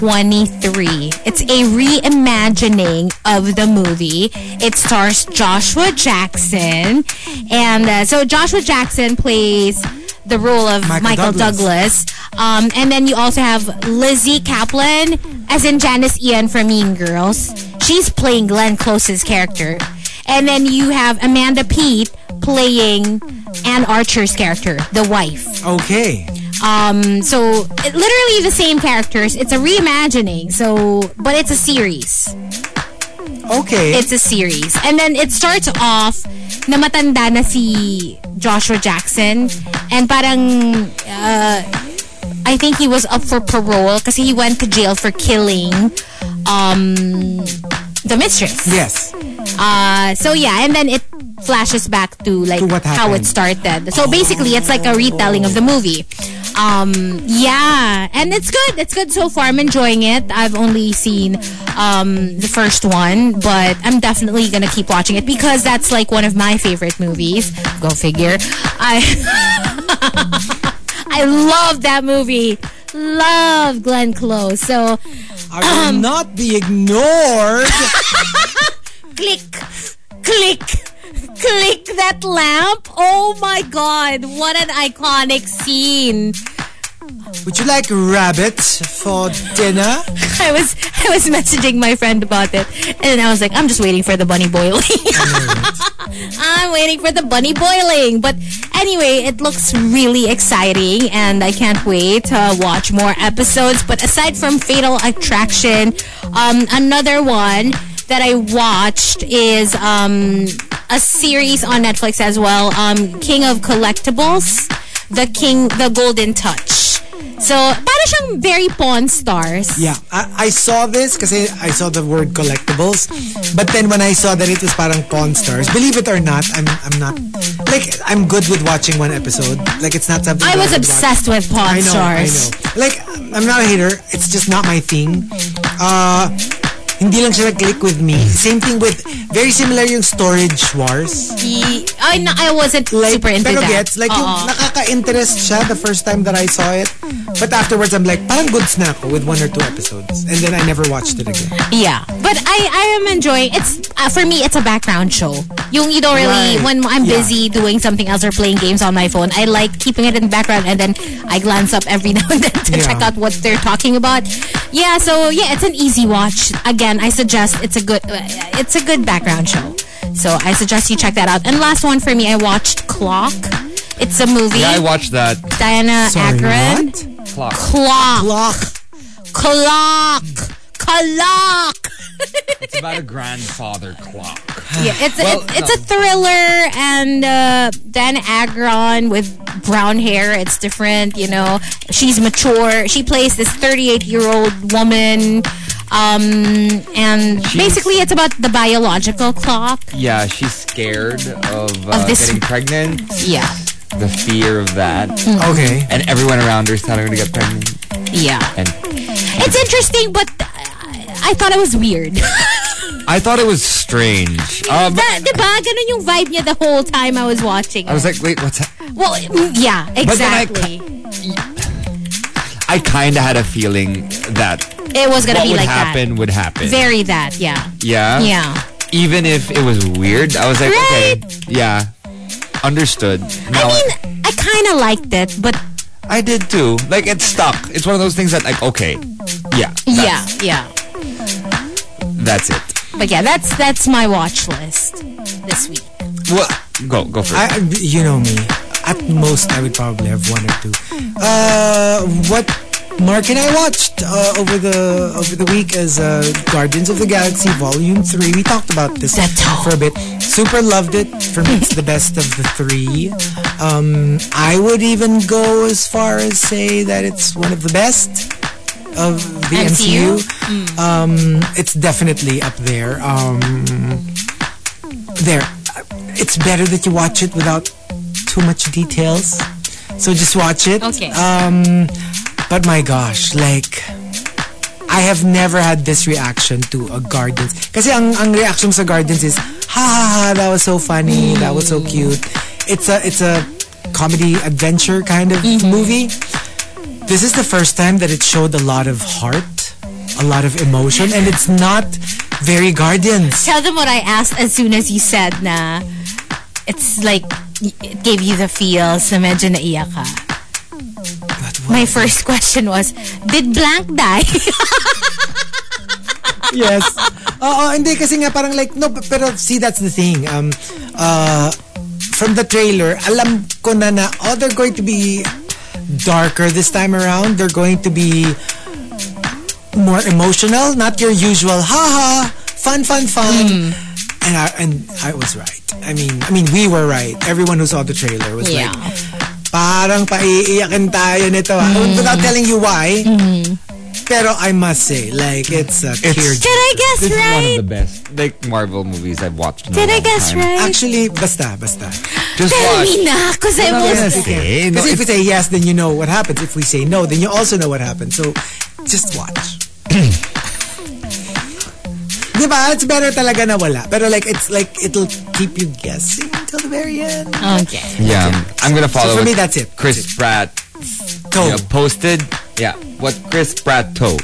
[SPEAKER 5] 2023. It's a reimagining of the movie. It stars Joshua Jackson. And uh, so Joshua Jackson plays the role of
[SPEAKER 4] Michael
[SPEAKER 5] Michael,
[SPEAKER 4] Douglas.
[SPEAKER 5] Douglas. Um, and then you also have Lizzie Kaplan, as in Janice Ian from Mean Girls. She's playing Glenn Close's character. And then you have Amanda Pete playing Ann Archer's character, the wife.
[SPEAKER 4] okay.
[SPEAKER 5] Um, so it, literally the same characters. It's a reimagining. So, but it's a series.
[SPEAKER 4] Okay.
[SPEAKER 5] It's a series, and then it starts off na matanda na si Joshua Jackson, and parang uh, I think he was up for parole because he went to jail for killing um the mistress.
[SPEAKER 4] yes.
[SPEAKER 5] Uh, so yeah, and then it flashes back to like
[SPEAKER 4] To what
[SPEAKER 5] how it
[SPEAKER 4] happened.
[SPEAKER 5] started. So basically, it's like a retelling of the movie. Um, yeah, and it's good. It's good so far. I'm enjoying it. I've only seen um, the first one, but I'm definitely gonna keep watching it because that's like one of my favorite movies. Go figure. I I love that movie. Love Glenn Close. So
[SPEAKER 4] I
[SPEAKER 5] Um.
[SPEAKER 4] will not be ignored.
[SPEAKER 5] click, click, click that lamp. Oh my god, what an iconic scene.
[SPEAKER 4] Would you like rabbit for dinner?
[SPEAKER 5] I was I was messaging my friend about it and I was like, I'm just waiting for the bunny boiling. I'm waiting for the bunny boiling. But anyway, it looks really exciting and I can't wait to watch more episodes. But aside from Fatal Attraction, um, another one that I watched is um, a series on Netflix as well, um, King of Collectibles, The King, The Golden Touch. So, para siyang very Pawn Stars.
[SPEAKER 4] Yeah, I, I saw this because I saw the word collectibles, but then when I saw that it was parang Pawn Stars, believe it or not, I'm I'm not like I'm good with watching one episode. Like it's not something that
[SPEAKER 5] I was
[SPEAKER 4] would watch.
[SPEAKER 5] obsessed with
[SPEAKER 4] I
[SPEAKER 5] Pawn
[SPEAKER 4] know,
[SPEAKER 5] Stars.
[SPEAKER 4] I know. Like I'm not a hater. It's just not my thing. Uh, hindi lang siya nag-click with me. Same thing with very similar yung Storage Wars.
[SPEAKER 5] Ye- I, no, I wasn't
[SPEAKER 4] Like,
[SPEAKER 5] super into
[SPEAKER 4] pero
[SPEAKER 5] that. Uh-uh.
[SPEAKER 4] gets, like yung
[SPEAKER 5] Oo.
[SPEAKER 4] nakaka-interest siya the first time that I saw it. But afterwards, I'm like, parang goods na ako with one or two episodes. And then I never watched it again.
[SPEAKER 5] Yeah, but I I am enjoying. It's uh, for me. It's a background show. You you don't really
[SPEAKER 4] Right.
[SPEAKER 5] when I'm
[SPEAKER 4] Yeah.
[SPEAKER 5] busy doing something else or playing games on my phone. I like keeping it in the background and then I glance up every now and then to
[SPEAKER 4] Yeah.
[SPEAKER 5] check out what they're talking about. Yeah, so yeah, it's an easy watch. Again, I suggest it's a good uh, it's a good background show. So I suggest you check that out. And last one for me, I watched Clock. It's a movie.
[SPEAKER 6] Yeah, I watched that.
[SPEAKER 5] Diana
[SPEAKER 4] Sorry,
[SPEAKER 5] Agron.
[SPEAKER 4] what?
[SPEAKER 6] Clock.
[SPEAKER 5] Clock.
[SPEAKER 4] Block.
[SPEAKER 5] Clock. Clock.
[SPEAKER 6] It's about a grandfather clock.
[SPEAKER 5] Yeah, it's
[SPEAKER 6] Well,
[SPEAKER 5] it's, it's a thriller, and uh, Dan Agron with brown hair. It's different, you know. She's mature. She plays this 38 year old woman, um, and basically, it's about the biological clock.
[SPEAKER 6] Yeah, she's scared of, uh,
[SPEAKER 5] Of this-
[SPEAKER 6] getting pregnant.
[SPEAKER 5] Yeah,
[SPEAKER 6] The fear of that.
[SPEAKER 5] Mm.
[SPEAKER 4] Okay.
[SPEAKER 6] And everyone around her is telling her to get pregnant.
[SPEAKER 5] yeah.
[SPEAKER 6] And
[SPEAKER 5] It's interesting, but uh, I thought it was weird.
[SPEAKER 6] I thought it was strange. Um,
[SPEAKER 5] Ba- diba? Ganun yung vibe niya the whole time I was watching.
[SPEAKER 6] I was like, wait, what's that?
[SPEAKER 5] well, mm, yeah,
[SPEAKER 6] But then I
[SPEAKER 5] exactly.
[SPEAKER 6] I kind of had a feeling that
[SPEAKER 5] it was gonna
[SPEAKER 6] what
[SPEAKER 5] be
[SPEAKER 6] would
[SPEAKER 5] like
[SPEAKER 6] happen would happen.
[SPEAKER 5] that. Very that, yeah,
[SPEAKER 6] yeah.
[SPEAKER 5] yeah.
[SPEAKER 6] Even if it was weird, I was like,
[SPEAKER 5] Right?
[SPEAKER 6] okay, yeah, understood. Now
[SPEAKER 5] I mean, I kind of liked it, but
[SPEAKER 6] I did too. Like it stuck. It's one of those things that like, okay, yeah,
[SPEAKER 5] yeah, yeah.
[SPEAKER 6] that's it.
[SPEAKER 5] But yeah, that's that's my watch list this week.
[SPEAKER 6] Well, go go first.
[SPEAKER 4] I, you know me. At most, I would probably have one or two. Uh, what Mark and I watched uh, over the over the week is uh, Guardians of the Galaxy Volume Three. We talked about this
[SPEAKER 5] Zeto.
[SPEAKER 4] for a bit. Super loved it. For me, it's the best of the three. Um, I would even go as far as say that it's one of the best of the
[SPEAKER 5] MCU?
[SPEAKER 4] MCU. Um, it's definitely up there. Um, there. It's better that you watch it without too much details. So just watch it.
[SPEAKER 5] Okay.
[SPEAKER 4] Um, but my gosh, like I have never had this reaction to a Guardians. Kasi ang, ang reaction sa Guardians is, ha ha ha, that was so funny, that was so cute. It's a it's a comedy adventure kind of movie. This is the first time that it showed a lot of heart, a lot of emotion, and it's not very Guardians.
[SPEAKER 5] Tell them what I asked as soon as you said na it's like y- it gave you the feels na medyo naiyak ka. My first question was, did Blank die?
[SPEAKER 4] yes. Oo, hindi kasi nga parang like, no, pero see, that's the thing. Um, uh, from the trailer, alam ko na na, oh, they're going to be darker this time around. They're going to be more emotional, not your usual, haha, fun, fun, fun. And I, and I was right. I mean, I mean, we were right. Everyone who saw the trailer was
[SPEAKER 5] Yeah.
[SPEAKER 4] like, parang paiiyakin tayo nito. ah." Without telling you why, pero I must say, like, it's a tearjerker.
[SPEAKER 5] did I guess
[SPEAKER 6] this is one
[SPEAKER 5] right?
[SPEAKER 6] of the best like Marvel movies I've watched. In
[SPEAKER 5] Did
[SPEAKER 6] a
[SPEAKER 5] I
[SPEAKER 6] long
[SPEAKER 5] guess
[SPEAKER 6] time.
[SPEAKER 5] right?
[SPEAKER 4] Actually, basta, basta.
[SPEAKER 6] Just
[SPEAKER 5] Tell
[SPEAKER 6] watch.
[SPEAKER 5] me na, because I was...
[SPEAKER 4] Yes.
[SPEAKER 6] Eh, no,
[SPEAKER 4] Because if we say yes, then you know what happens. If we say no, then you also know what happens. So, just watch. diba? It's better talaga na wala. Pero like, it's like, it'll keep you guessing until the very end.
[SPEAKER 5] Okay.
[SPEAKER 6] Yeah, I'm gonna follow.
[SPEAKER 4] for
[SPEAKER 6] what
[SPEAKER 4] me, that's it. Oh.
[SPEAKER 6] Chris Pratt
[SPEAKER 4] Go.
[SPEAKER 6] you know, posted. Yeah, what Chris Pratt told.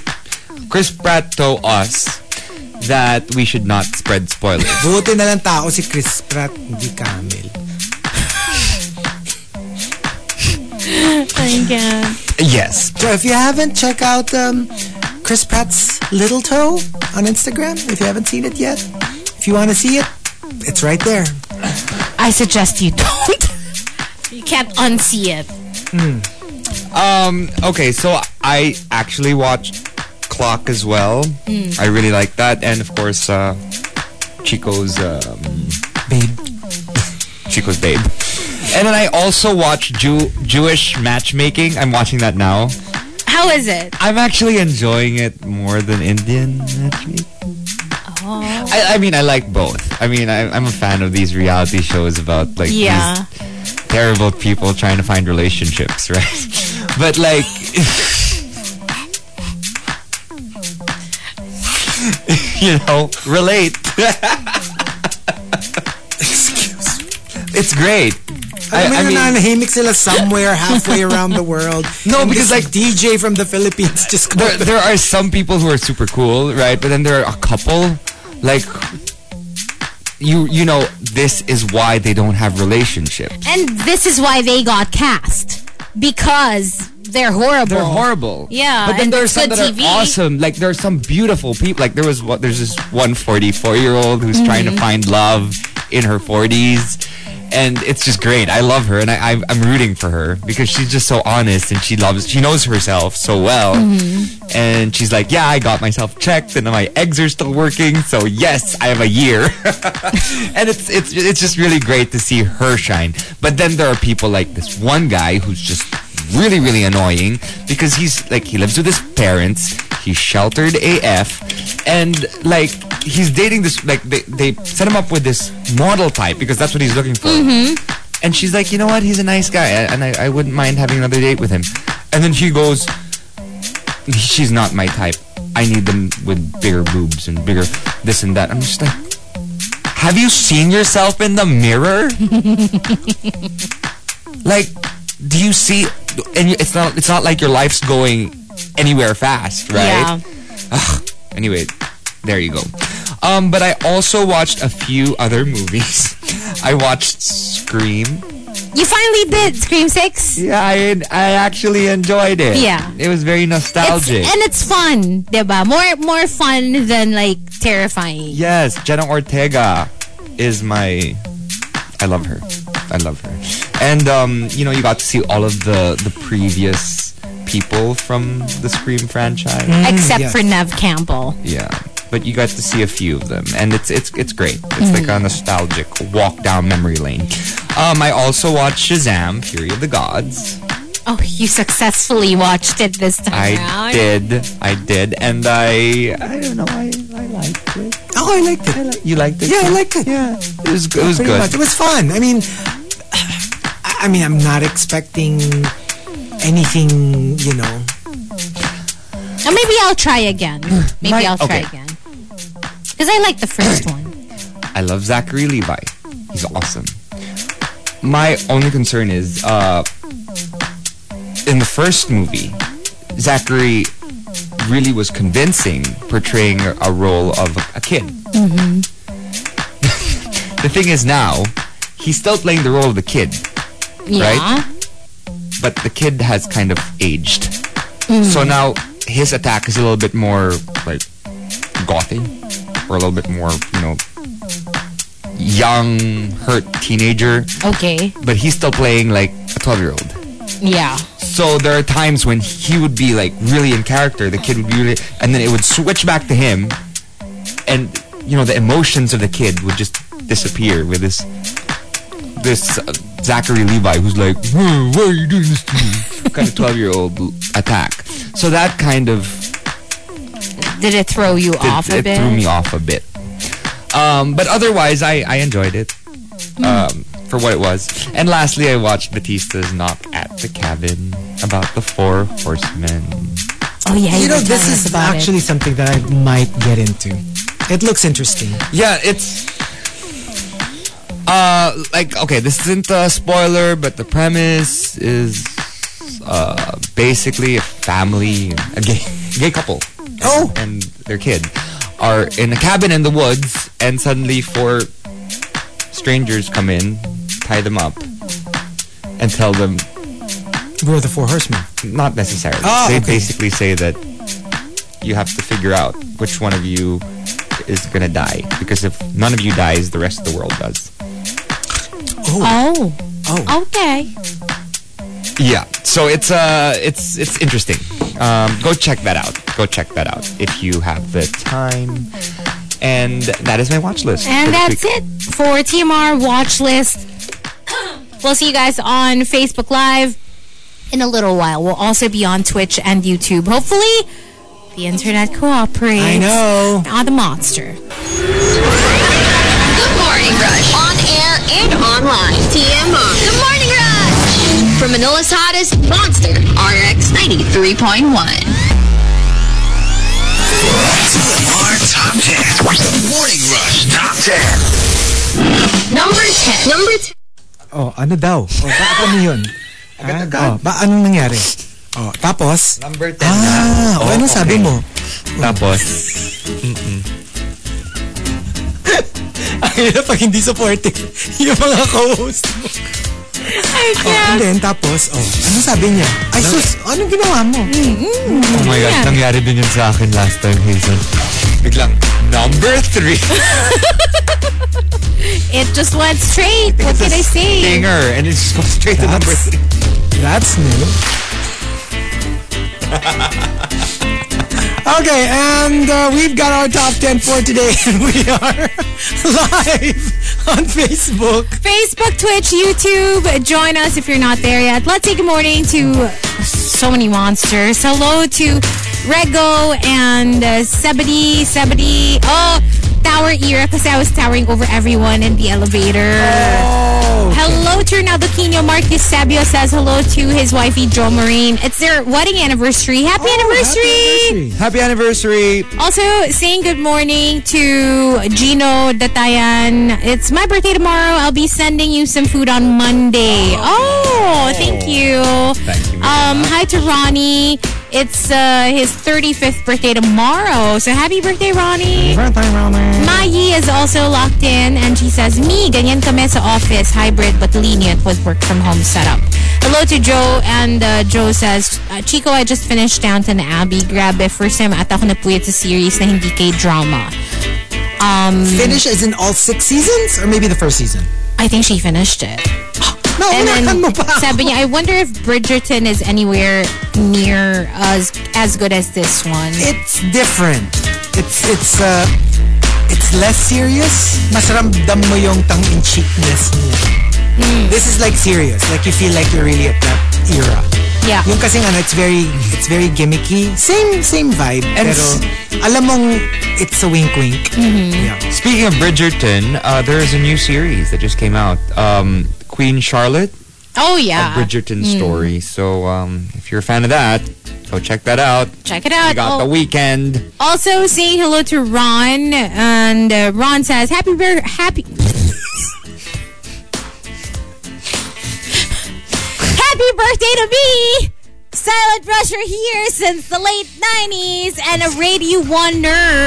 [SPEAKER 6] Chris Pratt told us that we should not spread spoilers.
[SPEAKER 4] Buti na lang tao si Chris Pratt, hindi Camel.
[SPEAKER 5] Thank you.
[SPEAKER 6] yes,
[SPEAKER 4] So if you haven't, check out um, Chris Pratt's Little Toe on Instagram. If you haven't seen it yet, if you want to see it, it's right there.
[SPEAKER 5] I suggest you don't. you can't unsee it.
[SPEAKER 6] Um. Okay. So I actually watched Clock as well.
[SPEAKER 4] Mm.
[SPEAKER 6] I really like that, and of course, uh, Chico's um,
[SPEAKER 4] Babe.
[SPEAKER 6] Chico's Babe. And then I also watched Jew- Jewish Matchmaking. I'm watching that now.
[SPEAKER 5] How is it?
[SPEAKER 6] I'm actually enjoying it more than Indian Matchmaking. I, I mean, I like both. I mean, I, I'm a fan of these reality shows about like these
[SPEAKER 5] Yeah.
[SPEAKER 6] terrible people trying to find relationships, right? But like, you know, relate. It's great.
[SPEAKER 4] I,
[SPEAKER 6] I, I
[SPEAKER 4] mean,
[SPEAKER 6] mean,
[SPEAKER 4] nananahimik sila somewhere halfway around the world.
[SPEAKER 6] No,
[SPEAKER 4] And
[SPEAKER 6] because,
[SPEAKER 4] this
[SPEAKER 6] like,
[SPEAKER 4] DJ from the Philippines just
[SPEAKER 6] there,
[SPEAKER 4] called.
[SPEAKER 6] there are some people who are super cool, right? But then there are a couple, like, you you know, this is why they don't have relationships.
[SPEAKER 5] And this is why they got cast. Because they're horrible.
[SPEAKER 6] They're horrible.
[SPEAKER 5] Yeah,
[SPEAKER 6] But then
[SPEAKER 5] and
[SPEAKER 6] there are
[SPEAKER 5] it's
[SPEAKER 6] some
[SPEAKER 5] good
[SPEAKER 6] that
[SPEAKER 5] TV.
[SPEAKER 6] are awesome. Like there are some beautiful people. Like there was what there's this one 44 year old who's
[SPEAKER 5] Mm-hmm.
[SPEAKER 6] trying to find love in her 40s. And it's just great. I love her, and I, I'm, I'm rooting for her because she's just so honest, and she loves, she knows herself so well,
[SPEAKER 5] Mm-hmm.
[SPEAKER 6] and she's like, "Yeah, I got myself checked, and my eggs are still working, so yes, I have a year." and it's it's it's just really great to see her shine. But then there are people like this one guy who's just really really annoying because he's like he lives with his parents, he's sheltered AF, and like he's dating this like they they set him up with this model type because that's what he's looking for. And she's like, you know what? He's a nice guy, a- and I, I wouldn't mind having another date with him. And then she goes, she's not my type. I need them with bigger boobs and bigger this and that. I'm just like, have you seen yourself in the mirror? like, do you see? And you- it's not. It's not like your life's going anywhere fast, right?
[SPEAKER 5] Yeah.
[SPEAKER 6] Anyway, there you go. Um, but I also watched a few other movies. I watched Scream.
[SPEAKER 5] You finally did Scream 6?
[SPEAKER 6] Yeah, I, I actually enjoyed it.
[SPEAKER 5] Yeah.
[SPEAKER 6] It was very
[SPEAKER 5] It's,
[SPEAKER 6] nostalgic.
[SPEAKER 5] and it's fun, diba? More more fun than like terrifying.
[SPEAKER 6] Yes, Jenna Ortega is my. I love her. I love her. And um, you know, you got to see all of the the previous people from the Scream franchise.
[SPEAKER 4] Mm-hmm.
[SPEAKER 5] Except
[SPEAKER 4] yes.
[SPEAKER 5] for Nev Campbell.
[SPEAKER 6] Yeah, but you got to see a few of them, and it's it's it's great. It's
[SPEAKER 4] Mm-hmm.
[SPEAKER 6] like a nostalgic walk down memory lane. Um, I also watched Shazam: Fury of the Gods.
[SPEAKER 5] Oh, you successfully watched it this time
[SPEAKER 6] I
[SPEAKER 5] around.
[SPEAKER 6] did, I did, and I I don't know, I I liked it.
[SPEAKER 4] Ako, Oh, I liked it.
[SPEAKER 6] You liked it?
[SPEAKER 4] Yeah, I
[SPEAKER 6] too?
[SPEAKER 4] liked it. Yeah.
[SPEAKER 6] It was it was
[SPEAKER 4] pretty
[SPEAKER 6] good.
[SPEAKER 4] much. It was fun. I mean, I I mean, I'm not expecting anything, you know.
[SPEAKER 5] Uh, maybe I'll try again. Maybe
[SPEAKER 6] Like-
[SPEAKER 5] I'll try
[SPEAKER 6] okay.
[SPEAKER 5] again. Because I like the first one.
[SPEAKER 6] I love Zachary Levi. He's awesome. My only concern is uh, in the first movie, Zachary really was convincing portraying a role of a kid. the thing is now, he's still playing the role of the kid,
[SPEAKER 5] Yeah.
[SPEAKER 6] Right? but the kid has kind of aged. So now his attack is a little bit more like gothy or a little bit more, you know, young, hurt teenager,
[SPEAKER 5] Okay.
[SPEAKER 6] but he's still playing like a 12 year old.
[SPEAKER 5] Yeah.
[SPEAKER 6] So there are times when he would be like really in character, the kid would be really, and then it would switch back to him, and you know the emotions of the kid would just disappear with this this uh, Zachary Levi who's like, "Why why are you doing this to me?" kind of twelve year old attack. So that kind of
[SPEAKER 5] Did it throw you
[SPEAKER 6] did-
[SPEAKER 5] off a
[SPEAKER 6] it
[SPEAKER 5] bit?
[SPEAKER 6] threw me off a bit. Um, but otherwise, I I enjoyed it.
[SPEAKER 5] Hmm.
[SPEAKER 6] Um, for what it was. And lastly, I watched Batista's Knock at the Cabin about the four horsemen.
[SPEAKER 5] Oh yeah.
[SPEAKER 4] You know,
[SPEAKER 5] were
[SPEAKER 4] this
[SPEAKER 5] telling us
[SPEAKER 4] is
[SPEAKER 5] about it.
[SPEAKER 4] actually something that I might get into. It looks interesting.
[SPEAKER 6] Yeah, it's uh like okay, this isn't a spoiler, but the premise is uh basically a family, a gay, gay couple.
[SPEAKER 4] Oh.
[SPEAKER 6] and their kid are in a cabin in the woods, and suddenly four strangers come in, tie them up, and tell them
[SPEAKER 4] We're the Four Horsemen.
[SPEAKER 6] not necessarily.
[SPEAKER 4] Ah,
[SPEAKER 6] they
[SPEAKER 4] okay.
[SPEAKER 6] basically say that you have to figure out which one of you is gonna die because if none of you dies, the rest of the world does.
[SPEAKER 5] Oh.
[SPEAKER 4] Oh.
[SPEAKER 5] Okay.
[SPEAKER 6] Yeah. So it's uh, it's it's interesting. Um, go check that out. Go check that out if you have the time. And that is my watch list. for
[SPEAKER 5] And
[SPEAKER 6] this
[SPEAKER 5] that's
[SPEAKER 6] week.
[SPEAKER 5] it for TMR watch list. We'll see you guys on Facebook Live in a little while. We'll also be on Twitch and YouTube. Hopefully, the internet cooperates.
[SPEAKER 4] I know.
[SPEAKER 5] Ah, the monster.
[SPEAKER 2] Good Morning Rush. On air and online. TMR. Good Morning Rush. From Manila's hottest, Monster RX 93.1.
[SPEAKER 3] TMR Top 10. Morning Rush Top 10.
[SPEAKER 2] Number 10. Number 10.
[SPEAKER 4] Oh, ano daw? Oh, ba- ano yun? Ah, oh, ba, anong nangyari? Oh, tapos?
[SPEAKER 6] Number 10 na.
[SPEAKER 4] Ah, oh,
[SPEAKER 6] Oh,
[SPEAKER 4] ano sabi
[SPEAKER 6] okay.
[SPEAKER 4] mo?
[SPEAKER 6] Tapos,
[SPEAKER 4] Ay, pag hindi supportive yung mga co-host mo. Oh, and then, tapos, oh, ano sabi niya? Ay, sus, anong ginawa mo?
[SPEAKER 6] oh my God, nangyari din yun sa akin last time, Hazel. Biglang, number three.
[SPEAKER 5] It just went straight. What
[SPEAKER 6] It's
[SPEAKER 5] can
[SPEAKER 6] a
[SPEAKER 5] I say?
[SPEAKER 6] Stinger, and it just goes straight to number
[SPEAKER 4] That's-
[SPEAKER 6] three.
[SPEAKER 4] That's new. okay, and uh, we've got our top 10 for today, and we are live on Facebook.
[SPEAKER 5] Facebook, Twitch, YouTube. Join us if you're not there yet. Let's say good morning to so many monsters. Hello to Rego and uh, Sebedy. Sebedy. Oh, Tower Era because I was towering over everyone in the elevator. Hello to Ronaldo Quino. Marcus Sabio says hello to his wifey, Jo Marine. It's their wedding anniversary. Happy anniversary!
[SPEAKER 6] Happy anniversary.
[SPEAKER 5] Also, saying good morning to Gino Datayan. It's my birthday tomorrow. I'll be sending you some food on Monday. Oh, thank you.
[SPEAKER 6] Thank you very
[SPEAKER 5] Um, hi to Ronnie. It's uh, his 35th birthday tomorrow. So happy birthday, Ronnie.
[SPEAKER 4] Birthday, Ronnie.
[SPEAKER 5] Mayi is also locked in and she says, Me, ganyan kami sa office, hybrid but lenient with work from home setup. Hello to Joe and uh, Joe says, uh, Chico, I just finished Downton Abbey. Grabe, first time ata ako napuyat sa series na hindi kay drama. Um,
[SPEAKER 4] Finish is in all six seasons? Or maybe the first season?
[SPEAKER 5] I think she finished it.
[SPEAKER 4] No,
[SPEAKER 5] And
[SPEAKER 4] unahan
[SPEAKER 5] then,
[SPEAKER 4] mo pa ako.
[SPEAKER 5] sabi niya, I wonder if Bridgerton is anywhere near as, as good as this one.
[SPEAKER 4] It's different. It's, it's, uh, it's less serious. Mas ramdam mo yung tang-in-cheekness niya. This is like serious. Like you feel like you're really at that era.
[SPEAKER 5] Yeah.
[SPEAKER 4] Yung kasing ano, it's very, it's very gimmicky. Same, same vibe.
[SPEAKER 6] And
[SPEAKER 4] pero,
[SPEAKER 6] s-
[SPEAKER 4] alam mong, it's a wink-wink. Yeah.
[SPEAKER 6] Speaking of Bridgerton, uh, there is a new series that just came out. Um, Queen Charlotte,
[SPEAKER 5] Oh,
[SPEAKER 6] a
[SPEAKER 5] yeah.
[SPEAKER 6] Bridgerton story. So um, if you're a fan of that, go check that out.
[SPEAKER 5] Check it
[SPEAKER 6] We
[SPEAKER 5] out.
[SPEAKER 6] got
[SPEAKER 5] Oh,
[SPEAKER 6] the weekend.
[SPEAKER 5] Also, saying hello to Ron, and uh, Ron says, "Happy bir- happy." Happy birthday to me! Silent Rusher here since the late 90s and a Radio 1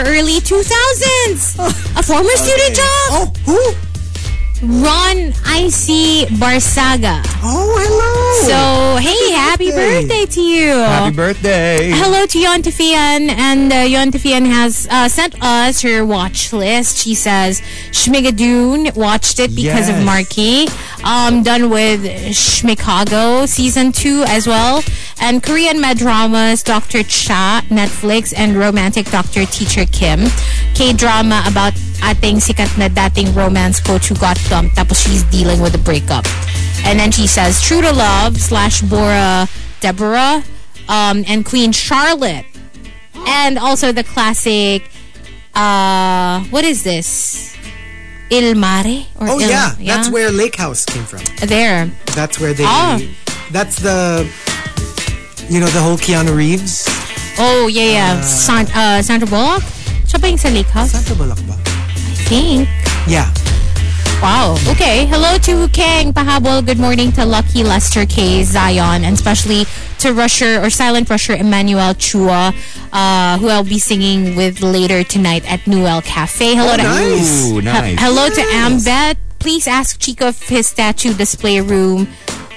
[SPEAKER 5] early 2000s. A former student job.
[SPEAKER 4] Oh, who?
[SPEAKER 5] Ron IC Barsaga.
[SPEAKER 4] Oh, hello.
[SPEAKER 5] So, hey, happy birthday to you.
[SPEAKER 6] Happy birthday.
[SPEAKER 5] Hello to Yon Tifian, and uh, Yon Tifian has uh, sent us her watch list. She says Schmigadoon watched it because
[SPEAKER 4] Yes.
[SPEAKER 5] of Marky. Um, done with Schmicago season two as well, and Korean med dramas Doctor Cha Netflix and romantic Doctor Teacher Kim. K drama about ating sikat na dating romance coach who got dumped tapos she's dealing with a breakup. And then she says True to Love slash Bora Deborah um, and Queen Charlotte, and also the classic. Uh, what is this? Il Mare? Or
[SPEAKER 4] oh,
[SPEAKER 5] Il-
[SPEAKER 4] yeah. That's where Lake House came from.
[SPEAKER 5] There.
[SPEAKER 4] That's where they.
[SPEAKER 5] Ah.
[SPEAKER 4] That's the. You know the whole Keanu Reeves.
[SPEAKER 5] Oh yeah, yeah. San- uh, Sandra Bullock. Siya ba yung sa Lake House?
[SPEAKER 4] Sandra Bullock ba?
[SPEAKER 5] I think.
[SPEAKER 4] Yeah.
[SPEAKER 5] Wow. Okay. Hello to Kang Pahabol. Good morning to Lucky Lester K. Zion, and especially to Rusher or Silent Rusher Emmanuel Chua, uh, who I'll be singing with later tonight at Newell Cafe. Hello
[SPEAKER 4] Oh,
[SPEAKER 5] to
[SPEAKER 4] nice.
[SPEAKER 6] Ooh, nice.
[SPEAKER 5] He- Hello to Ambet. Please ask Chico if his statue display room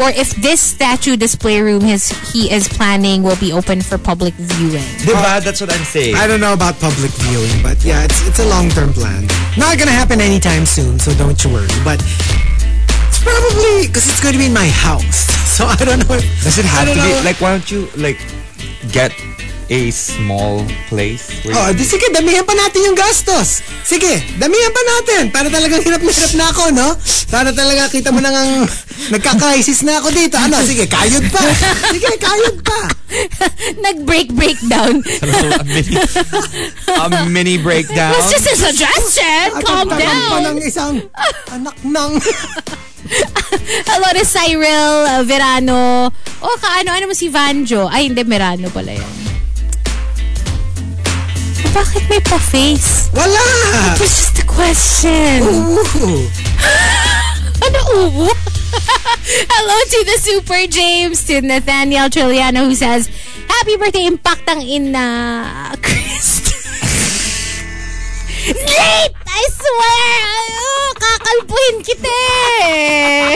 [SPEAKER 5] or if this statue display room his he is planning will be open for public viewing.
[SPEAKER 6] Diba? That's what I'm saying.
[SPEAKER 4] I don't know about public viewing, but yeah, it's it's a long term plan. Not gonna happen anytime soon, so don't you worry. But it's probably because it's going to be in my house, so I don't know. If,
[SPEAKER 6] Does it
[SPEAKER 4] I
[SPEAKER 6] have to
[SPEAKER 4] don't
[SPEAKER 6] be
[SPEAKER 4] know.
[SPEAKER 6] like? Why don't you like get a small place? Where
[SPEAKER 4] Oh,
[SPEAKER 6] you-
[SPEAKER 4] di sige, damihan pa natin yung gastos. Sige, damihan pa natin. Para talagang hirap na hirap na ako, no? Para talaga kita mo nang ang nagka-crisis na ako dito. Ano, sige, kayod pa. Sige, kayod pa.
[SPEAKER 5] Nag break breakdown.
[SPEAKER 6] a mini, a mini breakdown.
[SPEAKER 5] That's just a suggestion. Calm
[SPEAKER 4] Tatanggap pa
[SPEAKER 5] down.
[SPEAKER 4] ng isang anak ng...
[SPEAKER 5] Hello to Cyril uh, Verano. O kaano ano mo si Vanjo? Ay hindi Merano pala yan. Bakit may pa-face?
[SPEAKER 4] Wala!
[SPEAKER 5] It was just a question.
[SPEAKER 4] Ooh.
[SPEAKER 5] Ano ubo? Hello to the Super James, to Nathaniel Trilliano who says, Happy birthday, impaktang ina, Chris. Late! I swear! Oh, kakalpuhin kita eh.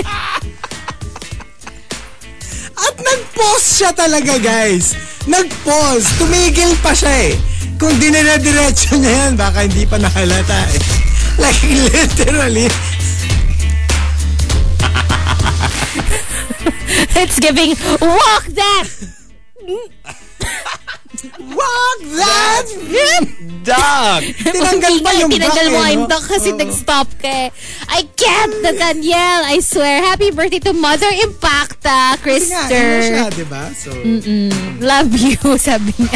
[SPEAKER 4] At nag-pause siya talaga, guys. Nag-pause. Tumigil pa siya eh. Kung dinire-diretso niya yan, baka hindi pa nakalata eh. Like, literally.
[SPEAKER 5] It's giving, walk that!
[SPEAKER 4] Fuck that!
[SPEAKER 6] Dog.
[SPEAKER 4] Tinanggal pa
[SPEAKER 5] Hindi nga,
[SPEAKER 4] yung
[SPEAKER 5] tinanggal
[SPEAKER 4] back
[SPEAKER 5] mo
[SPEAKER 4] eh,
[SPEAKER 5] yung
[SPEAKER 4] no?
[SPEAKER 5] back kasi nag-stop ka eh. I can't, Nathaniel. I swear. Happy birthday to Mother Impacta,
[SPEAKER 4] Nga,
[SPEAKER 5] Krister.
[SPEAKER 4] ano siya, diba? So,
[SPEAKER 5] Love you, sabi niya.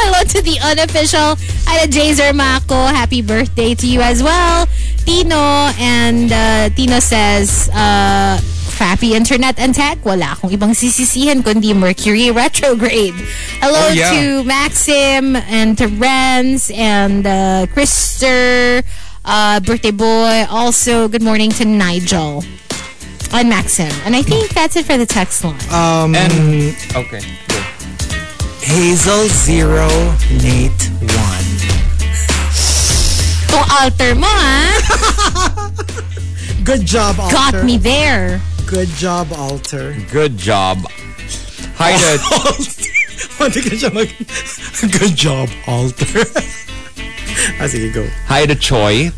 [SPEAKER 5] Hello to the unofficial Ada Jazer Mako. Happy birthday to you as well. Tino and uh, Tino says, uh, crappy internet and tech. Wala akong ibang sisisihan kundi Mercury retrograde. Hello
[SPEAKER 6] Oh, yeah.
[SPEAKER 5] to Maxim and to Renz and uh, Krister, uh, birthday boy. Also, good morning to Nigel
[SPEAKER 6] Uh,
[SPEAKER 4] Eh,
[SPEAKER 5] and Maxim. And I think that's it for the text line.
[SPEAKER 4] um,
[SPEAKER 6] And okay.
[SPEAKER 4] Hazel zero, Nate one.
[SPEAKER 5] Itong alter mo, ha?
[SPEAKER 4] Good job, Alter.
[SPEAKER 5] Got me there.
[SPEAKER 4] Good job, Alter.
[SPEAKER 6] Good job.
[SPEAKER 5] Oh.
[SPEAKER 6] Hi to
[SPEAKER 4] Pwede ka siya mag... Good job, Alter. ah, sige, go.
[SPEAKER 6] hi to Choi.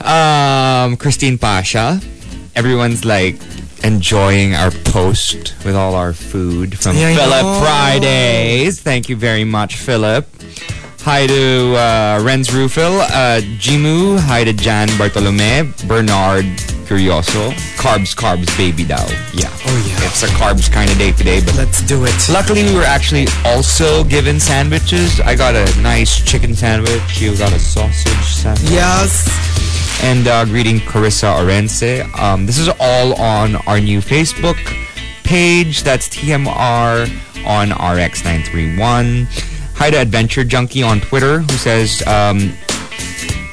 [SPEAKER 6] um, Christine Pasha. Everyone's like enjoying our post with all our food from
[SPEAKER 4] Yeah, I
[SPEAKER 6] Philip
[SPEAKER 4] know.
[SPEAKER 6] Fridays. Thank you very much, Philip. Hi to uh, Renz Rufil, uh, Jimu. Hi to Jan Bartolome, Bernard Curioso. Carbs, carbs, baby daw. Yeah.
[SPEAKER 4] Oh, yeah.
[SPEAKER 6] It's a carbs kind of day today, but
[SPEAKER 4] Let's do it.
[SPEAKER 6] Luckily, we were actually also given sandwiches. I got a nice chicken sandwich. You got a sausage sandwich.
[SPEAKER 4] Yes.
[SPEAKER 6] And uh, greeting Carissa Orense. Um, this is all on our new Facebook page. That's TMR on RX931. Hi to Adventure Junkie on Twitter, who says, um,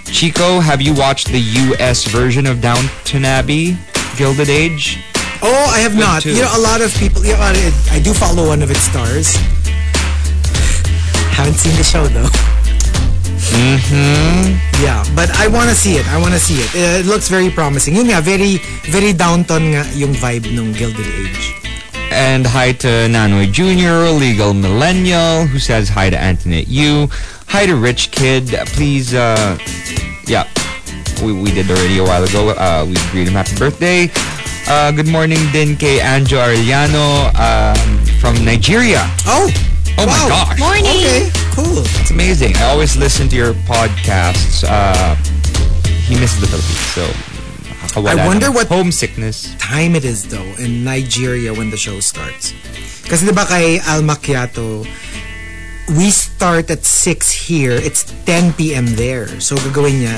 [SPEAKER 6] Chico, have you watched the US version of Downton Abbey, Gilded Age?
[SPEAKER 4] Oh, I have not.
[SPEAKER 6] too.
[SPEAKER 4] You know, a lot of people... You know, I, I do follow one of its stars. Haven't seen the show, though. Mm-hmm.
[SPEAKER 6] Mm-hmm.
[SPEAKER 4] Yeah, but I want to see it. I want to see it. Uh, It looks very promising. Yun nga, very, very downtown nga yung vibe nung Gilded Age.
[SPEAKER 6] And hi to Nanoy Jr., legal millennial, who says hi to Antoinette You. Hi to Rich Kid. Please, uh, yeah, we, we did already a while ago. Uh, we greet him happy birthday. Uh, good morning din kay Anjo Arellano um, from Nigeria.
[SPEAKER 4] Oh!
[SPEAKER 6] Oh my
[SPEAKER 4] wow.
[SPEAKER 6] gosh.
[SPEAKER 5] Morning.
[SPEAKER 4] Okay, cool.
[SPEAKER 6] It's amazing. I always listen to your podcasts. Uh, he misses the Philippines, so...
[SPEAKER 4] I
[SPEAKER 6] wala
[SPEAKER 4] wonder
[SPEAKER 6] naman.
[SPEAKER 4] what-
[SPEAKER 6] Um, Homesickness.
[SPEAKER 4] time it is though in Nigeria when the show starts. Kasi 'di ba kay Al Macchiato, we start at 6 here, it's 10 p.m. there. So gagawin niya,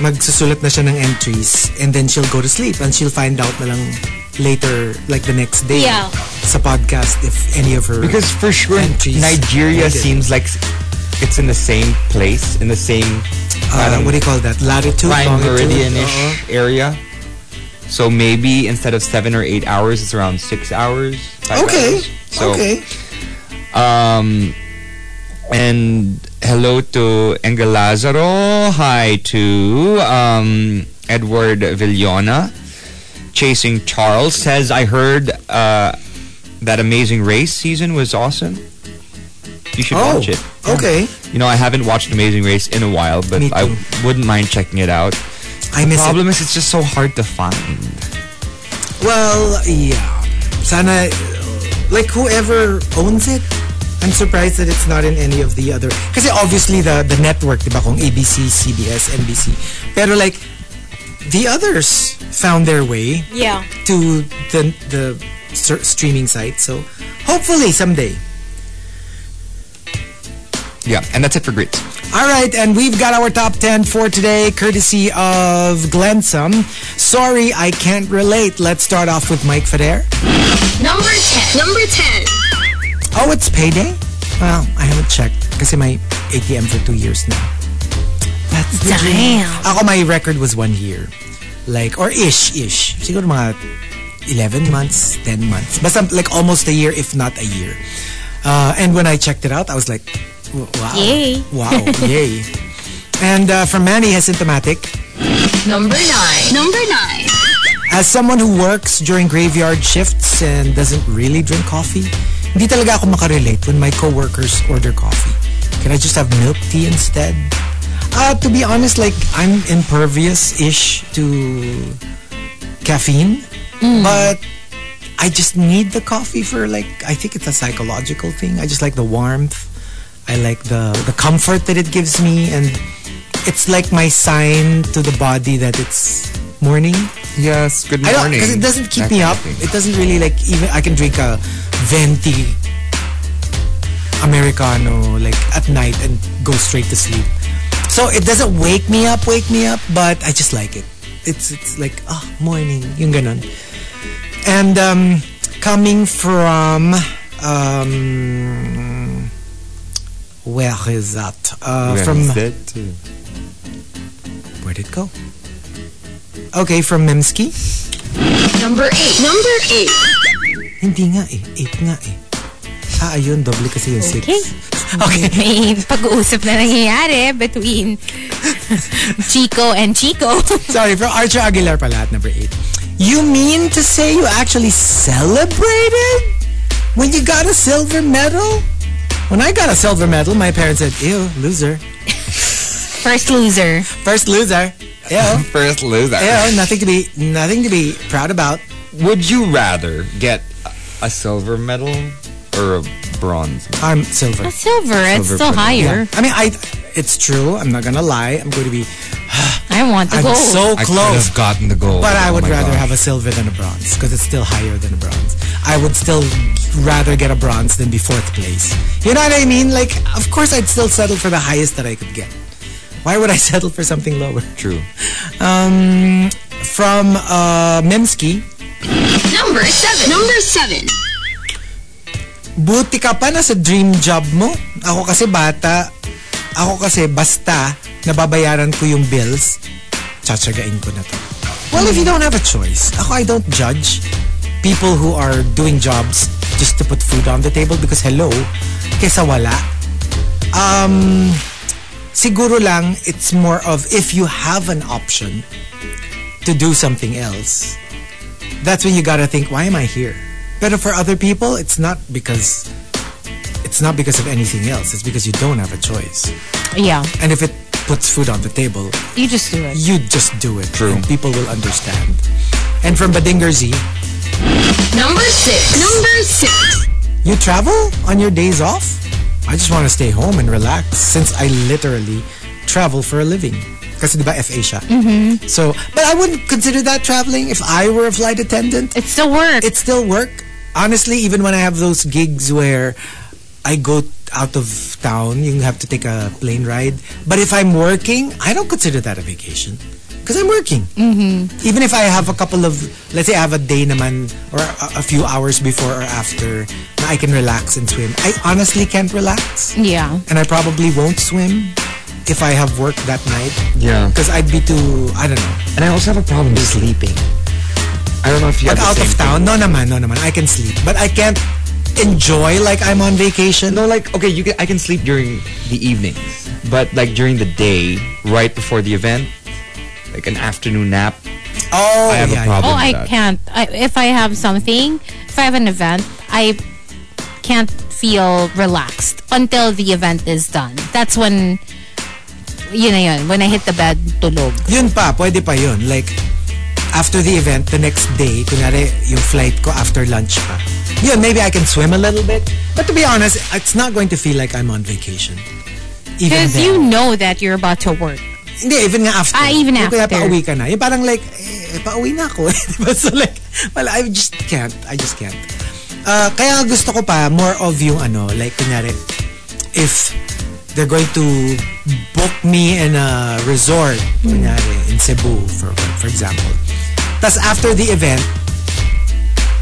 [SPEAKER 4] magsusulat na siya ng entries and then she'll go to sleep and she'll find out na lang later like the next day
[SPEAKER 5] Yeah.
[SPEAKER 4] sa podcast if any of her
[SPEAKER 6] Because for sure,
[SPEAKER 4] Countries.
[SPEAKER 6] Nigeria
[SPEAKER 4] Like it.
[SPEAKER 6] seems like it's in the same place, in the same um,
[SPEAKER 4] uh, what do uh-huh. you call that latitude
[SPEAKER 6] prime
[SPEAKER 4] longitude,
[SPEAKER 6] meridian-ish
[SPEAKER 4] oo.
[SPEAKER 6] area. So maybe instead of seven or eight hours, it's around six hours.
[SPEAKER 4] Uh-huh.
[SPEAKER 6] five
[SPEAKER 4] okay
[SPEAKER 6] hours. So,
[SPEAKER 4] okay
[SPEAKER 6] Um, and hello to Engel Lazaro. Hi to um, Edward Villona. Chasing Charles says, I heard uh, that Amazing Race season was awesome. You should
[SPEAKER 4] oh
[SPEAKER 6] watch it.
[SPEAKER 4] okay
[SPEAKER 6] You know, I haven't watched Amazing Race in a while, but
[SPEAKER 4] Me
[SPEAKER 6] I
[SPEAKER 4] too.
[SPEAKER 6] wouldn't mind checking it out.
[SPEAKER 4] I miss it
[SPEAKER 6] Problem is, it's just so hard to find.
[SPEAKER 4] Well, yeah. Sana, like whoever owns it, I'm surprised that it's not in any of the other. Kasi obviously the the network, diba kung ABC, CBS, NBC. Pero like the others found their way
[SPEAKER 5] Yeah.
[SPEAKER 4] to the the ser- streaming site. So hopefully someday.
[SPEAKER 6] Yeah, and that's it for grits.
[SPEAKER 4] All right, and we've got our top 10 for today, courtesy of Glensum. Sorry, I can't relate. Let's start off with Mike Feder.
[SPEAKER 2] Number 10. Number 10.
[SPEAKER 4] Oh, it's payday? Well, I haven't checked kasi my ATM for two years now. That's the dream.
[SPEAKER 5] Damn.
[SPEAKER 4] Ako, my record was one year. Like, or ish-ish. Siguro mga 11 months, 10 months. Basta like almost a year, if not a year. Uh, and when I checked it out, I was like, w- wow.
[SPEAKER 5] Yay.
[SPEAKER 4] Wow, yay. And uh, from Manny, asymptomatic.
[SPEAKER 2] Number 9. Number 9.
[SPEAKER 4] As someone who works during graveyard shifts and doesn't really drink coffee, hindi talaga ako makarelate when my coworkers order coffee. Can I just have milk tea instead? Uh, to be honest, like, I'm impervious-ish to caffeine. But I just need the coffee for, like, I think it's a psychological thing. I just like the warmth. I like the, the comfort that it gives me. And it's like my sign to the body that it's morning.
[SPEAKER 6] Yes, good
[SPEAKER 4] I don't, because it doesn't keep me up. It doesn't really like even. I can drink a venti americano like at night and go straight to sleep. So it doesn't wake me up, wake me up, but I just like it. It's it's like ah morning yung ganon. And um, coming from um, where is that? Uh, from where did it go? Okay, from Memski.
[SPEAKER 2] Number 8. Number 8.
[SPEAKER 4] Hindi nga eh. Eight nga eh. Ah, ayun, doble kasi yung six.
[SPEAKER 5] Okay.
[SPEAKER 4] Okay.
[SPEAKER 5] May pag-uusap na nangyayari between Chico and Chico.
[SPEAKER 4] Sorry, from Archer Aguilar pala at number 8. You mean to say you actually celebrated when you got a silver medal? When I got a silver medal, my parents said, ew, loser.
[SPEAKER 5] First loser.
[SPEAKER 4] First loser. Ew.
[SPEAKER 6] First loser.
[SPEAKER 4] Ew, nothing to be, nothing to be proud about.
[SPEAKER 6] Would you rather get a- a silver medal or a bronze? medal?
[SPEAKER 4] I'm silver.
[SPEAKER 5] Silver. It's
[SPEAKER 6] Silver
[SPEAKER 5] still
[SPEAKER 6] pa rin.
[SPEAKER 5] higher.
[SPEAKER 4] I mean, I, it's true. I'm not gonna lie. I'm going to be,
[SPEAKER 5] I want the
[SPEAKER 4] I'm
[SPEAKER 5] gold.
[SPEAKER 4] so
[SPEAKER 6] I could
[SPEAKER 4] close.
[SPEAKER 6] have gotten the gold.
[SPEAKER 4] But I
[SPEAKER 6] Oh
[SPEAKER 4] would
[SPEAKER 6] my
[SPEAKER 4] rather
[SPEAKER 6] gosh.
[SPEAKER 4] have a silver than a bronze because it's still higher than a bronze. I would still rather get a bronze than be fourth place. You know what I mean? Like, of course, I'd still settle for the highest that I could get. Why would I settle for something lower?
[SPEAKER 6] True.
[SPEAKER 4] Um, from uh, Memski,
[SPEAKER 2] Number seven. Number seven.
[SPEAKER 4] buti ka pa na sa dream job mo. Ako kasi bata, ako kasi basta nababayaran ko yung bills, tsatsagain ko na to. Well, if you don't have a choice, ako I don't judge people who are doing jobs just to put food on the table because hello, kesa wala. Um, siguro lang, it's more of if you have an option to do something else, that's when you gotta think, why am I here? But for other people, it's not because it's not because of anything else. It's because you don't have a choice.
[SPEAKER 5] yeah.
[SPEAKER 4] And if it puts food on the table,
[SPEAKER 5] You just do it.
[SPEAKER 4] you just do it.
[SPEAKER 6] True.
[SPEAKER 4] And people will understand. And from Badingerzi,
[SPEAKER 2] Number six. Number six.
[SPEAKER 4] you travel on your days off? I just want to stay home and relax since I literally travel for a living. Kasi diba FA siya.
[SPEAKER 2] Mm-hmm.
[SPEAKER 4] So, but I wouldn't consider that traveling if I were a flight attendant.
[SPEAKER 5] It's the work.
[SPEAKER 4] it still work. Honestly, even when I have those gigs where I go out of town, you have to take a plane ride. But if I'm working, I don't consider that a vacation because I'm working. Mm-hmm. Even if I have a couple of, let's say I have a day naman or a, a few hours before or after na I can relax and swim. I honestly can't relax.
[SPEAKER 5] yeah.
[SPEAKER 4] And I probably won't swim if I have work that night.
[SPEAKER 6] Yeah.
[SPEAKER 4] Because I'd be too, I don't know.
[SPEAKER 6] And I also have a problem with sleeping. I don't know if you
[SPEAKER 4] Pag
[SPEAKER 6] have
[SPEAKER 4] out
[SPEAKER 6] the same
[SPEAKER 4] of town, no naman, no naman. I can sleep. But I can't enjoy like I'm on vacation.
[SPEAKER 6] Thing. No, like okay, you can, I can sleep during the evenings, but like during the day, right before the event, like an afternoon nap,
[SPEAKER 4] Oh,
[SPEAKER 6] I have
[SPEAKER 4] yeah,
[SPEAKER 6] a problem.
[SPEAKER 5] Oh,
[SPEAKER 6] with
[SPEAKER 5] I
[SPEAKER 6] that.
[SPEAKER 5] can't. I, if I have something, if I have an event, I can't feel relaxed until the event is done. That's when, yun na yun, when I hit the bed, tulog.
[SPEAKER 4] yeah. Yun pa, pwede pa yun. Like, after the event, the next day, kunwari yung flight ko after lunch pa. Yun, maybe I can swim a little bit. But to be honest, it's not going to feel like I'm on vacation. Even
[SPEAKER 5] Because
[SPEAKER 4] then.
[SPEAKER 5] you know that you're about to work.
[SPEAKER 4] Hindi, even nga after.
[SPEAKER 5] Ah, even
[SPEAKER 4] Yung Kaya
[SPEAKER 5] after.
[SPEAKER 4] pauwi ka na. Yung parang like, eh, pauwi na ako. diba? So like, well, I just can't. I just can't. Ah, kaya gusto ko pa more of yung ano, like kunyari, if they're going to book me in a resort, kunyari, in Cebu, for, for example. Tapos after the event,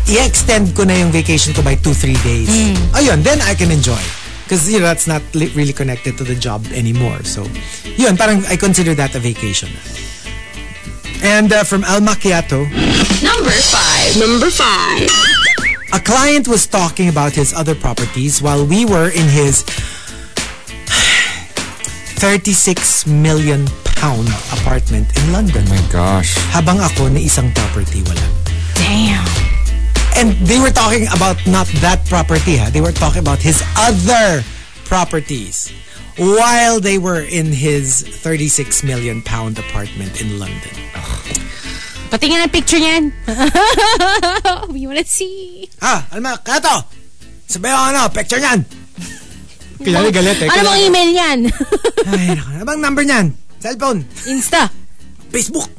[SPEAKER 4] i-extend ko na yung vacation ko by 2-3 days. Ayun, then I can enjoy. Because, you know, that's not li- really connected to the job anymore. So, yun, parang I consider that a vacation. And uh, from Al Macchiato,
[SPEAKER 2] Number five. Number five.
[SPEAKER 4] a client was talking about his other properties while we were in his 36 million pound apartment in London.
[SPEAKER 6] Oh my gosh.
[SPEAKER 4] Habang ako na isang property wala.
[SPEAKER 5] Damn.
[SPEAKER 4] And they were talking about not that property, ha? They were talking about his other properties while they were in his 36 million pound apartment in London.
[SPEAKER 5] Patingin ang picture niyan. you wanna see?
[SPEAKER 4] Ah, alam mo, kato! Sabi ko ano, picture niyan! Kaya galit eh.
[SPEAKER 5] Ano bang email niyan?
[SPEAKER 4] Ay, naku, ano bang number niyan? Cellphone,
[SPEAKER 5] Insta.
[SPEAKER 4] Facebook.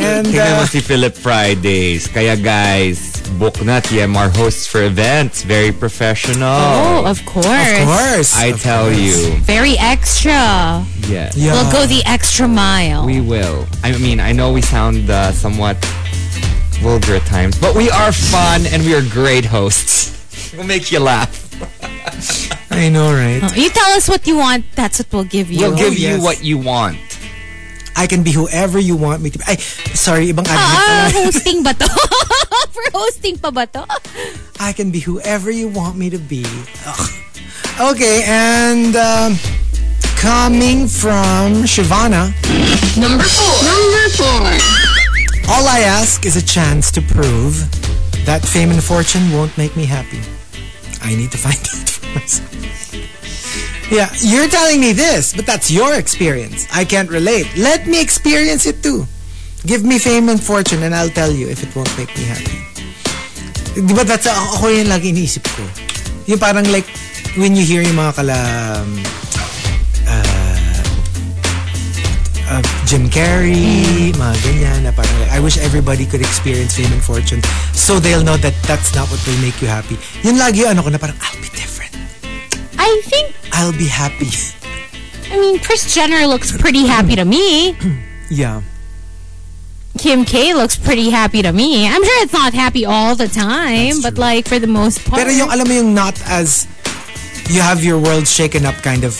[SPEAKER 4] And,
[SPEAKER 6] Tingnan mo
[SPEAKER 4] uh,
[SPEAKER 6] si Philip Fridays. Kaya guys, book na TMR hosts for events. Very professional.
[SPEAKER 5] Oh, of course.
[SPEAKER 4] of course.
[SPEAKER 6] I tell you.
[SPEAKER 5] Very extra.
[SPEAKER 6] Yes.
[SPEAKER 4] Yeah.
[SPEAKER 5] We'll go the extra mile.
[SPEAKER 6] We will. I mean, I know we sound uh, somewhat vulgar at times, but we are fun and we are great hosts. We'll make you laugh.
[SPEAKER 4] I know, right?
[SPEAKER 5] you tell us what you want, that's what we'll give you.
[SPEAKER 6] We'll give
[SPEAKER 4] yes.
[SPEAKER 6] you what you want.
[SPEAKER 4] I can be whoever you want me to be. Ay, sorry, ibang adjective.
[SPEAKER 5] Ah, hosting ba to? For hosting pa ba to?
[SPEAKER 4] I can be whoever you want me to be. Ugh. Okay, and um, coming from Shivana,
[SPEAKER 2] Number four. Number four.
[SPEAKER 4] all I ask is a chance to prove that fame and fortune won't make me happy. I need to find out for myself. Yeah, you're telling me this, but that's your experience. I can't relate. Let me experience it too. Give me fame and fortune and I'll tell you if it won't make me happy. Di ba that's ako yun lagi iniisip ko. Yung parang like, when you hear yung mga kala um, uh, uh, Jim Carrey, mga ganyan, na parang like, I wish everybody could experience fame and fortune so they'll know that that's not what will make you happy. Yun lagi yung ano ko na parang, I'll be different.
[SPEAKER 5] I think,
[SPEAKER 4] I'll be happy.
[SPEAKER 5] I mean, Chris Jenner looks pretty happy to me.
[SPEAKER 4] yeah.
[SPEAKER 5] Kim K looks pretty happy to me. I'm sure it's not happy all the time, but like for the most part.
[SPEAKER 4] Pero yung, alam mo yung not as you have your world shaken up kind of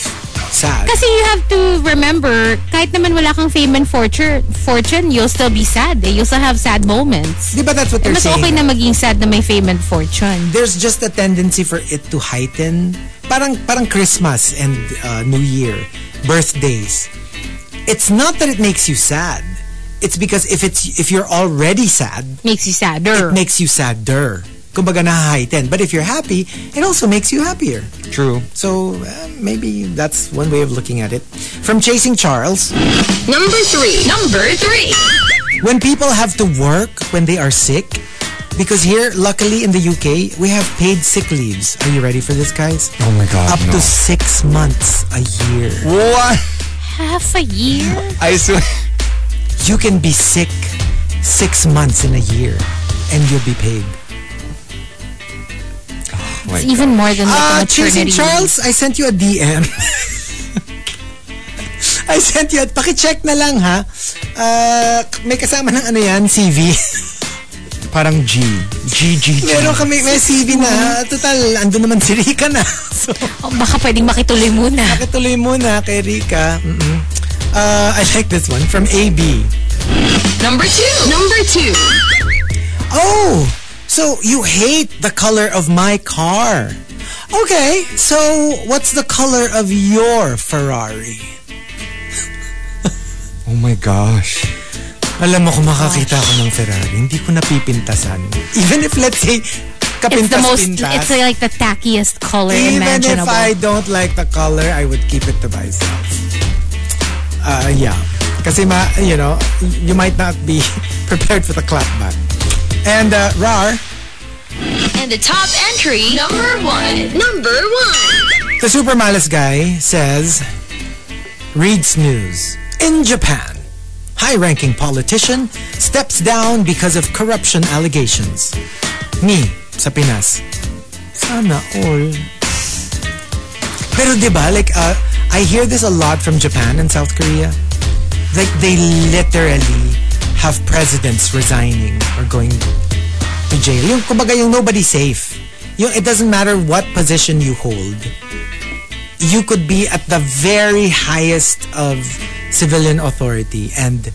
[SPEAKER 4] sad.
[SPEAKER 5] Kasi you have to remember, kahit naman wala kang fame and fortune, fortune you'll still be sad. Eh. You'll still have sad moments.
[SPEAKER 4] Di ba that's what
[SPEAKER 5] Eh,
[SPEAKER 4] they're
[SPEAKER 5] Mas
[SPEAKER 4] saying?
[SPEAKER 5] okay na maging sad na may fame and fortune.
[SPEAKER 4] there's just a tendency for it to heighten. Parang parang Christmas and uh, New Year, birthdays. It's not that it makes you sad. It's because if it's if you're already sad,
[SPEAKER 5] Makes you sadder.
[SPEAKER 4] it makes you sadder. Kumbaga na-heighten. But if you're happy, it also makes you happier.
[SPEAKER 6] True.
[SPEAKER 4] So uh, maybe that's one way of looking at it. From Chasing Charles,
[SPEAKER 2] Number three. Number three.
[SPEAKER 4] when people have to work when they are sick, because here, luckily in the UK, we have paid sick leaves. Are you ready for this, guys?
[SPEAKER 6] Oh my God,
[SPEAKER 4] Up
[SPEAKER 6] no.
[SPEAKER 4] to six months a year.
[SPEAKER 6] What?
[SPEAKER 5] Half a year?
[SPEAKER 6] I swear.
[SPEAKER 4] You can be sick six months in a year and you'll be paid.
[SPEAKER 5] It's even more than like a
[SPEAKER 4] Uh, Chasing
[SPEAKER 5] maternity.
[SPEAKER 4] Charles, I sent you a DM. I sent you at pakicheck na lang ha. Uh, may kasama ng ano yan, CV.
[SPEAKER 6] Parang G. G, G, G.
[SPEAKER 4] Meron kami, may CV na. Total, ando naman si Rika na. So,
[SPEAKER 5] Oh, baka pwedeng makituloy muna.
[SPEAKER 4] Nakatuloy muna kay Rika. Mm-mm. Uh, I like this one from AB.
[SPEAKER 2] Number two. Number two.
[SPEAKER 4] Oh, so you hate the color of my car. Okay, so what's the color of your Ferrari?
[SPEAKER 6] Oh my gosh.
[SPEAKER 4] Alam mo, kung makakita ako ng Ferrari, hindi ko napipintasan. Even if, let's say,
[SPEAKER 5] It's the most,
[SPEAKER 4] kapintas-pintas.
[SPEAKER 5] it's like the tackiest color
[SPEAKER 4] Even if
[SPEAKER 5] imaginable.
[SPEAKER 4] I don't like the color, I would keep it to myself. Uh, yeah. Kasi, ma, you know, you might not be prepared for the clapback. And, uh, Rar,
[SPEAKER 2] And the top entry. Number one. Number one.
[SPEAKER 4] the super malice guy says, reads news. In Japan, high-ranking politician steps down because of corruption allegations. Ni, sa Pinas. Sana all. Pero di ba, like, uh, I hear this a lot from Japan and South Korea. Like, they literally have presidents resigning or going to jail. Yung, kumbaga, yung nobody's safe. Yung, it doesn't matter what position you hold. You could be at the very highest of civilian authority and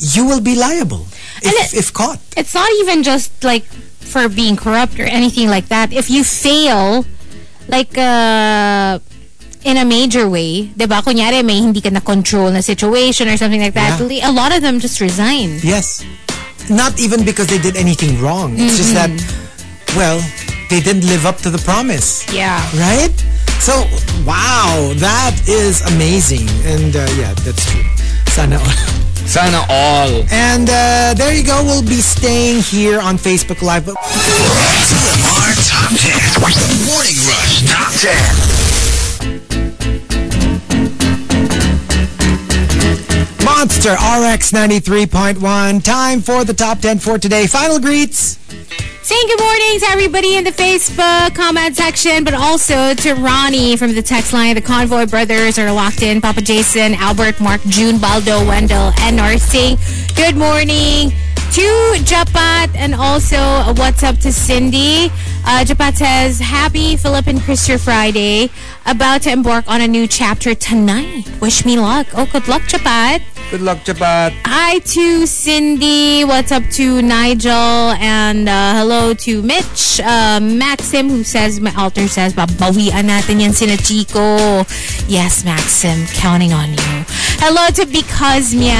[SPEAKER 4] you will be liable if,
[SPEAKER 5] it-
[SPEAKER 4] if caught.
[SPEAKER 5] it's not even just like for being corrupt or anything like that. If you fail, like uh, in a major way, diba? Kunyari, may hindi ka na-control na situation or something like that.
[SPEAKER 4] Yeah.
[SPEAKER 5] A lot of them just resign.
[SPEAKER 4] Yes. Not even because they did anything wrong. It's just that, well, they didn't live up to the promise.
[SPEAKER 5] Yeah.
[SPEAKER 4] Right? So, wow, that is amazing. And uh, yeah, that's true. Sana all.
[SPEAKER 6] Sana all.
[SPEAKER 4] And uh, there you go. We'll be staying here on Facebook Live. But
[SPEAKER 3] TMR Top 10. Morning Rush Top 10.
[SPEAKER 4] Monster RX 93.1. Time for the top 10 for today. Final greets.
[SPEAKER 5] Saying good morning to everybody in the Facebook comment section, but also to Ronnie from the text line. The Convoy Brothers are locked in. Papa Jason, Albert, Mark, June, Baldo, Wendell, and North Singh. Good morning. to Japat and also a what's up to Cindy. Uh, Japat says, Happy Philip and Christopher Friday. About to embark on a new chapter tonight. Wish me luck. Oh, good luck, Japat.
[SPEAKER 4] Good luck, Chapat.
[SPEAKER 5] Hi to Cindy. What's up to Nigel? And uh, hello to Mitch. Uh, Maxim, who says, my altar says, babawian natin yan sina Chico. Yes, Maxim, counting on you. Hello to Because Miel.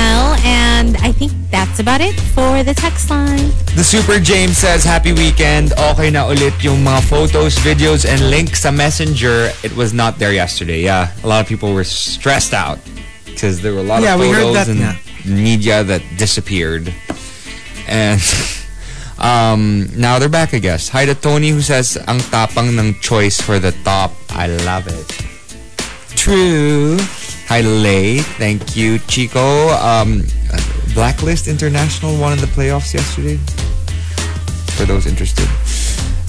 [SPEAKER 5] And I think that's about it for the text line.
[SPEAKER 6] The Super James says, Happy weekend. Okay na ulit yung mga photos, videos, and links sa Messenger. It was not there yesterday. Yeah, a lot of people were stressed out because there were a lot
[SPEAKER 4] Yeah,
[SPEAKER 6] of
[SPEAKER 4] we heard
[SPEAKER 6] photos
[SPEAKER 4] that
[SPEAKER 6] and
[SPEAKER 4] nga.
[SPEAKER 6] media that disappeared. And um, now they're back, I guess. Hi to Tony who says, Ang tapang ng choice for the top. I love it. True. Hi, Lay. Thank you, Chico. Um, Blacklist International won in the playoffs yesterday. For those interested.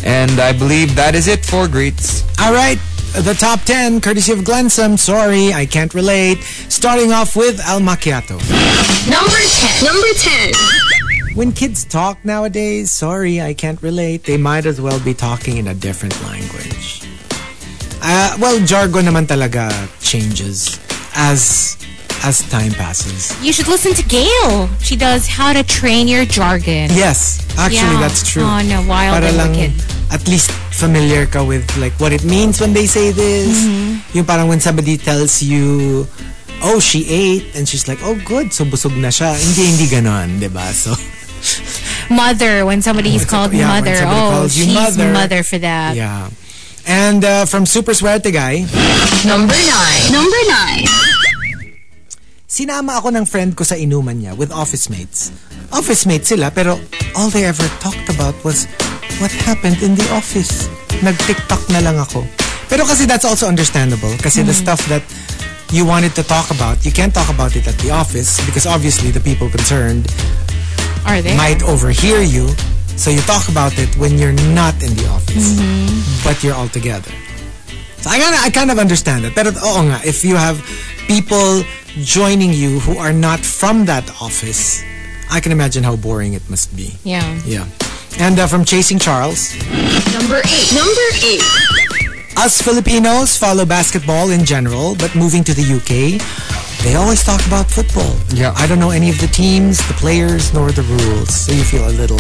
[SPEAKER 6] And I believe that is it for greets.
[SPEAKER 4] All right, the top 10, courtesy of Glensum. Sorry, I can't relate. Starting off with Al Macchiato.
[SPEAKER 2] Number 10. Number 10.
[SPEAKER 4] When kids talk nowadays, sorry, I can't relate. They might as well be talking in a different language. Uh, well, jargon naman talaga changes as as time passes.
[SPEAKER 5] You should listen to Gail. She does How to Train Your Jargon.
[SPEAKER 4] Yes, actually,
[SPEAKER 5] Yeah.
[SPEAKER 4] that's true.
[SPEAKER 5] Oh, no, wild
[SPEAKER 4] Para
[SPEAKER 5] and
[SPEAKER 4] lang
[SPEAKER 5] wicked.
[SPEAKER 4] at least familiar ka with like what it means when they say this.
[SPEAKER 5] Mm-hmm.
[SPEAKER 4] Yung parang when somebody tells you, oh, she ate, and she's like, oh, good, so busog na siya. Hindi, hindi ganon, di ba? So,
[SPEAKER 5] Mother, when somebody's called
[SPEAKER 4] yeah, when
[SPEAKER 5] mother.
[SPEAKER 4] somebody
[SPEAKER 5] oh,
[SPEAKER 4] calls you
[SPEAKER 5] she's
[SPEAKER 4] mother.
[SPEAKER 5] mother. for that.
[SPEAKER 4] yeah. And uh, from Super Swerte Guy,
[SPEAKER 2] Number 9. Number 9.
[SPEAKER 4] sinama ako ng friend ko sa inuman niya with office mates. Office mates sila, pero all they ever talked about was what happened in the office. Nag-tiktok na lang ako. Pero kasi that's also understandable. Kasi the stuff that you wanted to talk about, you can't talk about it at the office because obviously the people concerned
[SPEAKER 5] Are they?
[SPEAKER 4] might overhear you. So you talk about it when you're not in the office, but you're all together. So I kind of I kind of understand that. Pero oo nga, if you have people joining you who are not from that office, I can imagine how boring it must be.
[SPEAKER 5] yeah.
[SPEAKER 4] Yeah. And uh, from Chasing Charles,
[SPEAKER 2] Number 8. Number 8.
[SPEAKER 4] us Filipinos follow basketball in general, but moving to the UK, they always talk about football.
[SPEAKER 6] Yeah.
[SPEAKER 4] I don't know any of the teams, the players, nor the rules, so you feel a little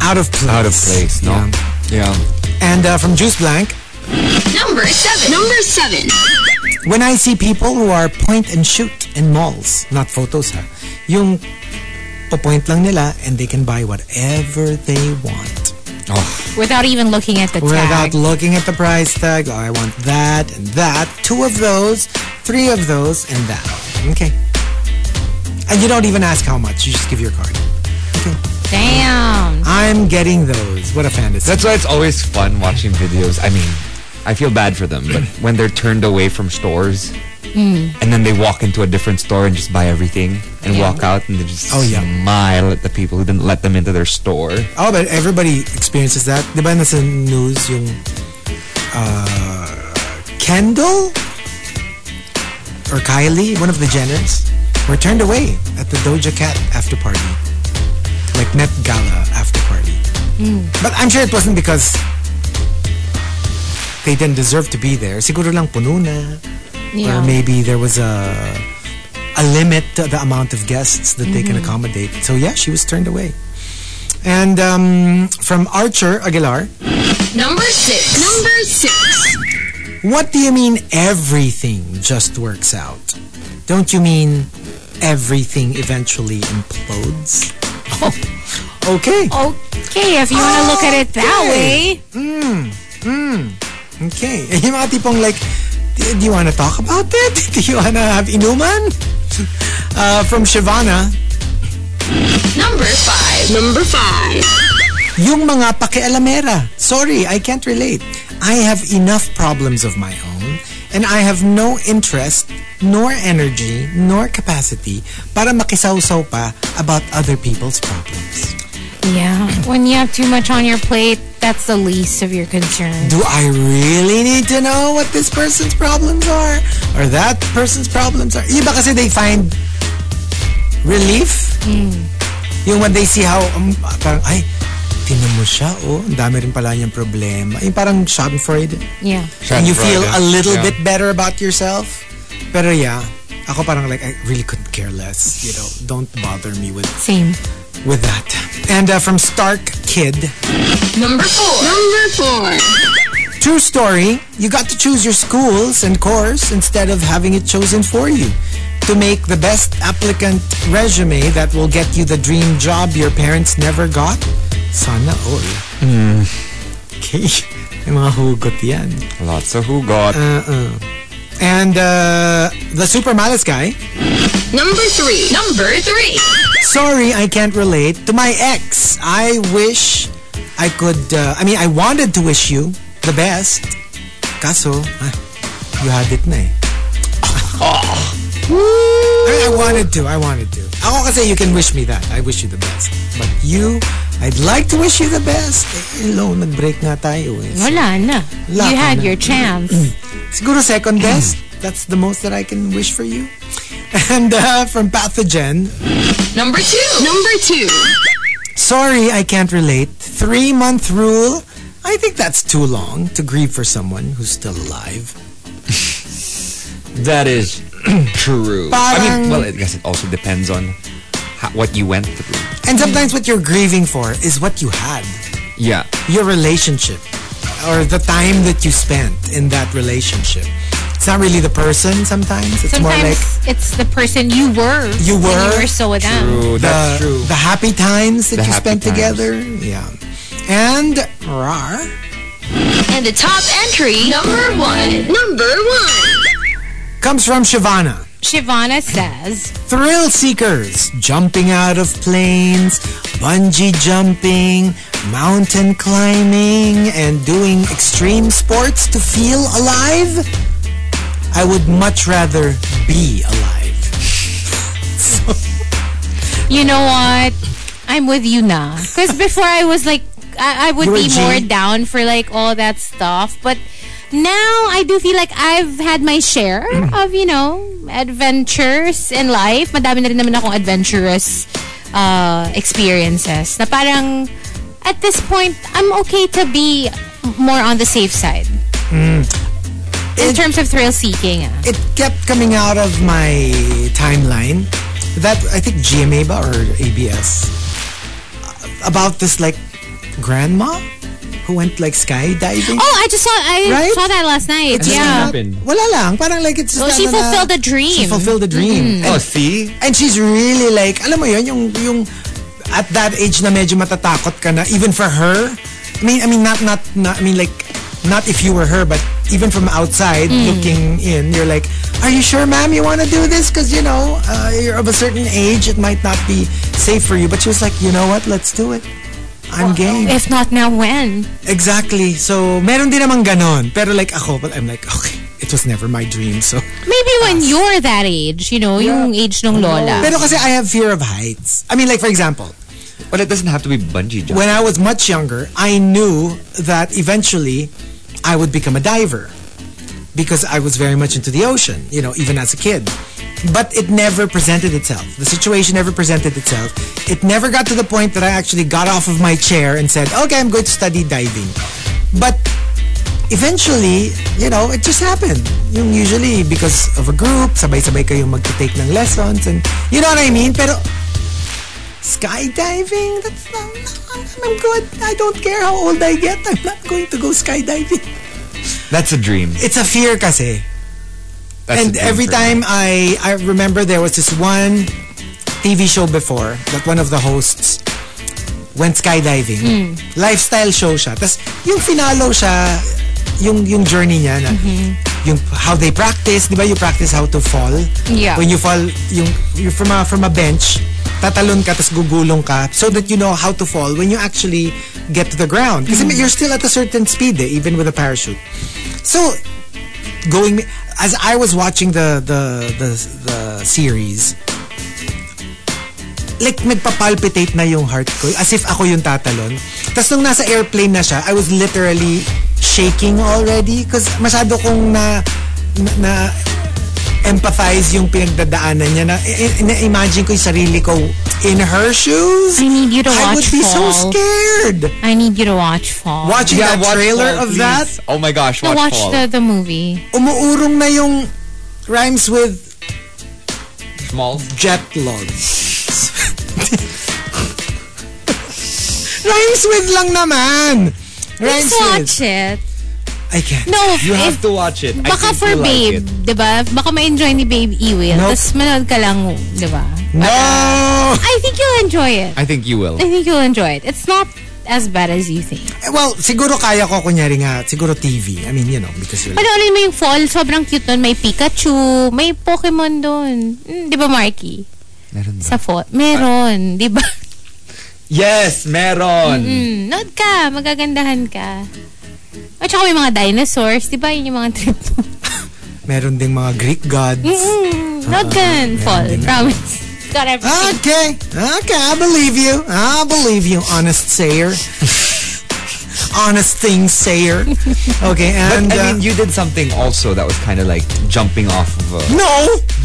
[SPEAKER 4] out of place.
[SPEAKER 6] Out of place, no?
[SPEAKER 4] Yeah.
[SPEAKER 6] Yeah.
[SPEAKER 4] And uh, from Juice Blank,
[SPEAKER 2] Number 7. Number 7.
[SPEAKER 4] when I see people who are point and shoot in malls, not photos ha, yung po-point lang nila and they can buy whatever they want.
[SPEAKER 5] Without even looking at the
[SPEAKER 4] Without
[SPEAKER 5] tag.
[SPEAKER 4] looking at the price tag, oh, I want that and that, two of those, three of those, and that. Okay. And you don't even ask how much, you just give your card.
[SPEAKER 5] Damn.
[SPEAKER 4] I'm getting those. What a fantasy.
[SPEAKER 6] That's why it's always fun watching videos. I mean, I feel bad for them, but when they're turned away from stores and then they walk into a different store and just buy everything and walk out and they just
[SPEAKER 4] Oh, yeah.
[SPEAKER 6] smile at the people who didn't let them into their store.
[SPEAKER 4] Oh, but everybody experiences that. Di ba nasa news yung uh, Kendall or Kylie, one of the Jenners, were turned away at the Doja Cat after party. Like Met Gala after party. But I'm sure it wasn't because they didn't deserve to be there. Siguro lang puno na. Or
[SPEAKER 5] Yeah.
[SPEAKER 4] maybe there was a a limit to the amount of guests that they can accommodate. So yeah, she was turned away. And um, from Archer Aguilar,
[SPEAKER 2] Number 6. Number 6.
[SPEAKER 4] what do you mean everything just works out? Don't you mean everything eventually implodes?
[SPEAKER 2] Oh.
[SPEAKER 4] okay,
[SPEAKER 5] Okay, if you want to look at it
[SPEAKER 4] Oh,
[SPEAKER 5] that way.
[SPEAKER 4] okay. Eh, Yung mga tipong like, do you want to talk about it? Do you want to have inuman? Uh, from Shivana,
[SPEAKER 2] Number 5. Number 5.
[SPEAKER 4] Yung mga pakialamera. Sorry, I can't relate. I have enough problems of my own and I have no interest, nor energy, nor capacity para makisawsaw pa about other people's problems.
[SPEAKER 5] Yeah. When you have too much on your plate, that's the least of your concern.
[SPEAKER 4] Do I really need to know what this person's problems are? Or that
[SPEAKER 6] Hmm.
[SPEAKER 4] person's problems are? Iba kasi they find relief Yung when they see how, um, parang, ay, tinan mo siya, oh, ang dami rin pala niyang problema. Yung parang schadenfreude.
[SPEAKER 5] Yeah.
[SPEAKER 4] And you feel a little
[SPEAKER 6] Yeah.
[SPEAKER 4] bit better about yourself. Pero yeah, ako parang like, I really couldn't care less. You know, don't bother me with
[SPEAKER 5] Same.
[SPEAKER 4] with that. And uh, from Stark Kid,
[SPEAKER 2] Number four. Number four.
[SPEAKER 4] True story, you got to choose your schools and course instead of having it chosen for you to make the best applicant resume that will get you the dream job your parents never got. Sana all. Okay. Yung mga hugot yan.
[SPEAKER 6] Lots of who got.
[SPEAKER 4] Uh, And uh, the Super Malice guy,
[SPEAKER 2] Number three. Number three.
[SPEAKER 4] Sorry, I can't relate to my ex. I wish I could. Uh, I mean, I wanted to wish you the best. Kaso, ah, you had it na eh. I, mean, I wanted to. I wanted to. Ako kasi you can wish me that. I wish you the best. But you, I'd like to wish you the best. Eh, hello, nag-break nga tayo eh.
[SPEAKER 5] Wala na.
[SPEAKER 4] Wala ka
[SPEAKER 5] you had
[SPEAKER 4] na. Mm,
[SPEAKER 5] your chance.
[SPEAKER 4] Siguro second best. That's the most that I can wish for you. And uh, from Pathogen,
[SPEAKER 2] Number two. Number two.
[SPEAKER 4] Sorry, I can't relate. Three month rule. I think that's too long to grieve for someone who's still alive.
[SPEAKER 6] That is true. I
[SPEAKER 4] Parang-
[SPEAKER 6] mean, well, I guess it also depends on how, what you went through.
[SPEAKER 4] And sometimes what you're grieving for is what you had,
[SPEAKER 6] Yeah.
[SPEAKER 4] your relationship, or the time that you spent in that relationship. It's not really the person sometimes. It's more like
[SPEAKER 5] Sometimes it's the person you were.
[SPEAKER 4] You
[SPEAKER 5] When
[SPEAKER 4] were.
[SPEAKER 5] you were so with them.
[SPEAKER 6] True.
[SPEAKER 4] the,
[SPEAKER 6] That's true.
[SPEAKER 4] Uh, the happy times that
[SPEAKER 6] The
[SPEAKER 4] you
[SPEAKER 6] happy
[SPEAKER 4] spent
[SPEAKER 6] times.
[SPEAKER 4] together. Yeah. And rar.
[SPEAKER 2] And the top entry. Number one. Number one.
[SPEAKER 4] comes from Shivana.
[SPEAKER 5] Shivana says,
[SPEAKER 4] thrill seekers, jumping out of planes, bungee jumping, mountain climbing, and doing extreme sports to feel alive? I would much rather be alive.
[SPEAKER 5] you know what? I'm with you now. Because before I was like, I, I would
[SPEAKER 4] You were
[SPEAKER 5] be
[SPEAKER 4] G.
[SPEAKER 5] more down for like all that stuff. But now I do feel like I've had my share
[SPEAKER 4] Mm.
[SPEAKER 5] of, you know, adventures in life. Madami na rin naman akong adventurous uh, experiences. Na parang, at this point, I'm okay to be more on the safe side. In
[SPEAKER 4] It-
[SPEAKER 5] terms of thrill seeking. ah.
[SPEAKER 4] It kept coming out of my timeline. That I think GMA ba or ABS uh, about this like grandma who went like skydiving.
[SPEAKER 5] Oh, I just saw I
[SPEAKER 4] Right?
[SPEAKER 5] saw that last night. yeah.
[SPEAKER 6] happened.
[SPEAKER 4] Wala lang, parang like it's just
[SPEAKER 5] Well,
[SPEAKER 4] not
[SPEAKER 5] she
[SPEAKER 4] na-
[SPEAKER 5] fulfilled a dream. Mm-hmm.
[SPEAKER 4] She fulfilled a dream. And
[SPEAKER 6] Oh, see?
[SPEAKER 4] And she's really like, alam mo yun, yung, yung at that age na medyo matatakot ka na, even for her, I mean, I mean, not, not, not I mean, like, not if you were her, but even from outside looking in, you're like, are you sure, ma'am, you want to do this? Because, you know, uh, you're of a certain age, it might not be safe for you. But she was like, you know what, let's do it. I'm game.
[SPEAKER 5] If not now, when?
[SPEAKER 4] Exactly. So, meron din namang ganon. Pero like ako, but I'm like, okay, it was never my dream, so.
[SPEAKER 5] Maybe when you're that age, you know, yung age ng lola.
[SPEAKER 4] Pero kasi I have fear of heights. I mean, like, for example,
[SPEAKER 6] Well, it doesn't have to be bungee jump.
[SPEAKER 4] when I was much younger, I knew that eventually I would become a diver because I was very much into the ocean, you know, even as a kid. But it never presented itself. The situation never presented itself. It never got to the point that I actually got off of my chair and said, okay, I'm going to study diving. But eventually, you know, it just happened. Yung usually because of a group, sabay-sabay kayong magte-take ng lessons and you know what I mean? Pero skydiving? That's not, I'm good. I don't care how old I get. I'm not going to go skydiving.
[SPEAKER 6] That's a dream.
[SPEAKER 4] It's a fear kasi.
[SPEAKER 6] That's a
[SPEAKER 4] and
[SPEAKER 6] dream
[SPEAKER 4] every
[SPEAKER 6] for
[SPEAKER 4] time
[SPEAKER 6] me.
[SPEAKER 4] I I remember there was this one TV show before that one of the hosts went skydiving. Hmm. Lifestyle show siya. Tapos yung finalo siya, yung, yung journey niya na, yung how they practice, di ba? You practice how to fall.
[SPEAKER 5] Yeah.
[SPEAKER 4] When you fall, yung, you're from a, from a bench, tatalon ka, tapos gugulong ka, so that you know how to fall when you actually get to the ground. Kasi you're still at a certain speed eh, even with a parachute. So, going as I was watching the the the, the series like nagpapalpitate na yung heart ko as if ako yung tatalon tapos nung nasa airplane na siya I was literally shaking already because masyado kong na na, na empathize yung pinagdadaanan niya. Na, i- i- na-imagine ko yung sarili ko in her shoes.
[SPEAKER 5] I need you to
[SPEAKER 4] I would
[SPEAKER 5] watch
[SPEAKER 4] be so
[SPEAKER 5] Fall.
[SPEAKER 4] scared.
[SPEAKER 5] I need you to watch Fall.
[SPEAKER 4] Watching
[SPEAKER 6] Yeah,
[SPEAKER 4] the
[SPEAKER 6] watch
[SPEAKER 4] trailer
[SPEAKER 6] Fall,
[SPEAKER 4] of
[SPEAKER 6] please.
[SPEAKER 4] that,
[SPEAKER 6] Oh my gosh,
[SPEAKER 5] No,
[SPEAKER 6] watch,
[SPEAKER 5] watch
[SPEAKER 6] Fall.
[SPEAKER 5] the, the movie.
[SPEAKER 4] umuurong na yung rhymes with
[SPEAKER 6] Small.
[SPEAKER 4] jet logs. rhymes with lang naman. Rhymes
[SPEAKER 5] Let's
[SPEAKER 4] with.
[SPEAKER 5] watch it.
[SPEAKER 4] I can't.
[SPEAKER 5] No,
[SPEAKER 6] You have
[SPEAKER 5] if,
[SPEAKER 6] to watch it. I
[SPEAKER 5] baka
[SPEAKER 6] think
[SPEAKER 5] for
[SPEAKER 6] you'll
[SPEAKER 5] babe,
[SPEAKER 6] Like it.
[SPEAKER 5] 'di ba? Baka ma-enjoy ni babe Ewell.
[SPEAKER 4] Nope.
[SPEAKER 5] Tapos manood ka lang, 'di ba?
[SPEAKER 4] No!
[SPEAKER 5] I think you'll enjoy it.
[SPEAKER 6] I think you will.
[SPEAKER 5] I think you'll enjoy it. It's not as bad as you think.
[SPEAKER 4] Eh, Well, siguro kaya ko, kunyari nga, siguro TV. I mean, you know, because you're
[SPEAKER 5] Panoorin mo yung fall, sobrang cute nun. May Pikachu, may Pokemon doon. Mm, 'Di ba, Marky?
[SPEAKER 6] Meron ba?
[SPEAKER 5] Sa fall. Meron, diba? 'di ba?
[SPEAKER 6] Yes, meron.
[SPEAKER 5] Mm, nood ka, magagandahan ka. At saka may mga dinosaurs, 'di ba? Yun yung mga trip mo.
[SPEAKER 4] meron ding mga Greek gods. Hmm.
[SPEAKER 5] Mm, nood ka nun,
[SPEAKER 4] Ah,
[SPEAKER 5] fall. Promise. Got everything.
[SPEAKER 4] Okay. Okay, I believe you. I believe you, honest sayer. honest thing sayer. Okay, and...
[SPEAKER 6] I
[SPEAKER 4] uh,
[SPEAKER 6] mean, you did something also that was kind of like jumping off of a.
[SPEAKER 4] no!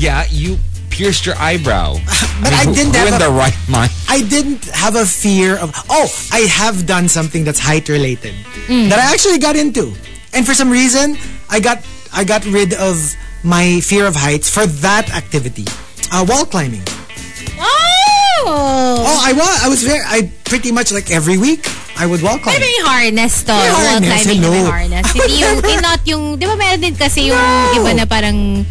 [SPEAKER 6] Yeah, you pierced your eyebrow.
[SPEAKER 4] But I
[SPEAKER 6] mean, who-
[SPEAKER 4] didn't
[SPEAKER 6] Who
[SPEAKER 4] have
[SPEAKER 6] in
[SPEAKER 4] a-
[SPEAKER 6] the right mind?
[SPEAKER 4] I didn't have a fear of. Oh, I have done something that's height related that I actually got into, and for some reason, I got I got rid of my fear of heights for that activity, uh, wall climbing.
[SPEAKER 5] Oh!
[SPEAKER 4] Oh, I was I was very I pretty much like every week I would wall climb.
[SPEAKER 5] Ano ba yung harness to?
[SPEAKER 4] May
[SPEAKER 5] Wall
[SPEAKER 4] harness,
[SPEAKER 5] climbing na may
[SPEAKER 4] hello.
[SPEAKER 5] harness. Hindi yung, eh, not yung, di ba meron din kasi yung iba na parang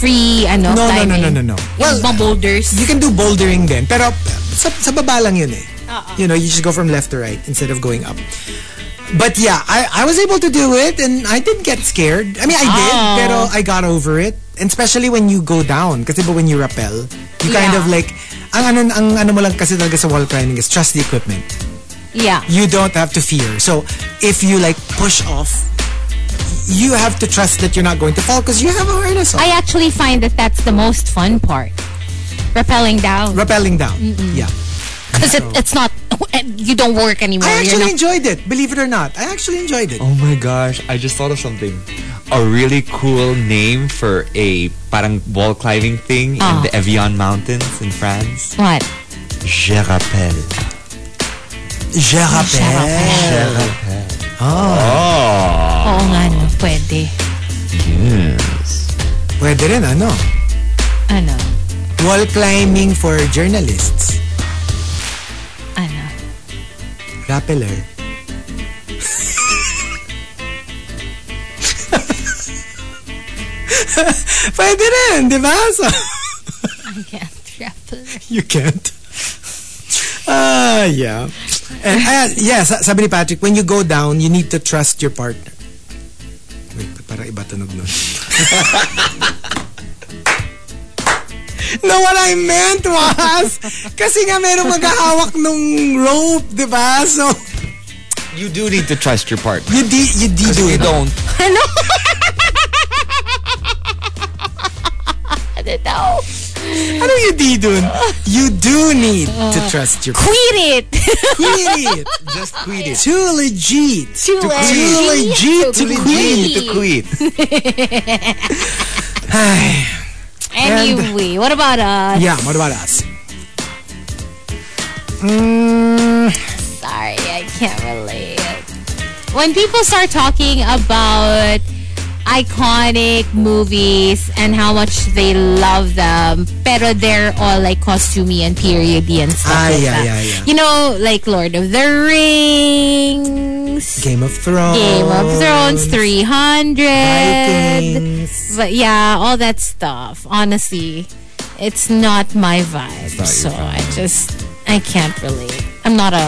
[SPEAKER 5] free, ano,
[SPEAKER 4] No, no, no,
[SPEAKER 5] climbing.
[SPEAKER 4] no, no, no. Well,
[SPEAKER 5] yung mga boulders.
[SPEAKER 4] You can do bouldering then, pero sa, sa baba lang yun eh.
[SPEAKER 5] Oo.
[SPEAKER 4] You know, you just go from left to right instead of going up. But yeah, I, I was able to do it and I didn't get scared. I mean, I did,
[SPEAKER 5] Oh.
[SPEAKER 4] pero I got over it. And especially when you go down, kasi ba when you rappel, you kind
[SPEAKER 5] Yeah.
[SPEAKER 4] of like, ang ano, ang ano mo lang kasi talaga sa wall climbing is trust the equipment.
[SPEAKER 5] yeah.
[SPEAKER 4] You don't have to fear. So if you like push off, you have to trust that you're not going to fall because you have a harness on.
[SPEAKER 5] I actually find that that's the most fun part. Rappelling down.
[SPEAKER 4] Rappelling down. Yeah.
[SPEAKER 5] Because it, it's not, you don't work anymore.
[SPEAKER 4] I
[SPEAKER 5] You're
[SPEAKER 4] actually
[SPEAKER 5] not,
[SPEAKER 4] enjoyed it. Believe it or not, I actually enjoyed it.
[SPEAKER 6] Oh my gosh, I just thought of something. A really cool name for a parang wall climbing thing in
[SPEAKER 5] Ah.
[SPEAKER 6] the Evian Mountains in France.
[SPEAKER 5] what?
[SPEAKER 6] Je rappelle.
[SPEAKER 4] Je rappelle.
[SPEAKER 5] Sharapel.
[SPEAKER 6] Oh.
[SPEAKER 5] Oo nga, no, pwede.
[SPEAKER 6] Yes.
[SPEAKER 4] Pwede rin, ano?
[SPEAKER 5] Ano,
[SPEAKER 4] Wall climbing for journalists.
[SPEAKER 5] ano.
[SPEAKER 4] Rappeler. Pwede rin, di ba? So,
[SPEAKER 5] I can't rappel.
[SPEAKER 4] you can't. Ah, yeah. And, and yeah, sa- sabi ni Patrick, when you go down, you need to trust your partner. Wait, para iba tunog nun. no, what I meant was, kasi nga merong maghahawak nung rope, di ba? So,
[SPEAKER 6] You do need to trust your partner.
[SPEAKER 4] you di, you di do
[SPEAKER 6] You
[SPEAKER 4] it.
[SPEAKER 6] don't.
[SPEAKER 5] Ano? ano daw?
[SPEAKER 4] Ano you di dun? You do need to trust your
[SPEAKER 5] Quit it!
[SPEAKER 4] quit it.
[SPEAKER 6] Just quit it.
[SPEAKER 4] Too legit.
[SPEAKER 5] Too
[SPEAKER 4] Too legit to quit.
[SPEAKER 6] To quit.
[SPEAKER 5] Anyway, what about us?
[SPEAKER 4] Yeah, what about us?
[SPEAKER 5] Sorry, I can't relate. When people start talking about iconic movies and how much they love them, pero they're all like costumey and periody and stuff
[SPEAKER 4] Ah,
[SPEAKER 5] like
[SPEAKER 4] yeah,
[SPEAKER 5] that.
[SPEAKER 4] yeah, yeah.
[SPEAKER 5] You know, like Lord of the Rings,
[SPEAKER 4] Game of Thrones.
[SPEAKER 5] Game
[SPEAKER 6] Oh.
[SPEAKER 5] of Thrones, 300.
[SPEAKER 4] Vikings.
[SPEAKER 5] But yeah, all that stuff. Honestly, it's not my vibe.
[SPEAKER 6] not your
[SPEAKER 5] so
[SPEAKER 6] vibe.
[SPEAKER 5] I just I can't relate. I'm not a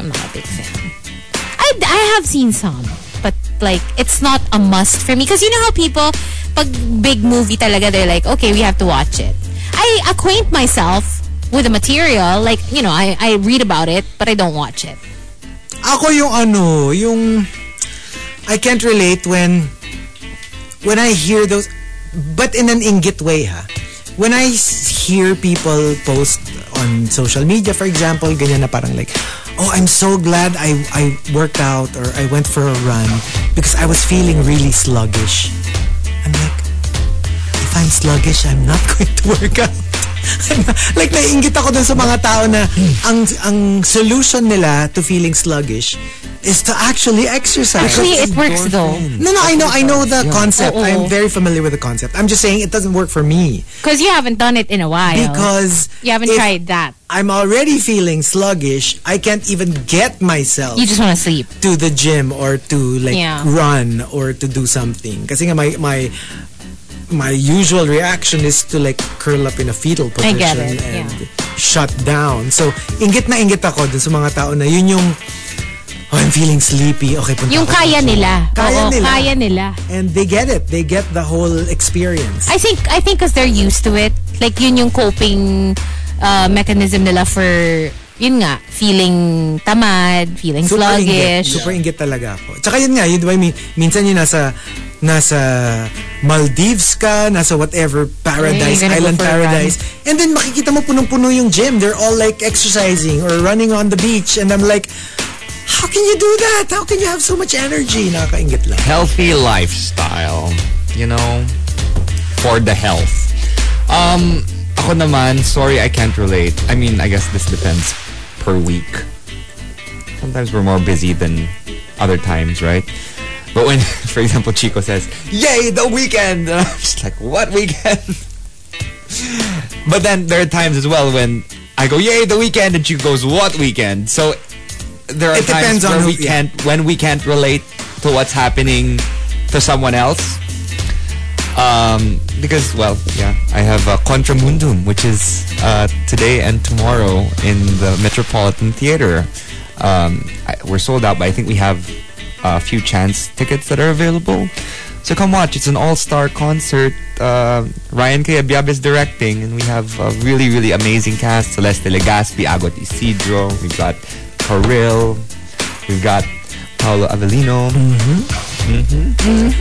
[SPEAKER 5] I'm not a big fan. I I have seen some, but like it's not a must for me because you know how people pag big movie talaga they're like, "Okay, we have to watch it." I acquaint myself with the material, like, you know, I I read about it, but I don't watch it.
[SPEAKER 4] Ako yung ano, yung I can't relate when when I hear those but in an inggit way ha. When I s- hear people post on social media for example, ganyan na parang like Oh, I'm so glad I I worked out or I went for a run because I was feeling really sluggish. I'm like, if I'm sluggish, I'm not going to work out. like, naiingit ako dun sa mga tao na ang ang solution nila to feeling sluggish is to actually exercise.
[SPEAKER 5] Actually, it works though.
[SPEAKER 4] no, no, I know, I know the concept.
[SPEAKER 5] Oo.
[SPEAKER 4] I'm very familiar with the concept. I'm just saying it doesn't work for me
[SPEAKER 5] Because you haven't done it in a while.
[SPEAKER 4] because
[SPEAKER 5] you haven't
[SPEAKER 4] if
[SPEAKER 5] tried that.
[SPEAKER 4] I'm already feeling sluggish. I can't even get myself
[SPEAKER 5] You just want to sleep.
[SPEAKER 4] to the gym or to like
[SPEAKER 5] Yeah.
[SPEAKER 4] run or to do something. Kasi nga my my my usual reaction is to like curl up in a fetal
[SPEAKER 5] I
[SPEAKER 4] position
[SPEAKER 5] get it,
[SPEAKER 4] and shut down. So ingit na ingit ako dun sa mga tao na yun yung oh, I'm feeling sleepy. Okay, punta
[SPEAKER 5] Yung
[SPEAKER 4] ako sa
[SPEAKER 5] kaya
[SPEAKER 4] gym."
[SPEAKER 5] nila.
[SPEAKER 4] Kaya
[SPEAKER 5] Oo,
[SPEAKER 4] nila.
[SPEAKER 5] Kaya nila.
[SPEAKER 4] And they get it. They get the whole experience.
[SPEAKER 5] I think I think because they're used to it. Like yun yung coping uh, mechanism nila for yun nga feeling tamad, feeling
[SPEAKER 4] inggit.
[SPEAKER 5] sluggish.
[SPEAKER 4] Super inggit talaga ako. Tsaka yun nga, yun, di ba, min- minsan yun nasa, nasa Maldives ka, nasa whatever paradise,
[SPEAKER 5] Ay, ganun
[SPEAKER 4] island
[SPEAKER 5] po for a
[SPEAKER 4] paradise. And then makikita mo punong-puno yung gym. They're all like exercising or running on the beach. And I'm like, how can you do that? How can you have so much energy? Nakakaingit lang.
[SPEAKER 6] healthy lifestyle, you know, for the health. Um, ako naman, sorry I can't relate. I mean, I guess this depends per week. Sometimes we're more busy than other times, right? But when, for example, Chico says, "Yay, the weekend!" and I'm just like, "What weekend?" but then there are times as well when I go, "Yay, the weekend!" and Chico goes, "What weekend?" So there are
[SPEAKER 4] It
[SPEAKER 6] times
[SPEAKER 4] depends on
[SPEAKER 6] where
[SPEAKER 4] who-
[SPEAKER 6] we
[SPEAKER 4] yeah.
[SPEAKER 6] can't when we can't relate to what's happening to someone else. Um, because well, yeah, I have uh, Contra Mundum, which is uh, today and tomorrow in the Metropolitan Theater. Um, I, we're sold out, but I think we have a few chance tickets that are available. So come watch. It's an all-star concert. Uh, Ryan Cayabyab is directing, and we have a really, really amazing cast. Celeste Legaspi, Agot Isidro. We've got Kirill. We've got Paolo Avellino.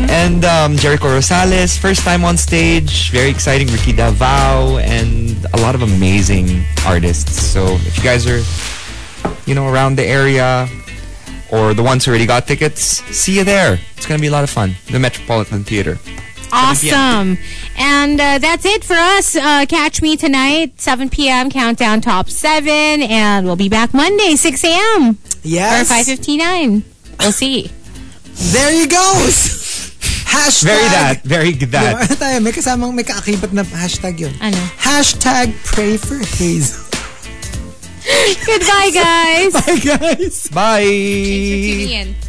[SPEAKER 6] And um, Jericho Rosales, first time on stage, very exciting. Ricky Davao, and a lot of amazing artists. So if you guys are, you know, around the area, or the ones who already got tickets, see you there. It's gonna be a lot of fun. The Metropolitan Theater.
[SPEAKER 5] Awesome. And uh, that's it for us. Uh, catch me tonight, 7 p.m. Countdown Top 7. And we'll be back Monday, 6 a.m. Or
[SPEAKER 4] Yes.
[SPEAKER 5] 5.59. We'll see.
[SPEAKER 4] There you goes. Hashtag.
[SPEAKER 6] Very that, very that.
[SPEAKER 4] Ano tayo? May kasamang, may kaakibat na hashtag yun.
[SPEAKER 5] Ano?
[SPEAKER 4] Hashtag pray for Hazel.
[SPEAKER 5] Goodbye, guys.
[SPEAKER 4] Hi guys.
[SPEAKER 6] Bye.
[SPEAKER 5] Tune in.